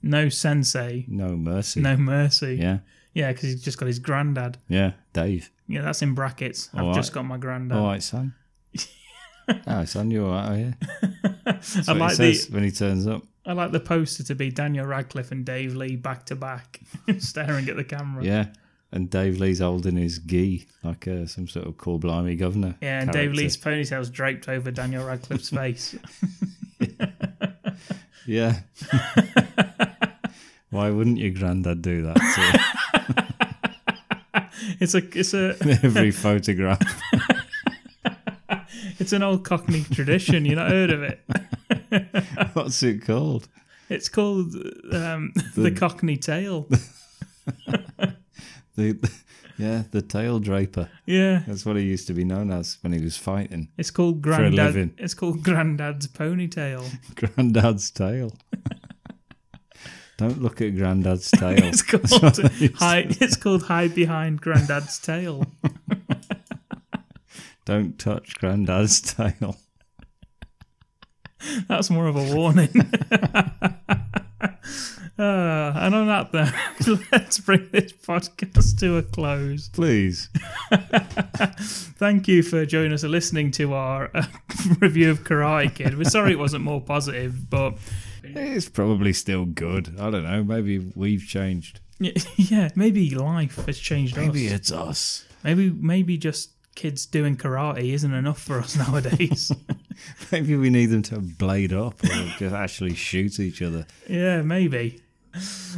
[SPEAKER 3] No sensei,
[SPEAKER 2] No mercy.
[SPEAKER 3] no mercy.
[SPEAKER 2] Yeah.
[SPEAKER 3] Yeah, because he's just got his granddad.
[SPEAKER 2] Yeah. Dave.
[SPEAKER 3] Yeah, that's in brackets. I've
[SPEAKER 2] All right.
[SPEAKER 3] just got my granddad.
[SPEAKER 2] All right, [LAUGHS] son. Ah, son, you're all right, are you? That's
[SPEAKER 3] I
[SPEAKER 2] what
[SPEAKER 3] like
[SPEAKER 2] he
[SPEAKER 3] the
[SPEAKER 2] says when he turns up.
[SPEAKER 3] I like the poster to be Daniel Radcliffe and Dave Lee back to back, [LAUGHS] staring at the camera.
[SPEAKER 2] Yeah. And Dave Lee's holding his gi like uh, some sort of cool blimey governor.
[SPEAKER 3] Yeah, and Dave
[SPEAKER 2] character.
[SPEAKER 3] Lee's ponytail's draped over Daniel Radcliffe's face. [LAUGHS]
[SPEAKER 2] [LAUGHS] Yeah. Why wouldn't your granddad do that? to- [LAUGHS]
[SPEAKER 3] It's a it's a
[SPEAKER 2] every photograph.
[SPEAKER 3] it's an old Cockney tradition. You've not heard of it?
[SPEAKER 2] What's it called?
[SPEAKER 3] It's called
[SPEAKER 2] [LAUGHS]
[SPEAKER 3] um, the, Cockney Tale.
[SPEAKER 2] The [LAUGHS] yeah, the tail draper.
[SPEAKER 3] Yeah,
[SPEAKER 2] That's what he used to be known as when he was fighting. [LAUGHS]
[SPEAKER 3] it's called
[SPEAKER 2] a
[SPEAKER 3] Grandad.
[SPEAKER 2] living.
[SPEAKER 3] It's called Grandad's
[SPEAKER 2] [LAUGHS]
[SPEAKER 3] Ponytail.
[SPEAKER 2] Grandad's tail. [LAUGHS] Don't look
[SPEAKER 3] [LAUGHS]
[SPEAKER 2] at Grandad's tail.
[SPEAKER 3] It's called [LAUGHS] hide. It's called hide behind Grandad's tail.
[SPEAKER 2] Don't touch Grandad's [LAUGHS] tail.
[SPEAKER 3] That's more of a warning. [LAUGHS] Uh, and on that, then [LAUGHS] let's bring this podcast to a close.
[SPEAKER 2] Please.
[SPEAKER 3] Thank you for joining us and listening to our uh, [LAUGHS] review of Karate Kid. We're sorry it wasn't more positive, but [LAUGHS]
[SPEAKER 2] It's probably still good. I don't know. Maybe we've changed.
[SPEAKER 3] y- yeah, maybe life has changed us.
[SPEAKER 2] Maybe it's us. [LAUGHS]
[SPEAKER 3] Maybe maybe just kids doing karate isn't enough for us [LAUGHS] nowadays.
[SPEAKER 2] Maybe we need them to blade up or [LAUGHS] just actually shoot each other.
[SPEAKER 3] yeah, maybe.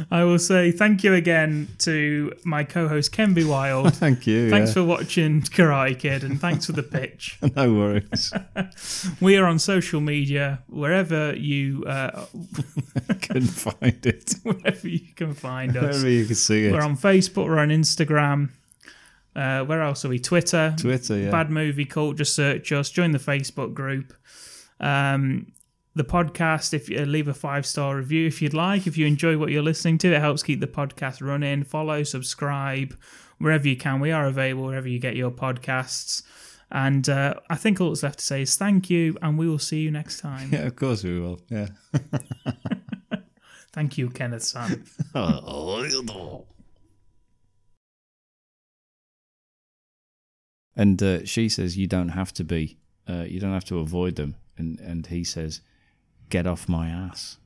[SPEAKER 3] I will say thank you again to my co-host Kenby Wild.
[SPEAKER 2] Thank you.
[SPEAKER 3] Thanks
[SPEAKER 2] yeah.
[SPEAKER 3] for watching [LAUGHS] Karate Kid and thanks for the pitch.
[SPEAKER 2] [LAUGHS] no worries.
[SPEAKER 3] We are on social media wherever you uh, [LAUGHS]
[SPEAKER 2] Couldn't find it.
[SPEAKER 3] wherever you can find us.
[SPEAKER 2] Wherever you can see it.
[SPEAKER 3] We're on Facebook, we're on Instagram. Uh, where else are we? Twitter.
[SPEAKER 2] Twitter, yeah.
[SPEAKER 3] Bad Movie Cult. Just search us. Join the Facebook group. Um, the podcast. If you uh, leave a five star review, if you'd like, if you enjoy what you're listening to, it helps keep the podcast running. Follow, subscribe wherever you can. We are available wherever you get your podcasts. And uh, I think all that's left to say is thank you, and we will see you next time.
[SPEAKER 2] [LAUGHS] Yeah, of course we will. Yeah.
[SPEAKER 3] Thank you, Kenneth San.
[SPEAKER 2] And uh, she says, "You don't have to be. Uh, you don't have to avoid them." And and he says, "Get off my ass."